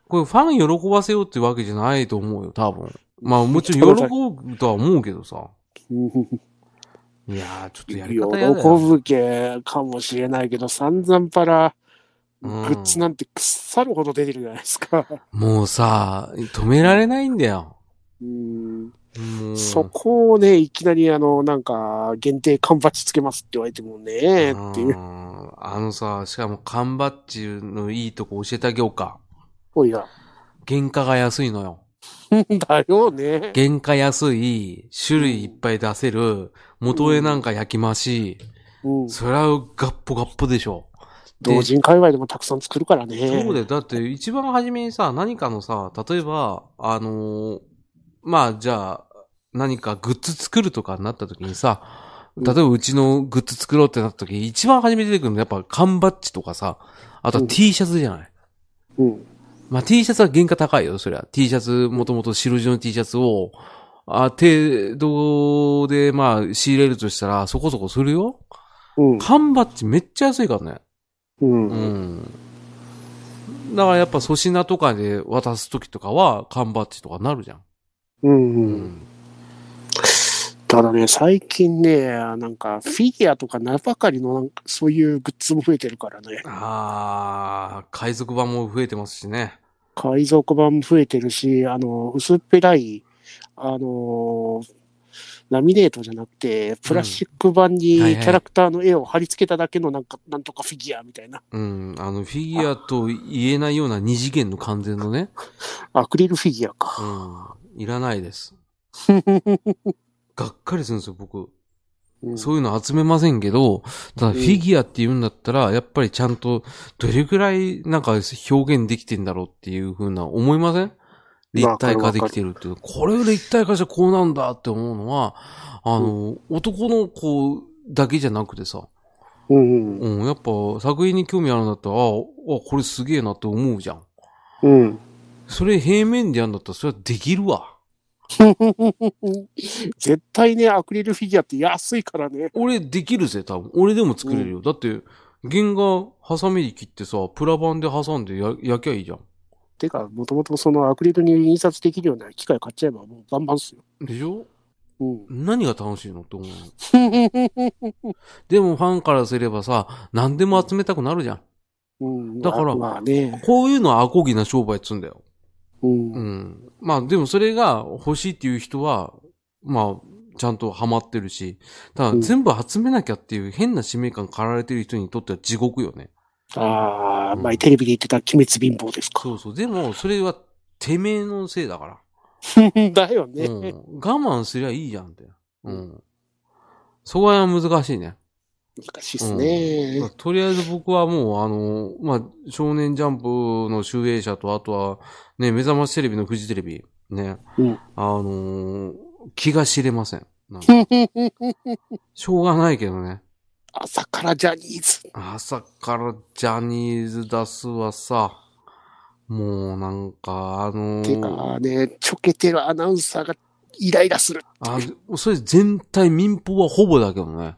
Speaker 1: これファン喜ばせようってわけじゃないと思うよ、多分。まあもちろん喜ぶとは思うけどさ。
Speaker 2: うん
Speaker 1: いやー、ちょっとやり
Speaker 2: 喜
Speaker 1: 方やだよ。
Speaker 2: ぶけかもしれないけど、散々パラ、グ
Speaker 1: うん
Speaker 2: ッズなんて腐るほど出てるじゃないですか。
Speaker 1: もうさ、止められないんだよ。
Speaker 2: うん、
Speaker 1: もう
Speaker 2: そこをね、いきなりあの、なんか、限定缶バッジつけますって言われてもね、っていう
Speaker 1: う。んあのさ、しかも缶バッジのいいとこ教えてあげようか。
Speaker 2: おいら。
Speaker 1: 原価が安いのよ。
Speaker 2: だよね。
Speaker 1: 原価安い、種類いっぱい出せる、元絵なんか焼き増し、
Speaker 2: うん。
Speaker 1: そりゃガッポガッポでしょ。で
Speaker 2: 同人界隈でもたくさん作るからね。
Speaker 1: そうだよ。だって一番初めにさ、何かのさ、例えば、あのーまあじゃあ、何かグッズ作るとかになった時にさ、
Speaker 2: うん
Speaker 1: 例えばうちのグッズ作ろうってなった時、一番初めに出てくるのはやっぱ缶バッジとかさ、あとは
Speaker 2: うん
Speaker 1: T シャツじゃない、
Speaker 2: うん。
Speaker 1: まあ T シャツは原価高いよ、そりゃ。T シャツ、もともと白地の T シャツを、あ、程度で、まあ、仕入れるとしたら、そこそこするよ。
Speaker 2: うん。
Speaker 1: 缶バッジめっちゃ安いからね。
Speaker 2: うん。
Speaker 1: うん。だからやっぱ粗品とかで渡すときとかは、缶バッジとかなるじゃん。
Speaker 2: うん。う。。
Speaker 1: うん
Speaker 2: ただね、最近ね、なんか、フィギュアとか名ばかりの、なんかそういうグッズも増えてるからね。
Speaker 1: あー、海賊版も増えてますしね。
Speaker 2: 海賊版も増えてるし、あの、薄っぺらい、あの、ラミネートじゃなくて、プラスチック版にキ
Speaker 1: はいはい
Speaker 2: ャラクターの絵を貼り付けただけのなんか、なんとかフィギュアみたいな。
Speaker 1: うん。あの、フィギュアと言えないような二次元の完全のね。
Speaker 2: アクリルフィギュアか。
Speaker 1: うん。いらないです。がっかりするんですよ、僕。
Speaker 2: うん
Speaker 1: そういうの集めませんけど、ただフィギュアって言うんだったら、やっぱりちゃんと、どれくらいなんか表現できてんだろうっていうふうな、思いません立体化できてるっていう。これを立体化してこうなんだって思うのは、あの、男の子だけじゃなくてさ、
Speaker 2: うんうん。
Speaker 1: うん、やっぱ作品に興味あるんだったら、ああ、これすげえなって思うじゃん。
Speaker 2: うん。
Speaker 1: それ平面でやるんだったら、それはできるわ。
Speaker 2: 絶対ね、アクリルフィギュアって安いからね。
Speaker 1: 俺できるぜ、多分。俺でも作れるよ。だって、原画、ハサミで切ってさ、プラ板で挟んでや焼きゃいいじゃん。
Speaker 2: てか、もともとそのアクリルに印刷できるような機械買っちゃえばもうバンバンっすよ。
Speaker 1: でしょ
Speaker 2: う ん。
Speaker 1: 何が楽しいのって思うの。でもファンからすればさ、何でも集めたくなるじゃん。
Speaker 2: うん、
Speaker 1: だから
Speaker 2: まあね。
Speaker 1: こういうのはアコギな商売っつうんだよ。
Speaker 2: うん。
Speaker 1: う
Speaker 2: うん。
Speaker 1: ん。まあでもそれが欲しいっていう人は、まあ、ちゃんとハマってるし、ただ全部集めなきゃっていう変な使命感かられてる人にとっては地獄よね。
Speaker 2: ああ、前テレビで言ってた鬼滅貧乏ですか。
Speaker 1: そうそう。でもそれはてめえのせいだから。
Speaker 2: だよね。
Speaker 1: うん、我慢すりゃいいじゃんって。うん。そこは難しいね。
Speaker 2: 難しいっすね。
Speaker 1: まあとりあえず僕はもう、あの、まあ、少年ジャンプの集英社と、あとは、ね、目覚ましテレビのフジテレビ、ね、
Speaker 2: うん
Speaker 1: あのー気が知れません。なんかしょうがないけどね。
Speaker 2: 朝からジャニーズ。
Speaker 1: 朝からジャニーズ出すはさ、もうなんか、あの
Speaker 2: て
Speaker 1: ー
Speaker 2: かね、ちょけてるアナウンサーがイライラする。
Speaker 1: あ、それ全体民放はほぼだけどね。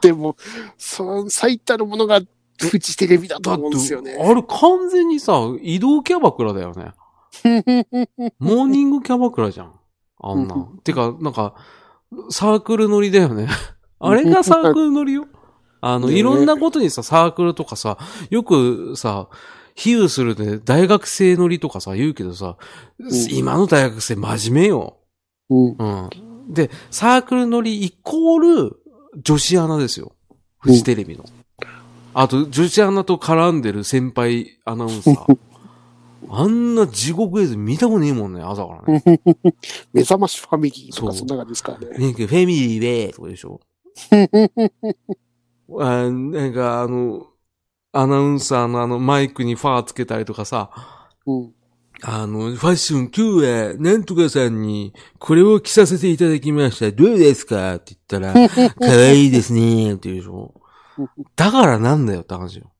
Speaker 2: でも、その最たるものがフジテレビだと
Speaker 1: だっ
Speaker 2: 思うんですよ
Speaker 1: て、
Speaker 2: ね。
Speaker 1: あれ完全にさ、移動キャバクラだよ ね。モーニングキャバクラじゃん。あんな
Speaker 2: うん。
Speaker 1: てか、なんか、サークル乗りだよね。 あれがサークル乗りよ。あの、
Speaker 2: ねえ
Speaker 1: いろんなことにさ、サークルとかさ、よくさ、比喩するで大学生乗りとかさ、言うけどさ、
Speaker 2: ん
Speaker 1: 今の大学生真面目よ。
Speaker 2: うん。
Speaker 1: うん。で、サークル乗りイコール女子アナですよ。フジテレビの。あと、女子アナと絡んでる先輩アナウンサ ー。あんな地獄絵図見たことねえもんね、朝からね。
Speaker 2: 目覚ましファミリーとか
Speaker 1: そう
Speaker 2: そんな感じですからね。
Speaker 1: ねんけどフェミリーでーとかでし ょ。あなんか、あの、アナウンサーのあのマイクにファーつけたりとかさ、
Speaker 2: うん。
Speaker 1: あの、ファッション今日は、なんとかさんに、これを着させていただきました。どうですかって言ったら、可愛いですねって言うでしょ。だからなんだよって話よ。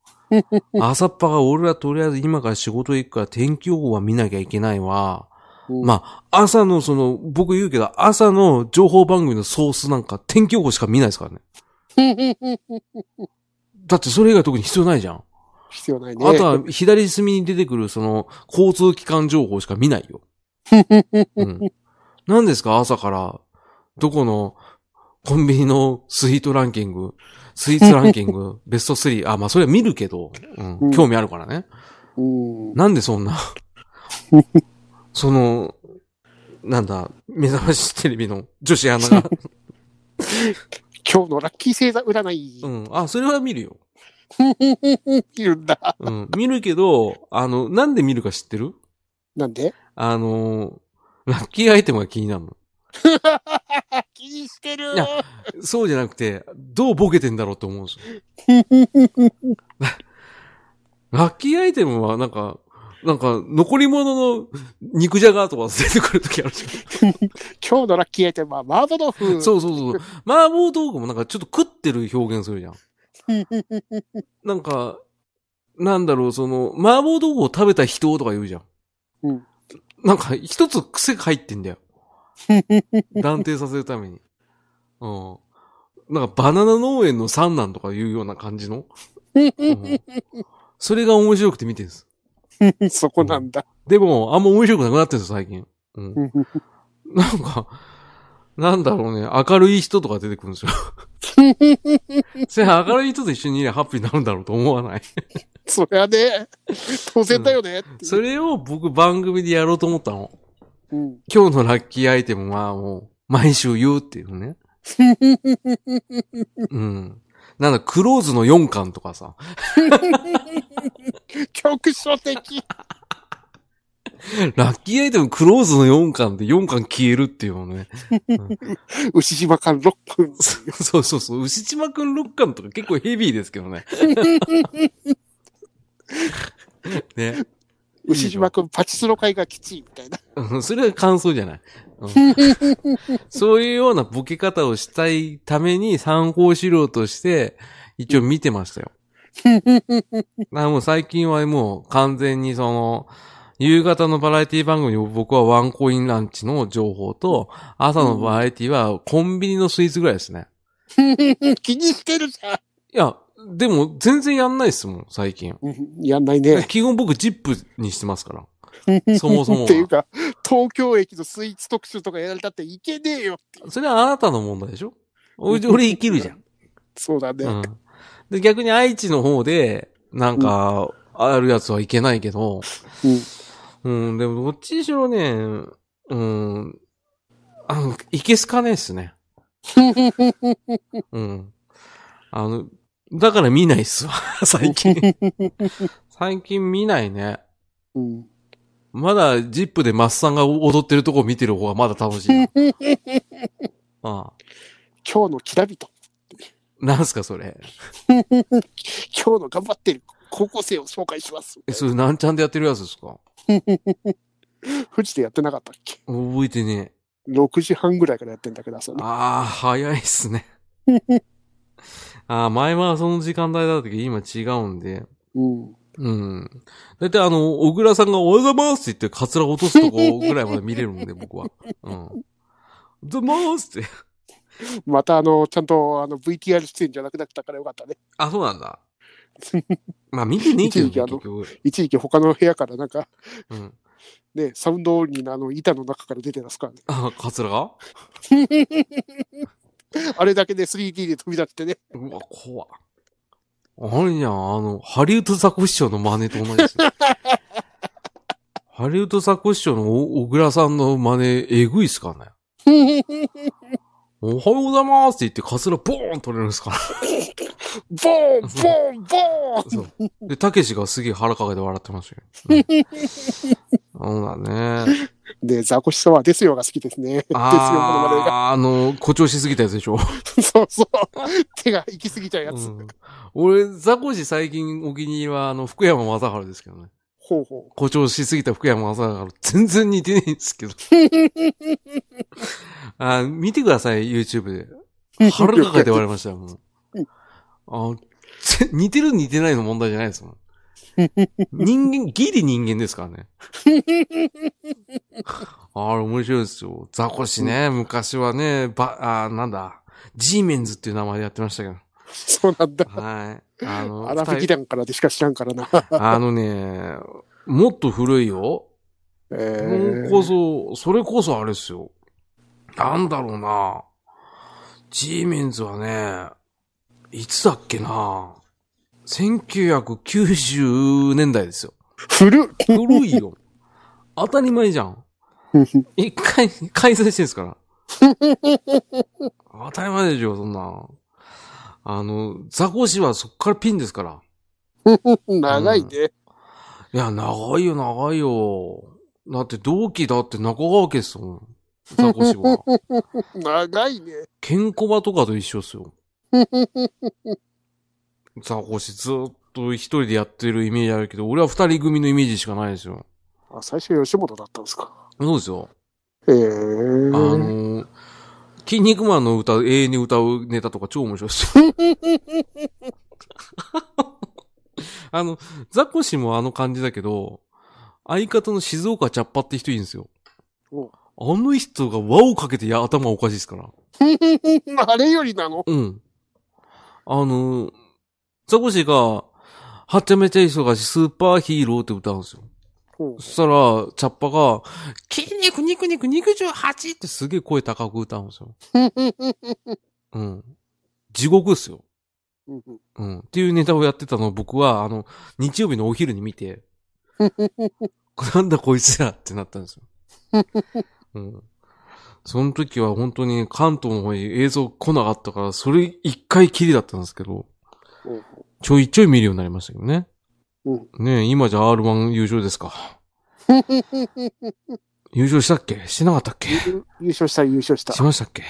Speaker 1: 朝っぱが俺らとりあえず今から仕事行くから天気予報は見なきゃいけないわ。
Speaker 2: うん
Speaker 1: まあ、朝のその、僕言うけど、朝の情報番組のソースなんか天気予報しか見ないですからね。だってそれ以外特に必要ないじゃん。
Speaker 2: 必要ないね。
Speaker 1: あと は左隅に出てくるその交通機関情報しか見ないよ。うん。何ですか朝から、どこのコンビニのスイートランキング、スイーツランキン グ、ベスト3。あ、まあそれは見るけど、うん
Speaker 2: うん
Speaker 1: 興味あるからね。
Speaker 2: うん。
Speaker 1: なんでそ んな、その、なんだ、目覚ましテレビの女子アナ が、
Speaker 2: 今日のラッキー星座占い、
Speaker 1: うん、あ、それは見るよ。
Speaker 2: いるんだ。
Speaker 1: うん、見るけど、あの、なんで見るか知ってる
Speaker 2: なんで
Speaker 1: あの、ラッキーアイテムが気になるの。
Speaker 2: 気にしてる
Speaker 1: いや そうじゃなくて、どうボケてんだろうと思うんですよ。ラッキーアイテムはなんか、なんか、残り物の肉じゃがとか出てくるときあるじ
Speaker 2: 今日のラッキーアイテムは麻婆豆
Speaker 1: ゃん。
Speaker 2: 腐。
Speaker 1: そうそうそう。麻婆豆腐もなんかちょっと食ってる表現するじゃん。なんか、なんだろう、その、麻婆豆腐を食べた人とか言うじゃん。
Speaker 2: うん
Speaker 1: なんか、一つ癖が入ってんだよ。断定させるために。うん。なんか、バナナ農園の三男とかいうような感じの。うん それが面白くて見てるんです。
Speaker 2: そこなんだ。
Speaker 1: でも、あんま面白くなくなってるんですよ、最近。うん。 なんか、なんだろうね、明るい人とか出てくるんですよ。それ明るい人と一緒にいればハッピーになるんだろうと思わない。
Speaker 2: そりゃね、当然だよね。
Speaker 1: それを僕番組でやろうと思ったの。
Speaker 2: うん。
Speaker 1: 今日のラッキーアイテムはもう、毎週言うっていうね。うん。なんだ、クローズの4巻とかさ。
Speaker 2: 局所的。
Speaker 1: ラッキーアイテムクローズの4巻で4巻消えるっていうのね。
Speaker 2: 牛島間ロックン。
Speaker 1: そうそうそう。牛島くん6巻とか結構ヘビーですけどね。ね。
Speaker 2: 牛島くんパチスロ会がきちいみたい な。
Speaker 1: うんそれは感想じゃない。うんそういうようなボケ方をしたいために参考資料として一応見てましたよ。あもう最近はもう完全にその、夕方のバラエティ番組に僕はワンコインランチの情報と、朝のバラエティはコンビニのスイーツぐらいですね。
Speaker 2: 気にしてるじゃん
Speaker 1: いや、でも全然やんないですもん、最近。
Speaker 2: うん。やんないね。
Speaker 1: 基本僕ジップにしてますから。 そもそも
Speaker 2: っていう
Speaker 1: は。
Speaker 2: か、東京駅のスイーツ特集とかやられたっていけねえよ。
Speaker 1: それはあなたの問題でしょ俺俺生きるじゃん。
Speaker 2: そうだね。
Speaker 1: うん。で、逆に愛知の方で、なんか、あるやつはいけないけど、うん、でもどっちにしろね、うん、あの、いけすかねえっすね。うん。あの、だから見ないっすわ、 最近。最近見ないね。
Speaker 2: うん。
Speaker 1: まだ、ジップでマッサンが踊ってるとこ見てる方がまだ楽し いな。ああ。
Speaker 2: 今日のきらびと、
Speaker 1: なんすか、それ。
Speaker 2: 今日の頑張ってる高校生を紹介します。
Speaker 1: え、それ、なんちゃんでやってるやつですか
Speaker 2: 富士でやってなかったっけ
Speaker 1: 覚えてねえ。
Speaker 2: 6時半ぐらいからやってんだけど、朝の。
Speaker 1: ああ、早いっすね。ああ、前はその時間帯だったけど、今違うんで。
Speaker 2: うん。
Speaker 1: うん。だいたいあの、小倉さんがおはようございますって言って、カツラ落とすとこぐらいまで見れるんで、僕は。うん。ざますって。
Speaker 2: また、あの、ちゃんと、あの、VTR 出演じゃなくなったからよかったね。
Speaker 1: あ、そうなん だ。まあ、見てねえけど、ね、
Speaker 2: 一時期あ
Speaker 1: 結
Speaker 2: の
Speaker 1: 局。
Speaker 2: 一時期他の部屋からなんか、
Speaker 1: うん。
Speaker 2: ね、サウンドオンリーのあの、板の中から出てますからね。
Speaker 1: あカツラが
Speaker 2: あれだけで 3D で飛び出し てね。
Speaker 1: うわ、怖っあれじゃん、あの、ハリウッドザコシショウの真似と同じですね。ハリウッドザコシショウのお小倉さんの真似、えぐいっすからね。おはようございますって言って、カツラボーン取れるんですから。
Speaker 2: ボーンボーンボーン
Speaker 1: そう。で、たけしがすげえ腹かけて笑ってましたよ。うんそうだ ね。
Speaker 2: で、ザコシさんはですよが好きですね。ですよ、ものまね
Speaker 1: あ
Speaker 2: が。
Speaker 1: ーあの、誇張しすぎたやつでしょ。
Speaker 2: そうそう。手が行き過ぎちゃうやつ。
Speaker 1: うん俺、ザコシ最近お気に入りは、あの、福山雅治ですけどね。
Speaker 2: ほうほ
Speaker 1: 誇張しすぎた福山雅治、全然似てないんですけど。あ見てください、YouTube
Speaker 2: う。
Speaker 1: で。腹抱えて笑いましたよ、もう。あぜ似てる似てないの問題じゃないですもん。人間、ギリ人間ですからね。あれ面白いですよ。ザコシね、昔はね、ば、あなんだ、ジーメンズっていう名前でやってましたけど。
Speaker 2: そうなんだ。
Speaker 1: はい。あ の、
Speaker 2: アラフィギ団からでしか知らんからな。
Speaker 1: あのね、もっと古いよ。
Speaker 2: え
Speaker 1: もう
Speaker 2: ー
Speaker 1: こそ、それこそあれですよ。なんだろうな。 G メンズはね、いつだっけな1990年代ですよ。
Speaker 2: 古っ
Speaker 1: 古いよ。 当たり前じゃん。一回、開催してんすから。 当たり前でしょ、そんな。あの、ザコシはそっからピンですから。
Speaker 2: 長いね。
Speaker 1: いや、長いよ、長いよ。だって同期だって中川家ですもん。ザコシは。
Speaker 2: 長いね。
Speaker 1: ケンコバとかと一緒っすよ。ザコシずっと一人でやってるイメージあるけど、俺は二人組のイメージしかないですよ。
Speaker 2: あ、最初吉本だったんですか。
Speaker 1: そうですよ。
Speaker 2: ええ
Speaker 1: あ
Speaker 2: ー。
Speaker 1: の、筋肉マンの歌、永遠に歌うネタとか超面白いですよ。あの、ザコシもあの感じだけど、相方の静岡チャッパって人いるんですよ。
Speaker 2: お
Speaker 1: あの人が輪をかけてや頭おかしいですから。
Speaker 2: あれよりなの
Speaker 1: うん。あの、ザコシが、はちゃめちゃ忙しいスーパーヒーローって歌うんですよ。
Speaker 2: ほ
Speaker 1: そ
Speaker 2: う
Speaker 1: したら、チャッパが、筋肉肉肉肉18ってすげえ声高く歌うんですよ。うん。地獄っすよ。
Speaker 2: うんうん
Speaker 1: うん。っていうネタをやってたのを僕は、あの、日曜日のお昼に見 て、なんだこいつらってなったんですよ。 うん。その時は本当に関東の方に映像来なかったから、それ一回きりだったんですけど、
Speaker 2: ほう
Speaker 1: ちょいちょい見るようになりましたけどね。
Speaker 2: うん
Speaker 1: ねえ、今じゃ R1 優勝です か。優勝したっけしてなかったっけ
Speaker 2: 優 優勝した、優勝した
Speaker 1: し。ましたっけ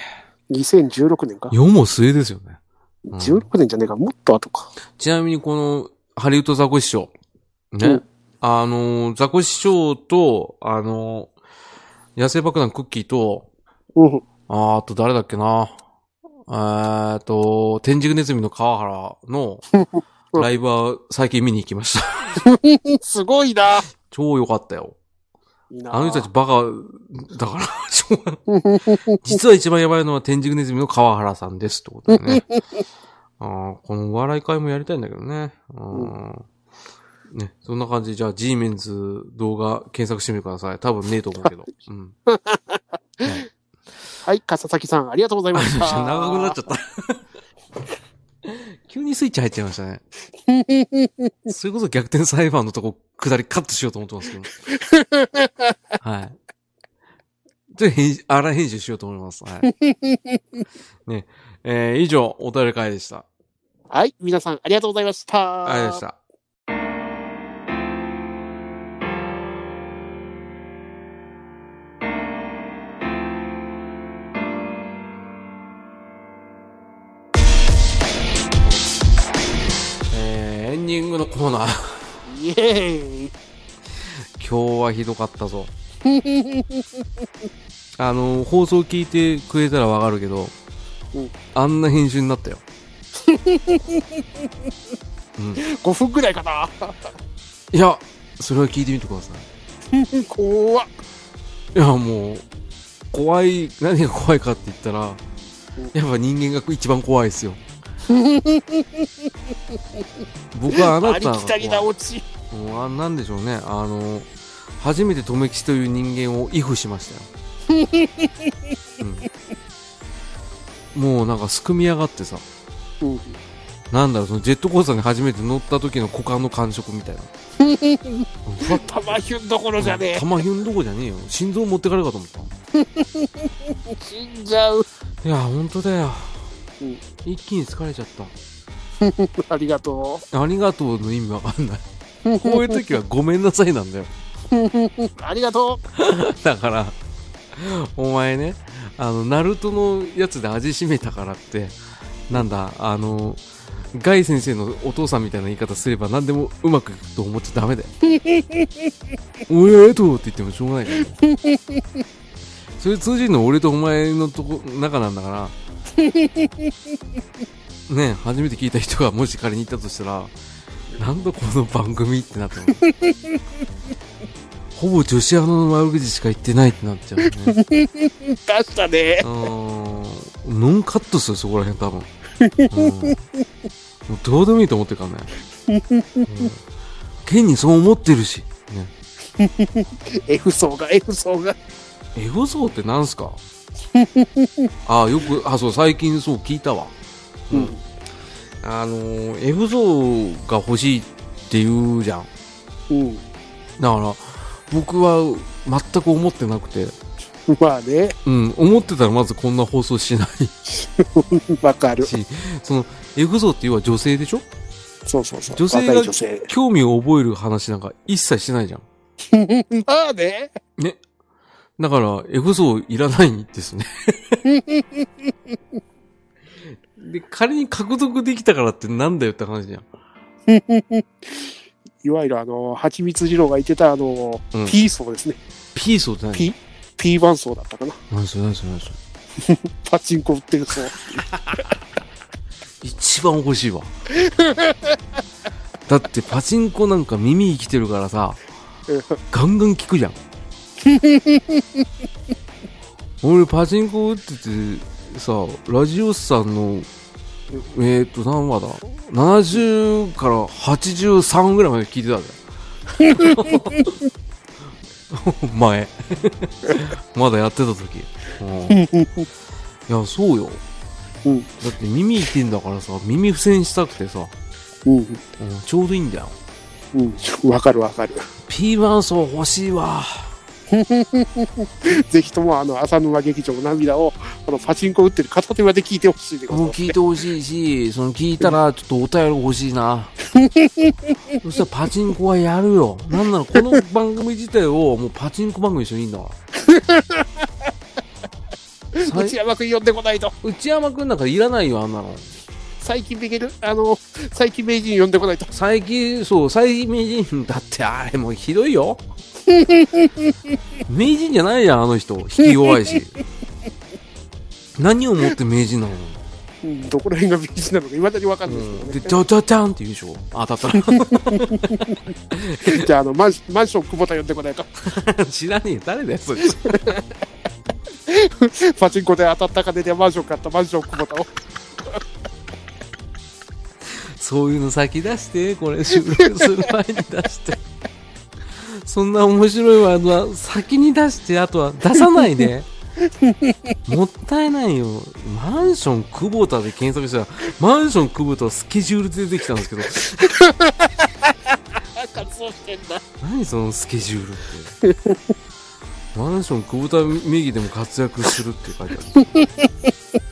Speaker 2: 2016年か。
Speaker 1: 世も末ですよね。うん
Speaker 2: 16年じゃねえか、もっと後か。
Speaker 1: ちなみにこの、ハリウッドザコシショウ。ね。
Speaker 2: うん
Speaker 1: あのー、ザコシショウと、あのー、野生爆弾クッキーと、
Speaker 2: うん。
Speaker 1: あーあと誰だっけな。えーっと、天竺ネズミの川原の
Speaker 2: うん
Speaker 1: ライブは最近見に行きました。
Speaker 2: すごいな。
Speaker 1: 超良かったよ。
Speaker 2: いいな
Speaker 1: あの人たちバカだから、 しょうがない実は一番やばいのは天竺ネズミの川原さんですってことだよね。あーこのお笑い会もやりたいんだけどね。あーね、そんな感じで、じゃあ G メンズ動画検索してみてください。多分ねえと思うけど。うん。はい
Speaker 2: はい、笠崎さん、ありがとうございました。
Speaker 1: 長くなっちゃった。 急にスイッチ入っちゃいましたね。 それこそ逆転裁判のとこ、下りカットしようと思ってますけど。はい。ちょっと編集、荒編集しようと思います。はい。ね。えー、以上、お便り会でした。
Speaker 2: はい、皆さん、ありがとうございました。
Speaker 1: ありがとうございました。えーエンディングのコーナー
Speaker 2: イエーイ。
Speaker 1: 今日はひどかった ぞあの放送聞いてくれたらわかるけど
Speaker 2: うん
Speaker 1: あんな編集になったよ
Speaker 2: 5分くらいかな。
Speaker 1: いやそれは聞いてみてください
Speaker 2: 怖っ。
Speaker 1: いやもう怖い何が怖いかって言ったらやっぱ人間が一番怖いですよ僕はあな
Speaker 2: あ
Speaker 1: た
Speaker 2: り
Speaker 1: が
Speaker 2: きたりな
Speaker 1: 怖い
Speaker 2: オチ。
Speaker 1: もうあなんでしょうねあの初めて留吉という人間を畏怖しましたよ、うん、もうなんかすくみ上がってさ
Speaker 2: うん
Speaker 1: なんだろうそのジェットコースターに初めて乗った時の股間の感触みたいなうわ
Speaker 2: たまひゅんどころじゃね
Speaker 1: 玉ひゅんどこじゃねえよ心臓持ってかれるかと思った
Speaker 2: え。死んじゃう。
Speaker 1: いや本当だよ、
Speaker 2: うん
Speaker 1: 一気に疲れちゃっ
Speaker 2: ありがとう。
Speaker 1: たありがとうの意味わか んないこういう時はごめんなさいなんだよ
Speaker 2: ありがと
Speaker 1: だから、お前ね、あの、ナルトのやつで味しめたからって、なんだ、あの、ガイ先生のお父さんみたいな言い方すれば何でもうまくいくと思っちゃダメだよ。 おやえとって言ってもしょうがないから。それ通じるの俺とお前のとこ、中なんだから。 ねえ初めて聞いた人がもし仮にいたとしたら、なんだこの番組ってなってもほぼ女子アナの悪口しか言ってないってなっちゃうよね。
Speaker 2: う。出したね。
Speaker 1: うーんノンカットするそこら辺多分、うん、もうどうでもいいと思ってるからね、うん、現にそう思ってるしね
Speaker 2: F 層が、F 層が。
Speaker 1: エゴゾーってなんすかああ、よく、あ、そう、最近そう聞いたわ。
Speaker 2: うん。
Speaker 1: あのー、エブゾーが欲しいって言うじゃん。
Speaker 2: うん。
Speaker 1: だから、僕は全く思ってなくて、
Speaker 2: まあね、
Speaker 1: うん、思ってたらまずこんな放送しない
Speaker 2: わかる。
Speaker 1: し、その、エグゾーって要は女性でしょ
Speaker 2: そうそうそう。
Speaker 1: 女性が
Speaker 2: 若い女性。
Speaker 1: 興味を覚える話なんか一切しないじゃん。
Speaker 2: まあね。
Speaker 1: ね。だから、エグゾーいらないんですね。で、仮に獲得できたからってなんだよって話じゃん。
Speaker 2: いわゆるあの、蜂蜜二郎が言ってたあの、
Speaker 1: うん
Speaker 2: P 層ですね。
Speaker 1: ピーソーって何
Speaker 2: P、P1 層だったかな。
Speaker 1: 何それ何それ何それ
Speaker 2: パチンコ売って る層。
Speaker 1: 一番欲しいわだってパチンコなんか耳生きてるからさ
Speaker 2: うん
Speaker 1: ガンガン効くじゃん俺パチンコ打っててさラジオスさんのえっ、ー、と何話だ70から83ぐらいまで聞いてたじゃん前 まだやってた時、うん、いやそうよ
Speaker 2: うん。
Speaker 1: だって耳痛いんだからさ耳付箋したくてさ、
Speaker 2: うん。
Speaker 1: うんちょうどいいんだよ
Speaker 2: うん。わかるわかる。
Speaker 1: P1 層欲しいわ
Speaker 2: ぜひともあの、浅沼劇場の涙を、あの、パチンコ売ってる片手まで聞いてほしいでござい
Speaker 1: もう
Speaker 2: ます。
Speaker 1: 聞いてほしいしその聞いたらちょっとお便り欲しい なそしたらパチンコはやるよなんならこの番組自体をもうパチンコ番組にしてもいいんだ からさい
Speaker 2: 内山くん呼んでこないと。
Speaker 1: 内山くんなんかいらないよあんなの
Speaker 2: 最近できるあの、最近名人呼んでこないと。
Speaker 1: 最近そう最近名人だってあれもうひどい よ名人じゃないじゃんあの人引き弱いし何をもって名人なの、
Speaker 2: うん、どこら辺が名人なのか、いまだにわかん
Speaker 1: う
Speaker 2: ないですけど
Speaker 1: ん、
Speaker 2: ね。
Speaker 1: で「ちょちょちゃん」って言うでしょあ当たった
Speaker 2: じゃあ、あのマンシマンション久保田呼んでこないか。
Speaker 1: ら知らねえよ誰だよそれ
Speaker 2: パチンコで当たった金でマンション買ったマンション久保田を。
Speaker 1: そういうの先出してこれ収録する前に出して そんな面白いワードは先に出してあとは出さないで もったいないよマンション久保田で検索したらマンション久保田スケジュールで出てきたんですけど
Speaker 2: あ、活動してんだ。
Speaker 1: 何そのスケジュールってマンション久保田名義でも活躍するって書いてある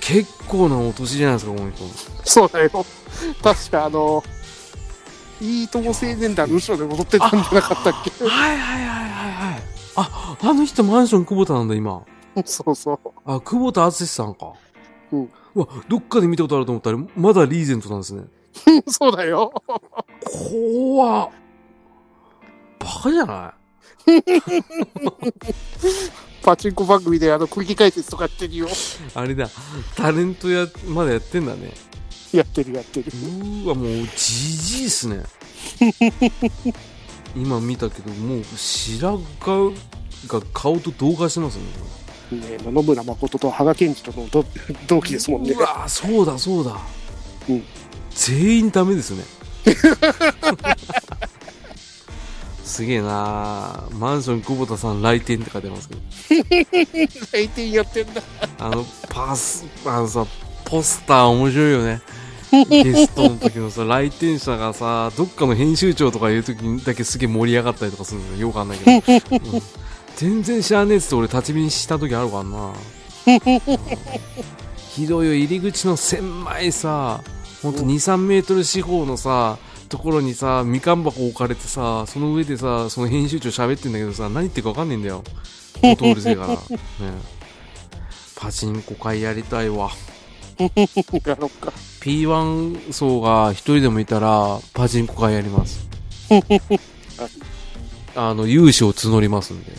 Speaker 1: 結構なお年じゃないですかこの人
Speaker 2: そうだよ。確か、あの、いいとも青年団の後ろで踊ってたんじゃなかったっ
Speaker 1: はいはいはいはいはいああの人マンション久保田なんだ今
Speaker 2: けそうそう。
Speaker 1: あ久保田敦さんか
Speaker 2: うん
Speaker 1: うわどっかで見たことあると思ったらまだリーゼントなんですね
Speaker 2: そうだよ。
Speaker 1: 怖っバカじゃな
Speaker 2: パチンコ番組であの、空気解説とかやってるよ。
Speaker 1: いあれだタレントやまだやってんだね
Speaker 2: やってるやってる
Speaker 1: う。ーわもうじじいっ すね今見たけどもう白髪が顔と同化してますね
Speaker 2: ね野々村誠と羽賀健二との同同期ですもんね
Speaker 1: う。わーそうだそうだ、
Speaker 2: うん
Speaker 1: 全員ダメ ですねすげえなーマンション久保田さん来店って書いてありますけど
Speaker 2: 来店やってんだ。
Speaker 1: あのパスあのさポスター面白いよねゲストの時のさ来店者がさどっかの編集長とかいう時だけすげえ盛り上がったりとかするのよよくわかんないけど、うん全然知らねえっつって俺立ち見した時あるからな、うんひどいよ入り口の狭いさほんと2 3メートル四方のさところにさみかん箱置かれてさその上でさその編集長喋ってんだけどさ何言ってるかわかんねえんだよほんとうるせえから、ねパチンコ会やりたいわ
Speaker 2: やろっか。
Speaker 1: P1 層が一人でもいたらパチンコ会やりますあの融資を募りますんで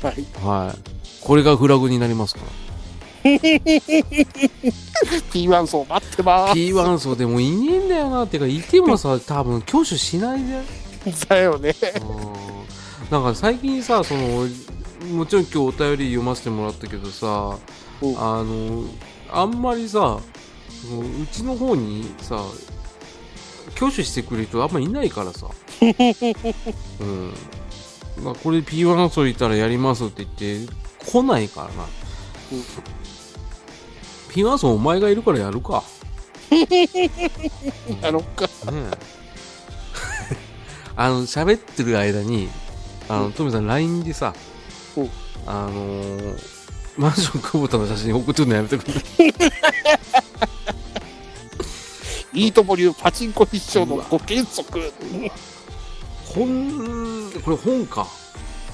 Speaker 2: はい。
Speaker 1: はいこれがフラグになりますから
Speaker 2: P1 層待って ま
Speaker 1: P1 層でもいねえんだよなっていうかいてもさ多分挙手しないぜ
Speaker 2: す。だよね。
Speaker 1: うんなんか最近さそのもちろん今日お便り読ませてもらったけどさ
Speaker 2: うん
Speaker 1: あのあんまりさそのうちの方にさ挙手してくれる人あんまりいないから さ、うんまあ、これ P1 争いいたらやりますって言って来ないからなピンハーソンお前がいるからやるか。
Speaker 2: あのか、
Speaker 1: ねえあの喋ってる間にあの、
Speaker 2: うん
Speaker 1: トミさん LINE でさ、
Speaker 2: うん
Speaker 1: あのーマンション久保田の写真送ってるのやめてくれ
Speaker 2: いいとも流パチンコ必勝のご原則
Speaker 1: 本これ本か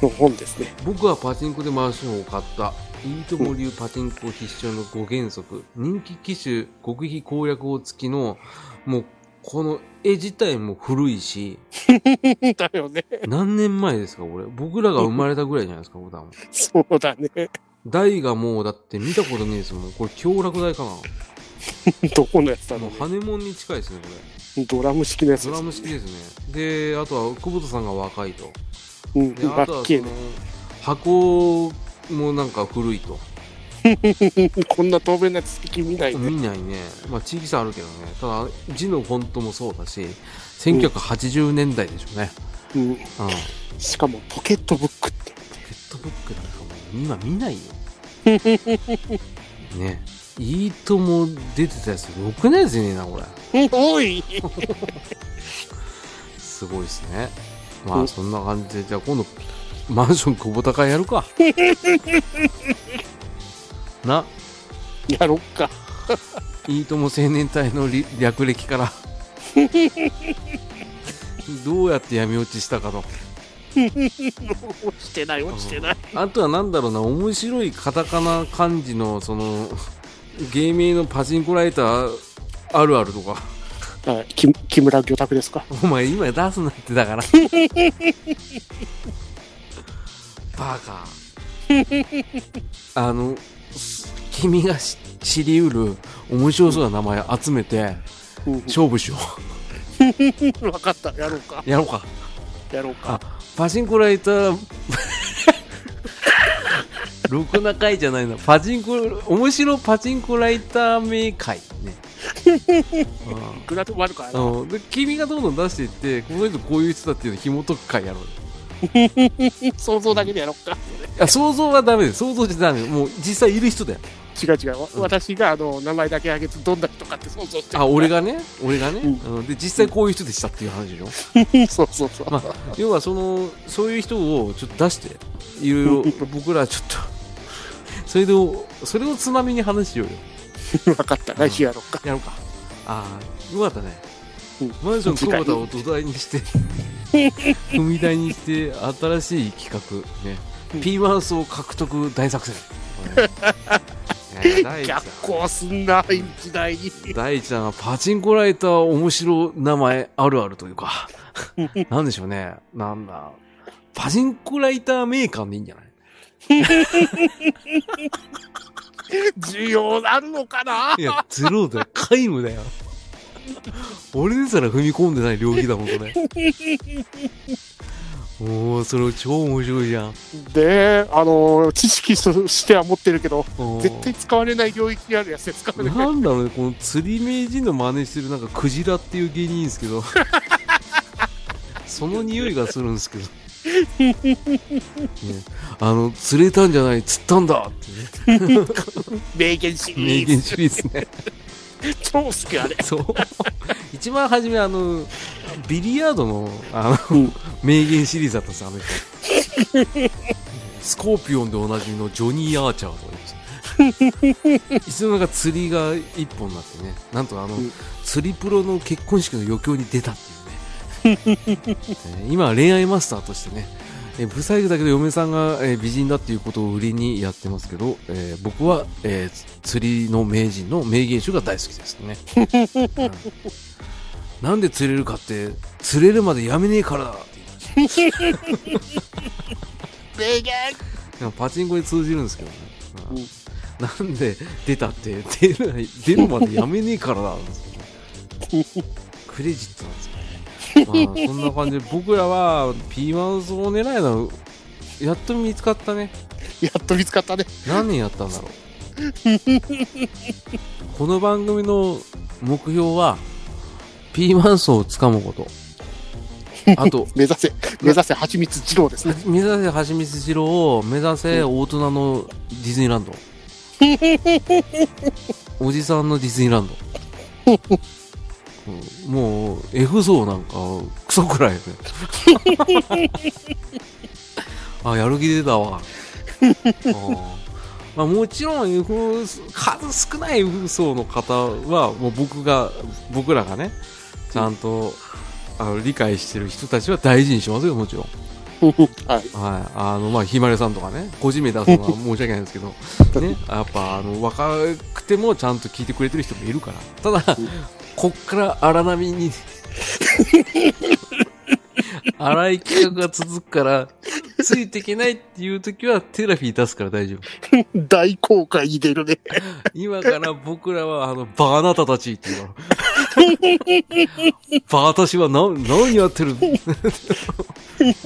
Speaker 2: の本ですね。
Speaker 1: 僕はパチンコでマンションを買ったいいとも流パチンコ必勝の5原則人気機種極秘攻略法付きのもうこの絵自体も古いし
Speaker 2: だよね。
Speaker 1: 何年前ですかこれ僕らが生まれたぐらいじゃないですかこれ多分
Speaker 2: そうだね。
Speaker 1: 台がもうだって見たことねえですもんこれ強楽台かな
Speaker 2: どこのやつだ
Speaker 1: も
Speaker 2: ろ
Speaker 1: う羽根もんに近いですねこ
Speaker 2: う。ドラム式のや
Speaker 1: れ
Speaker 2: つ
Speaker 1: ド
Speaker 2: で
Speaker 1: ラ
Speaker 2: す。
Speaker 1: ム式ですねであとは久保田さんが若いと
Speaker 2: うん、
Speaker 1: で
Speaker 2: バ
Speaker 1: あと
Speaker 2: ッ
Speaker 1: は
Speaker 2: ケ
Speaker 1: そ
Speaker 2: ー
Speaker 1: の箱もなんか古いと
Speaker 2: ね。こんな透明なやつ敵見ないね。
Speaker 1: 見ないねまあ地域差あるけどねただ字のフォントもそうだし1980年代でしょうね
Speaker 2: うん。
Speaker 1: うんポ
Speaker 2: しかもポケットブックって。
Speaker 1: ケットブックなんかもう今見ないよねいいとも出てたやつよくないですねなこれ
Speaker 2: おい
Speaker 1: すごいですね。ま
Speaker 2: う
Speaker 1: あ
Speaker 2: ん
Speaker 1: そんな感じで、じゃあ今度、マンション久保田会やる か。な、
Speaker 2: やろっか。
Speaker 1: いいとも青年隊のり略歴から。どうやって闇落ちしたかと。
Speaker 2: 落ちてない、落ちてない。
Speaker 1: あとはなんだろうな、面白いカタカナ漢字の、その、芸名のパチンコライターあるあるとか。
Speaker 2: あ木木村魚拓ですか。
Speaker 1: お前今出すなってだから バカあのす君がし知りうる面白そうな名前集めて
Speaker 2: うん、
Speaker 1: 勝負しよ
Speaker 2: 分かった、やろうか。
Speaker 1: うやろうか
Speaker 2: やろうか。
Speaker 1: あパチンコライター ろくな会じゃないなパチンコ面白パチンコライター名会ね うん
Speaker 2: いくらでもあるから
Speaker 1: あ
Speaker 2: な。
Speaker 1: ので君がどんどん出していってこの人こういう人だっていうの紐解く会やろうよ
Speaker 2: 想像だけでやろう
Speaker 1: い
Speaker 2: か。
Speaker 1: や想像はダメです想像じゃダメもう実際いる人だよ
Speaker 2: 違う違う。わ私があの名前だけあげてどんな人かって想像してる
Speaker 1: あ俺。がね俺がね、
Speaker 2: う
Speaker 1: うんで実際こういう人でしたっていう話でしょ、
Speaker 2: そうそうそう。
Speaker 1: まあ、要はそのそういう人をちょっと出していろいろ僕らちょっとそれでそれをつまみに話しようよ
Speaker 2: 分かった、来週やろうか。
Speaker 1: やろうかああよかったね、
Speaker 2: うん
Speaker 1: マンション久保田を土台にして 踏み台にして新しい企画ね、
Speaker 2: うん
Speaker 1: ピーマンスを獲得大作 戦、ねいや大ち ゃん
Speaker 2: 逆行すんな、時代に。
Speaker 1: 大ちゃんはパチンコライター面白名前あるあるという か、なんでしょうね。なんだ。パチンコライターメーカーでいいんじゃない
Speaker 2: 需要あるのかない
Speaker 1: や、ゼロだよ。皆無だよ。俺ですら踏み込んでない領域だもん、そ れ。おおそれ超面白いじゃん。
Speaker 2: で、あの、知識としては持ってるけど、
Speaker 1: おー
Speaker 2: 絶対使われない領域にあるやつで使われない。
Speaker 1: なんだろうね、この釣り名人の真似してるなんかクジラっていう芸人いいんですけど。 その匂いがするんですけど。ね、あの、釣れたんじゃない、釣ったんだってね。
Speaker 2: 名言シ
Speaker 1: 名
Speaker 2: リー
Speaker 1: 言
Speaker 2: ズ。
Speaker 1: シリーズね。
Speaker 2: 超好きあれ。
Speaker 1: そう。 一番初め、あの、ビリヤードの、あの、
Speaker 2: うん
Speaker 1: 名言シリーズだったんですよ、あの人。スコーピオンでおなじみのジョニー・アーチャーとか言いました。いつの間にか釣りが一本になってね、なんとあの、
Speaker 2: うん
Speaker 1: 釣りプロの結婚式の余興に出たっていう ね。えー今は恋愛マスターとしてね、えー不細工だけど嫁さんが、えー美人だっていうことを売りにやってますけど、えー僕は、えー釣りの名人の名言集が大好きですね。うんなんで釣れるかって、釣れるまでやめねえからだって言いました。
Speaker 2: 名言
Speaker 1: でもパチンコで通じるんですけどね、うん
Speaker 2: うん
Speaker 1: なんで出たって出る出るまでやめねえからなんですよねクレジット なんですよね、まあ、そんな感じで僕らはピーマンソを狙いなのやっと見つかったね
Speaker 2: やっと見つかったね。
Speaker 1: 何年やったん だろうこの番組の目標はピーマンソをつかむことあと
Speaker 2: 目指せ、目指せ、蜂蜜二郎ですね。
Speaker 1: 目指せはちみつ二郎を目指せ大人のディズニーランドおじさんのディズニーランド。うんもう、F 像なんか、クソくらいよね。あ、やる気出たわ。あまあ、もちろん F 数少ない F 層の方はもう僕が僕らがねちゃんとあの理解してる人たちは大事にしますよもちろん、はい、
Speaker 2: はい。
Speaker 1: あのまあひまりさんとかね個人名出すのは申し訳ないんですけ ど、ね、やっぱあの若くてもちゃんと聞いてくれてる人もいるからただ
Speaker 2: うん
Speaker 1: こっから荒波に荒い企画が続くからついていけないっていう時はテラフィー出すから大丈夫
Speaker 2: 大公開に出るね。
Speaker 1: 今から僕らは、あの、バーナタたちって言う の。バータシはな、何や ってる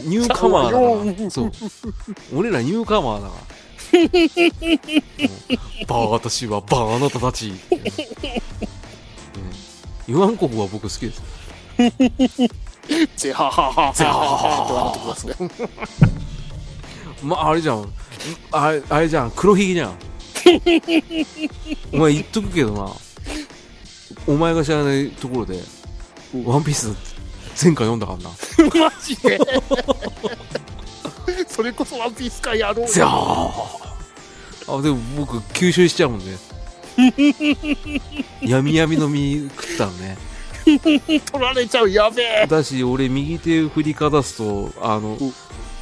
Speaker 1: ニューカマーだから。そう。俺らニューカマーだ から。うんバータシはバーナタたち。うん言わんこぶは僕好きです。
Speaker 2: ぜはははは。
Speaker 1: ぜはははは
Speaker 2: って笑ってきますね。
Speaker 1: まあ、あれじゃん。あれ、あれじゃん。黒ひげじゃん。お 前言っとくけどな。お前が知らないところで、
Speaker 2: うん
Speaker 1: ワンピース前回読んだからな。
Speaker 2: マジで。それこそワンピースかやろうよ。
Speaker 1: ゼロあ、でも僕、吸収しちゃうもんね。 闇闇の実食ったのね。
Speaker 2: 取られちゃう、やべえ。
Speaker 1: だし、俺、右手振りかざすと、あの
Speaker 2: うん、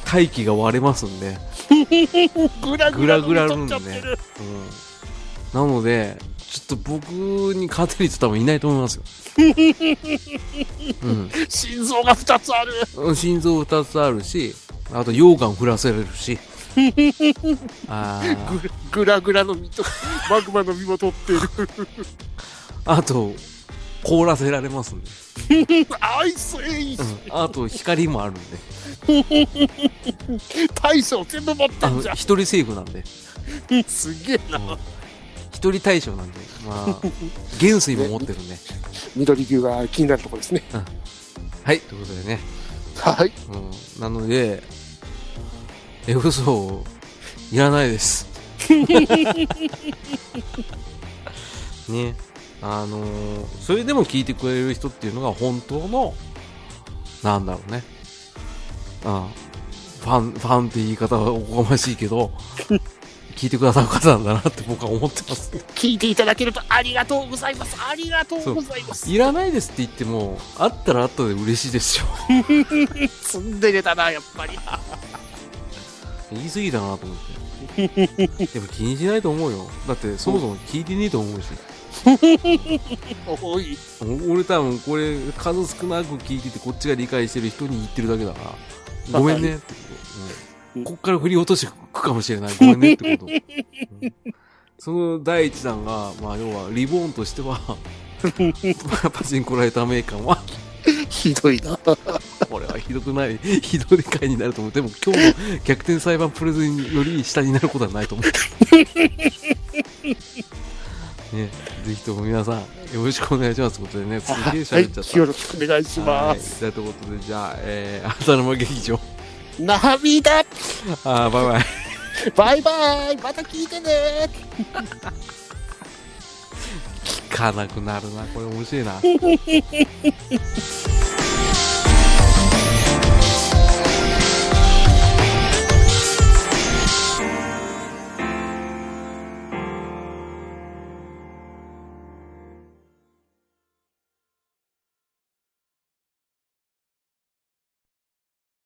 Speaker 1: 大気が割れますんで。
Speaker 2: グラグラの実取っちゃっ
Speaker 1: グラグう
Speaker 2: てる。
Speaker 1: ん。なので、ちょっと僕に勝てる人多分いないと思いますよ。
Speaker 2: 心臓が二つある。
Speaker 1: うん。心臓2つあるし、あと溶岩振らせれる し。あー
Speaker 2: ググラグラの実と、マグマの実も取ってる。
Speaker 1: あと、凍らせられますんで。
Speaker 2: アイスエイ
Speaker 1: うん。あと、光もあるんで。
Speaker 2: 大将全部持っ て
Speaker 1: あ
Speaker 2: ん
Speaker 1: の
Speaker 2: じゃん
Speaker 1: 一人セーフなんで。
Speaker 2: すげえな
Speaker 1: 一人対象なんで、ま あ、元帥も持ってるんで。
Speaker 2: 緑牛が気になるところですね
Speaker 1: はい、ということでね。
Speaker 2: はい
Speaker 1: うん、なので、F 層、いらないです。 ね。あのーそれでも聞いてくれる人っていうのが本当の、なんだろうね。あファン、ファンって言い方はおこがましいけど、 聞いてくださる方なんだなって僕は思ってます。
Speaker 2: 聞いていただけるとありがとうございますありがとうございます
Speaker 1: いらないですって言っても、あったらあったで嬉しいですよ。
Speaker 2: ツンデレだなやっ ぱり
Speaker 1: 言い過ぎだなと思って。でも気にしないと思うよ。だってそもそも聞いてねえと思うし。
Speaker 2: おい
Speaker 1: 俺多分これ数少なく聞いててこっちが理解してる人に言ってるだけだから。ごめんねってこと。うん、こっから振り落としてくかもしれない。ごめんねってこと。うんその第一弾が、まあ要はリボーンとしては、パチンコライターメーカーは、
Speaker 2: ひどいな
Speaker 1: これはひどくない、ひどい回になると思う。でも今日の逆転裁判プレゼンより下になることはないと思う。ね、ぜひとも皆さん、よろしくお願いします。ということでね、す
Speaker 2: はい
Speaker 1: げえ
Speaker 2: よ
Speaker 1: 喋っちゃった。
Speaker 2: ろしくお願いしま
Speaker 1: はい、
Speaker 2: す
Speaker 1: ということで、じゃあ、えー、あたの間劇場。
Speaker 2: 涙
Speaker 1: あーバイバイ。
Speaker 2: バイバイまた聞いてね
Speaker 1: 聞かなくなるな。これ面白いな。